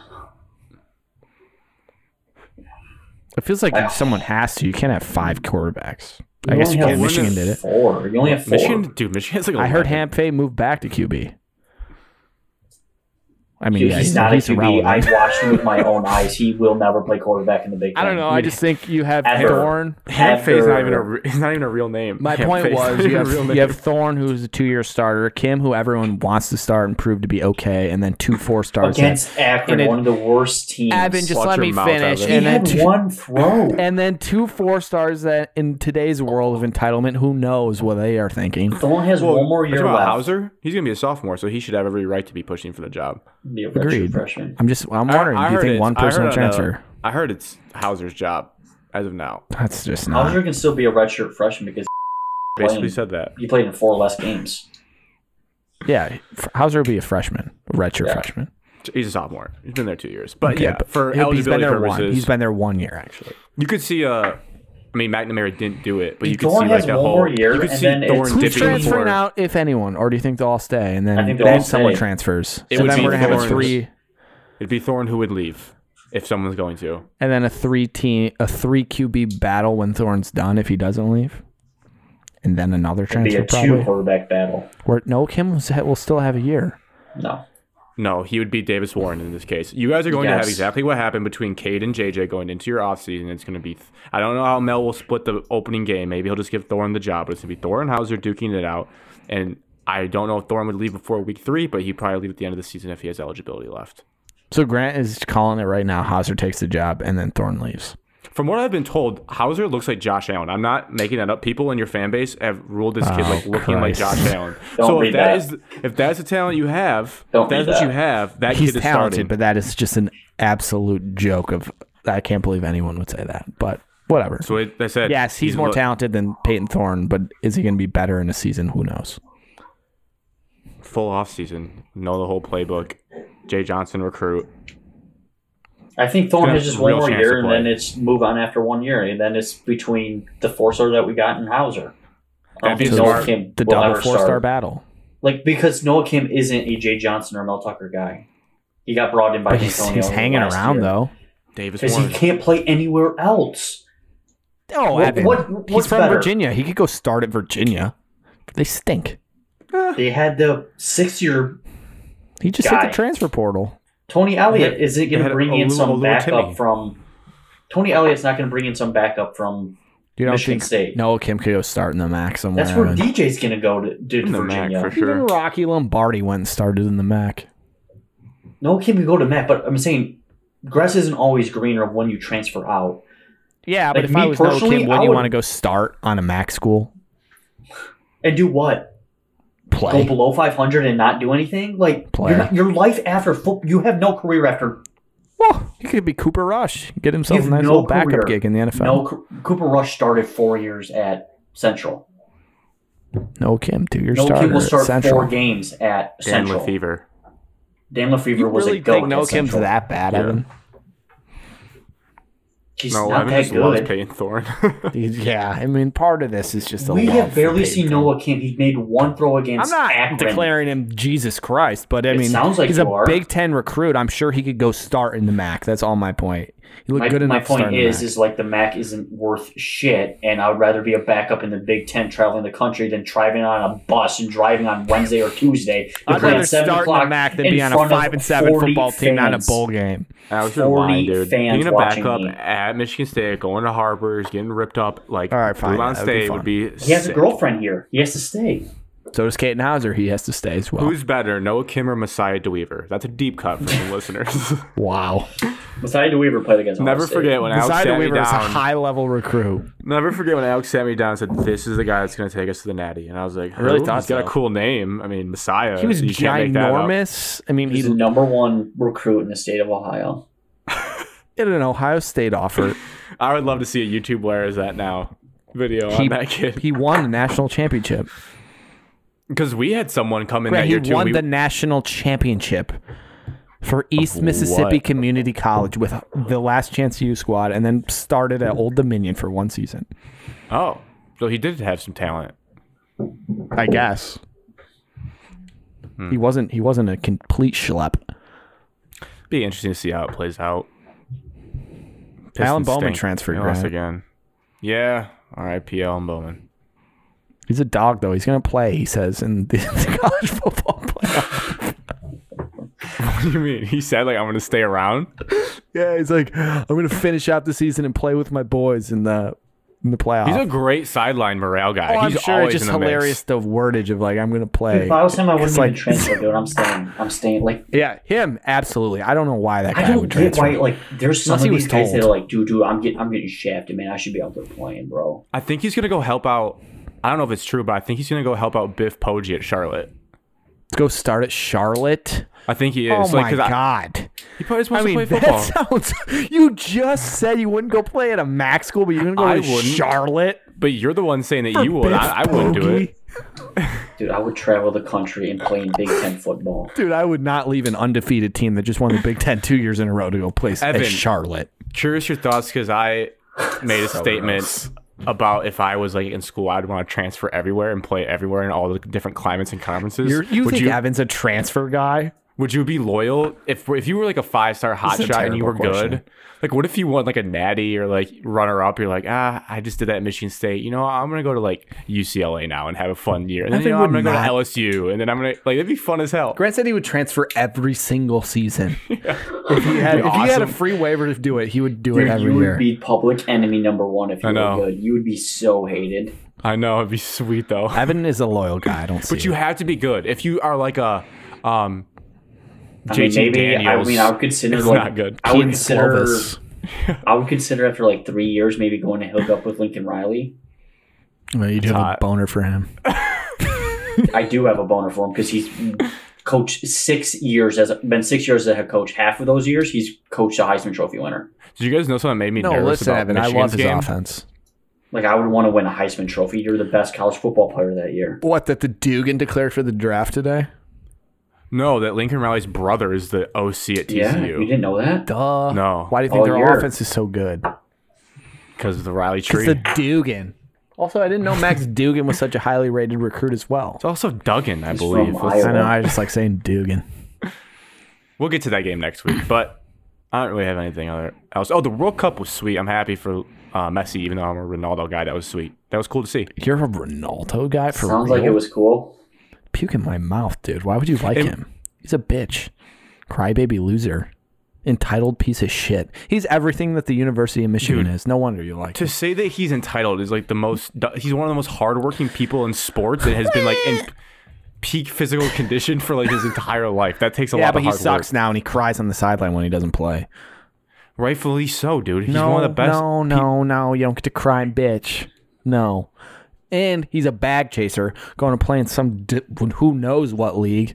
S1: It feels like
S4: I-
S1: someone has to. You can't have five quarterbacks. I
S4: Hmm. you
S1: guess
S4: only
S1: you
S4: have
S1: can. Michigan did it.
S4: Four. You only have four.
S2: Michigan, dude, Michigan has like.
S1: I heard
S2: 11.
S1: Hampfey moved back to QB. I mean,
S4: Dude,
S1: yeah,
S4: he's not a QB.
S1: irrelevant.
S4: I watched him with my own eyes. He will never play quarterback in the Big Ten.
S1: I don't know. I just think you have
S4: Ever.
S1: Thorne.
S2: Hampfey's not even a.
S4: Ever.
S2: re- It's not even a real name.
S1: My point
S2: Hampfey's not
S1: was
S2: even
S1: you
S2: a
S1: have,
S2: real name.
S1: you have Thorne, who's a two-year starter, Kim, who everyone wants to start and prove to be okay, and then two four-stars.
S4: against
S1: And
S4: Akron,
S1: it-
S4: one of the worst teams.
S1: Evan, just
S2: Watch
S1: let
S2: your
S1: me
S2: mouth,
S1: finish.
S2: Evan.
S4: he
S1: And then
S4: had
S1: two,
S4: one throw.
S1: and then two four-stars that in today's world of entitlement, who knows what they are thinking?
S4: Thorne has
S2: Well,
S4: one more
S2: what
S4: year
S2: about
S4: left.
S2: Hauser? He's gonna be a sophomore, so he should have every right to be pushing for the job.
S4: Be a redshirt
S1: Agreed.
S4: freshman.
S1: I'm just. I'm
S2: I-
S1: wondering.
S2: I
S1: do you
S2: heard
S1: think
S2: it's-
S1: one
S2: I
S1: person will
S2: heard on, uh,
S1: transfer?
S2: I heard it's Hauser's job as of now.
S1: That's just not.
S4: Hauser can still be a redshirt freshman because
S2: Basically
S4: Blaine.
S2: said that.
S4: he played in four less games.
S1: Yeah, F- Hauser will be a freshman, a redshirt
S4: Yeah.
S1: freshman.
S2: He's a sophomore. He's been there two years, but
S1: Okay,
S2: yeah,
S1: but
S2: for
S1: he'll be- he's been
S2: eligibility
S1: there
S2: purposes,
S1: one. He's been there one year actually.
S2: you could see. Uh, I mean, McNamara didn't do it, but you could see
S4: Thorne
S2: like
S4: has
S2: that
S4: one
S2: whole.
S4: more year,
S2: you could
S4: and
S2: see
S4: then it's-
S2: Thorne
S4: Who's
S1: Who's
S2: dipping
S1: transferring
S2: before-
S1: out, if anyone, or do you think they'll all stay? And then
S4: I think they'll
S1: then
S4: all
S1: someone
S4: stay.
S1: transfers.
S2: It
S1: so
S2: would
S1: then
S2: be
S1: we're gonna have a
S2: Thorne's.
S1: three,
S2: It'd be Thorne who would leave if someone's going to.
S1: and then a three team, a three QB battle when Thorne's done if he doesn't leave, and then another
S4: It'd be
S1: transfer
S4: a two
S1: probably.
S4: quarterback battle.
S1: Where no, Kim was- will still have a year.
S4: No.
S2: No, he would be Davis Warren in this case. You guys are going to have
S4: Yes.
S2: exactly what happened between Cade and JJ going into your offseason. It's going to be, I don't know how Mel will split the opening game. Maybe he'll just give Thorne the job, but it's going to be Thorne and Hauser duking it out. And I don't know if Thorne would leave before week three, but he'd probably leave at the end of the season if he has eligibility left.
S1: So Grant is calling it right now. Hauser takes the job, and then Thorne leaves.
S2: From what I've been told, Hauser looks like Josh Allen. I'm not making that up. People in your fan base have ruled this kid
S1: Oh,
S2: like looking like
S1: Christ.
S2: Josh Allen.
S4: Don't
S2: so if
S4: read
S2: that
S4: that.
S2: is if that's the talent you have,
S4: Don't
S2: if that's
S4: read
S2: what
S4: that.
S2: you have, that
S1: He's
S2: kid is
S1: talented,
S2: starting.
S1: but that is just an absolute joke. Of I can't believe anyone would say that, but whatever.
S2: so it, they said
S1: Yes, uh, he's, more
S2: look-
S1: talented than Peyton Thorne, but is he going to be better in a season? Who knows?
S2: full off season, know the whole playbook. Jay Johnson recruit.
S4: I think Thorne
S2: Got
S4: has just
S2: a
S4: one
S2: real
S4: more
S2: chance to
S4: year, and
S2: play.
S4: then it's move on after one year, and then it's between the four star that we got and Hauser. I don't
S2: That'd be
S4: think
S2: a
S4: Noah
S2: smart-
S4: Kim
S1: The
S4: will
S1: double
S4: ever
S1: four star
S4: start.
S1: battle.
S4: Like because Noah Kim isn't a Jay Johnson or Mel Tucker guy. He got brought in by
S1: But he's,
S4: D'Antonio
S1: he's hanging
S4: last
S1: around,
S4: year.
S1: though.
S2: Davis
S4: because he
S2: Warren.
S4: can't play anywhere else.
S1: Oh,
S4: What-
S1: Evan.
S4: what-
S1: he's
S4: what's
S1: from
S4: better?
S1: Virginia. He could go start at Virginia. They stink.
S4: They had the six year
S1: He just hit
S4: Guy.
S1: the transfer portal.
S4: Tony Elliott isn't
S2: they
S4: going
S2: had
S4: to bring in
S2: Olu-
S4: some
S2: Olu
S4: backup
S2: Timmy.
S4: from. Tony Elliott's not going to bring in some backup from.
S1: You don't
S4: Michigan
S1: think
S4: State.
S1: Noah Kim could go start in the MAC somewhere?
S4: That's where
S1: Evan?
S4: DJ's going to go to, to
S2: In the MAC
S4: Virginia.
S2: for
S1: Even
S2: sure.
S1: Rocky Lombardi went and started in the MAC.
S4: No kid can go to Matt, but I'm saying grass isn't always greener when you transfer out.
S1: Yeah, but
S4: Like,
S1: if
S4: me
S1: I was Noah Kim,
S4: personally,
S1: wouldn't
S4: I
S1: you
S4: would-
S1: want to go start on a MAC school?
S4: And do what?
S1: Play.
S4: Go below 500 and not do anything? Like
S1: Play.
S4: you're not- your life after football, you have no career after.
S1: Well, he could be Cooper Rush. Get
S4: You
S1: himself a
S4: have
S1: nice
S4: no
S1: little backup
S4: career.
S1: gig in the NFL.
S4: No, Co- Cooper Rush started four years at Central.
S1: No Kim, do your
S4: No
S1: starter
S4: kid will
S1: at
S4: start
S1: Central.
S4: four games at
S2: Dan
S4: Central.
S2: Lefevre.
S4: Dan Lefevre
S1: You
S4: was
S1: really
S4: a goat.
S1: think No
S4: at
S1: Kim's
S4: Central.
S1: that bad,
S2: Yeah.
S1: Evan?
S4: He's
S2: No,
S4: not
S2: Evan just
S4: that
S2: loves
S4: good.
S2: Peyton Thorne.
S1: Yeah, I mean, part of this is just a
S4: We
S1: love
S4: have
S1: for
S4: barely
S1: Peyton
S4: seen
S1: Thorne.
S4: Noah Kim. He made one throw
S1: I'm
S4: against
S1: not
S4: Akron.
S1: declaring him Jesus Christ, but I
S4: It
S1: mean,
S4: sounds like
S1: he's a
S4: you are.
S1: Big Ten recruit. I'm sure he could go start in the MAC. That's all my point. He looked
S4: my,
S1: good enough.
S4: my
S1: to
S4: point
S1: start in the
S4: is
S1: MAC.
S4: is like the mac isn't worth shit and i would rather be a backup in the big ten traveling the country than driving on a bus and driving on wednesday or tuesday to
S1: I'd
S4: play at
S1: rather
S4: 7
S1: start in the
S4: o'clock
S1: MAC than
S4: in
S1: be on a
S4: front of
S1: five and seven
S4: 40
S1: football team, not in a
S4: fans.
S1: bowl game.
S2: Alex, you're
S4: 40
S2: lying, dude.
S4: fans
S2: Being a
S4: watching
S2: backup
S4: me.
S2: at Michigan State, going to Harper's, getting ripped up like
S1: All right, fine,
S2: Blue Mountain
S1: that would be
S2: State
S1: fun.
S2: would be.
S4: he has a
S2: sick.
S4: girlfriend here he has to stay
S1: So does Caden Hauser. He has to stay as well.
S2: Who's better, Noah Kim or Messiah DeWeaver? That's a deep cut for the listeners.
S1: wow.
S4: messiah deweaver played against Ohio
S2: Never
S4: State.
S2: forget when Alex
S1: Beside
S2: sat me
S1: Weaver is a
S2: down.
S1: high level recruit.
S2: Never forget when Alex sat me down and said, "This is the guy that's going to take us to the Natty," and I was like, "I
S1: really thought
S2: he's got
S1: so."
S2: a cool name. I mean, Messiah.
S1: He was
S2: you can't make that up.
S1: ginormous. I mean, he
S4: he's the number one recruit in the state of ohio
S1: did an Ohio State offer.
S2: I would love to see a YouTube where is that now video
S1: He-
S2: on that kid.
S1: he won the national championship.
S2: Because we had someone come in
S1: Right,
S2: that
S1: he
S2: year too.
S1: won
S2: We-
S1: the national championship for East Mississippi
S2: what?
S1: Community College with the Last Chance U squad, and then started at Old Dominion for one season.
S2: oh, so he did have some talent.
S1: I guess he wasn't he wasn't a complete schlep.
S2: Be interesting to see how it plays out.
S1: Alan
S2: Pistons
S1: Bowman
S2: stink.
S1: transferred,
S2: They lost
S1: right?
S2: again. Yeah, R.I.P. Alan Bowman.
S1: He's a dog though. He's gonna play. He says in the, the college football playoff.
S2: What do you mean? He said like I'm gonna stay around.
S1: Yeah, he's like, I'm gonna finish out the season and play with my boys in the in the playoff.
S2: He's a great sideline morale guy.
S1: Oh, I'm
S2: He's
S1: sure it's
S2: always
S1: just
S2: in the mix.
S1: hilarious the wordage of like I'm gonna play.
S3: If I was him, I wouldn't
S1: It's
S3: even
S1: like-
S3: transfer, dude. I'm staying. I'm staying. Like
S1: Yeah, him absolutely. I don't know why that guy
S3: I don't
S1: would
S3: get
S1: transfer.
S3: why. Like there's some
S1: Unless
S3: of
S1: he
S3: these
S1: was
S3: guys that
S1: told.
S3: are like, dude, dude, I'm getting, I'm getting shafted, man. I should be out there playing, bro.
S2: I think he's gonna go help out. I don't know if it's true, but I think he's gonna go help out Biff Poggi at Charlotte.
S1: Go start at Charlotte.
S2: I think he is.
S1: oh
S2: like,
S1: my
S2: 'cause I-
S1: god!
S2: he probably just
S1: I
S2: wants
S1: mean,
S2: to play football.
S1: that sounds. You just said you wouldn't go play at a Mac school, but you're gonna go
S2: I
S1: to
S2: wouldn't.
S1: Charlotte.
S2: But you're the one saying that you would.
S1: Biff
S2: I, I wouldn't do
S1: Bogey?
S2: it.
S3: Dude, I would travel the country and play in Big Ten football.
S1: dude. I would not leave an undefeated team that just won the Big Ten two years in a row to go play
S2: Evan.
S1: at Charlotte.
S2: Curious your thoughts because I made a statement about if I was like in school, I'd want to transfer everywhere and play everywhere in all the different climates and conferences.
S1: You're, you
S2: would
S1: think
S2: you
S1: Evan's a transfer guy?
S2: would you be loyal if if you were like a five star hot
S1: This is a
S2: shot and you were
S1: terrible question.
S2: good? Like, what if you won like a natty or like runner up? You're like, ah, I just did that at Michigan State. You know, I'm gonna go to like UCLA now and have a fun year. And then you
S1: Evan
S2: know, I'm gonna
S1: would not.
S2: go to LSU, and then I'm gonna like it'd be fun as hell.
S1: Grant said he would transfer every single season. If, he had,
S2: That'd be
S1: if he had a
S2: awesome.
S1: free waiver to do it, he would do it
S3: Dude,
S1: every
S3: you
S1: year.
S3: would be public enemy number one if you
S2: I know.
S3: were good. You would be so hated.
S2: I know it'd be sweet though.
S1: Evan is a loyal guy. I don't see.
S2: But you
S1: it.
S2: have to be good. If you are like a um
S3: I mean,
S2: JT
S3: maybe
S2: Daniels,
S3: I mean I would consider
S2: is
S3: like
S2: not good.
S3: I would
S1: Keaton
S3: consider
S1: Slovis.
S3: I would consider after like three years maybe going to hook up with Lincoln Riley.
S1: Well, you do have
S2: hot.
S1: a boner for him.
S3: I do have a boner for him because he's coached six years as been six years as a head coach. Half of those years he's coached a Heisman Trophy winner.
S2: did you guys know something that made me
S1: No,
S2: nervous
S1: listen,
S2: about
S1: Evan. I
S2: Michigan's
S1: love his
S2: game?
S1: offense.
S3: Like I would want to win a Heisman Trophy. You're the best college football player that year.
S1: What that the Dugan declared for the draft today?
S2: No, that Lincoln Riley's brother is the OC at
S3: Yeah, you
S2: TCU
S3: didn't know that.
S1: Duh.
S2: No.
S1: Why do you think
S3: All
S1: their
S3: year.
S1: offense is so good?
S2: because of the Riley tree.
S1: It's the Dugan. Also, I didn't know Max Dugan was such a highly rated recruit as well.
S2: It's also Duggan, I
S3: He's
S2: believe.
S3: from
S2: Let's-
S1: I know. I just like saying Dugan.
S2: We'll get to that game next week, but I don't really have anything other else. Oh, the World Cup was sweet. I'm happy for uh, Messi, even though I'm a Ronaldo guy. That was sweet. That was cool to see.
S1: You're a Ronaldo guy for
S3: Sounds
S1: real.
S3: like it was cool.
S1: Puke in my mouth, dude. Why would you like
S2: It-
S1: him? He's a bitch, crybaby loser, entitled piece of shit. He's everything that the University of Michigan is. No wonder you like.
S2: To
S1: him.
S2: say that he's entitled is like the most. He's one of the most hardworking people in sports and has been like in peak physical condition for like his entire life. That takes a
S1: Yeah,
S2: lot
S1: but
S2: of
S1: he
S2: hard
S1: sucks
S2: work.
S1: now, and he cries on the sideline when he doesn't play.
S2: Rightfully so, dude. He's one of the best.
S1: No, no, no. You don't get to cry and bitch. No. And he's a bag chaser going to play in some di- who knows what league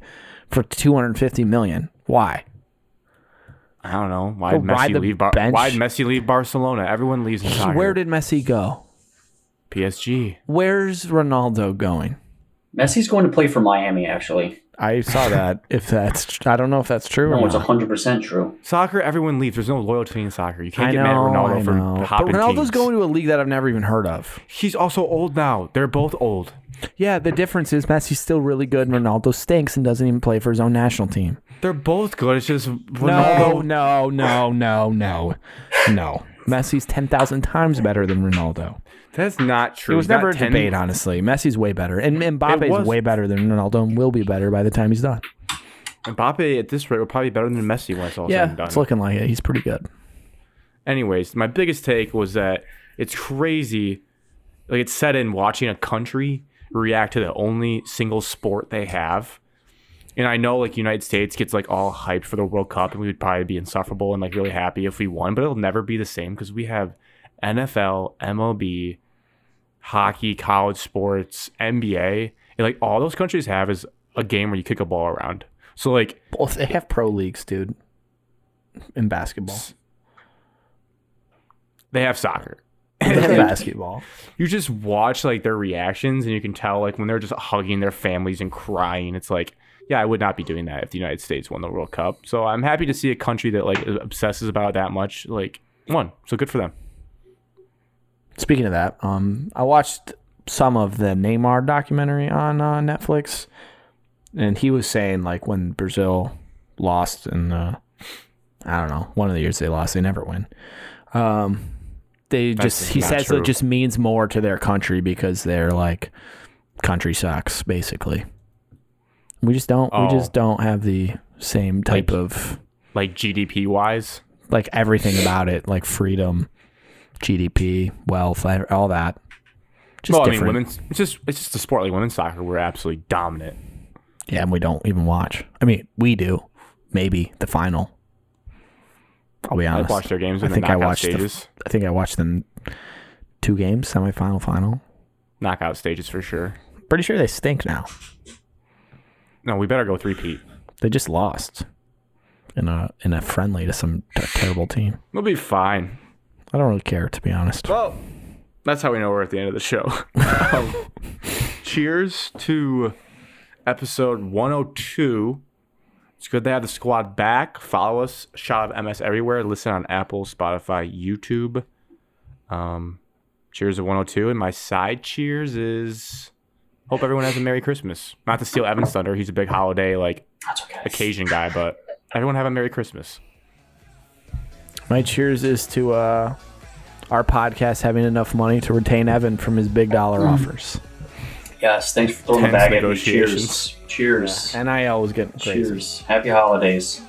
S1: for 250 million. Why?
S2: I don't know why would
S1: Well, why
S2: Messi
S1: the
S2: leave. Bar-
S1: bench?
S2: why would Messi leave Barcelona? Everyone leaves. in soccer.
S1: Where did Messi go?
S2: PSG?
S1: Where's Ronaldo going?
S3: Messi's going to play for Miami. Actually,
S1: I saw that. if that's, tr- I don't know if that's true
S3: no,
S1: or
S3: it's
S1: not.
S3: hundred percent true.
S2: Soccer, everyone leaves. There's no loyalty in soccer. You can't
S1: I know,
S2: get mad at Ronaldo
S1: I
S2: for
S1: know. But
S2: hopping
S1: Ronaldo's
S2: teams.
S1: going to a league that I've never even heard of.
S2: He's also old now. They're both old.
S1: Yeah, the difference is Messi's still really good, and Ronaldo stinks and doesn't even play for his own national team.
S2: They're both good. It's just
S1: No,
S2: Ronaldo.
S1: no, no, no, no, no. Messi's ten thousand times better than Ronaldo.
S2: That's not
S1: It
S2: true.
S1: was
S2: He's not
S1: never a
S2: 10.
S1: debate, honestly. Messi's way better, and and Mbappe's
S2: was-
S1: way better than Ronaldo, and will be better by the time he's done.
S2: Mbappe at this rate will probably be better than Messi when it's all said and done.
S1: it's looking like it. He's pretty good.
S2: Anyways, my biggest take was that it's crazy. Like it's set in watching a country react to the only single sport they have. And I know like United States gets like all hyped for the World Cup and we would probably be insufferable and like really happy if we won, but it'll never be the same because we have NFL, MLB, hockey, college sports, NBA. And like all those countries have is a game where you kick a ball around. So like
S1: Well, they have pro leagues, dude, in basketball.
S2: they have soccer.
S1: basketball.
S2: you just watch like their reactions and you can tell like when they're just hugging their families and crying it's like yeah i would not be doing that if the united states won the world cup so i'm happy to see a country that like obsesses about it that much like won so good for them
S1: Speaking of that, um, I watched some of the Neymar documentary on uh, Netflix, and he was saying like when Brazil lost in the, I don't know, one of the years they lost, they never win. Um, they just he
S2: not
S1: says
S2: true.
S1: it just means more to their country because they're like country sucks basically. We just don't we
S2: Oh.
S1: just don't have the same type of
S2: like gdp wise
S1: like everything about it, like freedom, GDP, wealth, I- all that. Just
S2: well i mean
S1: different.
S2: women's it's just it's just a sport like women's soccer we're absolutely dominant
S1: yeah, and we don't even watch. I mean, we do. Maybe the final. I'll be
S2: i
S1: honest.
S2: watched their games
S1: I
S2: in the
S1: think I
S2: knockout
S1: watched the-
S2: stages
S1: I think I watched them two games, semifinal, final.
S2: knockout stages for sure
S1: Pretty sure they stink now.
S2: no we better go three pete
S1: They just lost in a in a friendly to some t- terrible team.
S2: we'll be fine
S1: I don't really care to be honest.
S2: Well, that's how we know we're at the end of the show. um, cheers to episode 102. It's good to have the squad back. Follow us, Shot of MS everywhere. Listen on Apple, Spotify, YouTube. Um, cheers to 102. And my side cheers is hope everyone has a Merry Christmas. Not to steal Evan's thunder, he's a big holiday like
S3: That's okay.
S2: occasion guy, but everyone have a Merry Christmas.
S1: My cheers is to uh, our podcast having enough money to retain Evan from his big dollar offers.
S3: Yes, thanks for throwing the
S2: Tense
S3: bag at me.
S2: negotiations.
S3: Cheers. Cheers.
S1: NIL was getting crazy.
S3: Cheers. Happy holidays.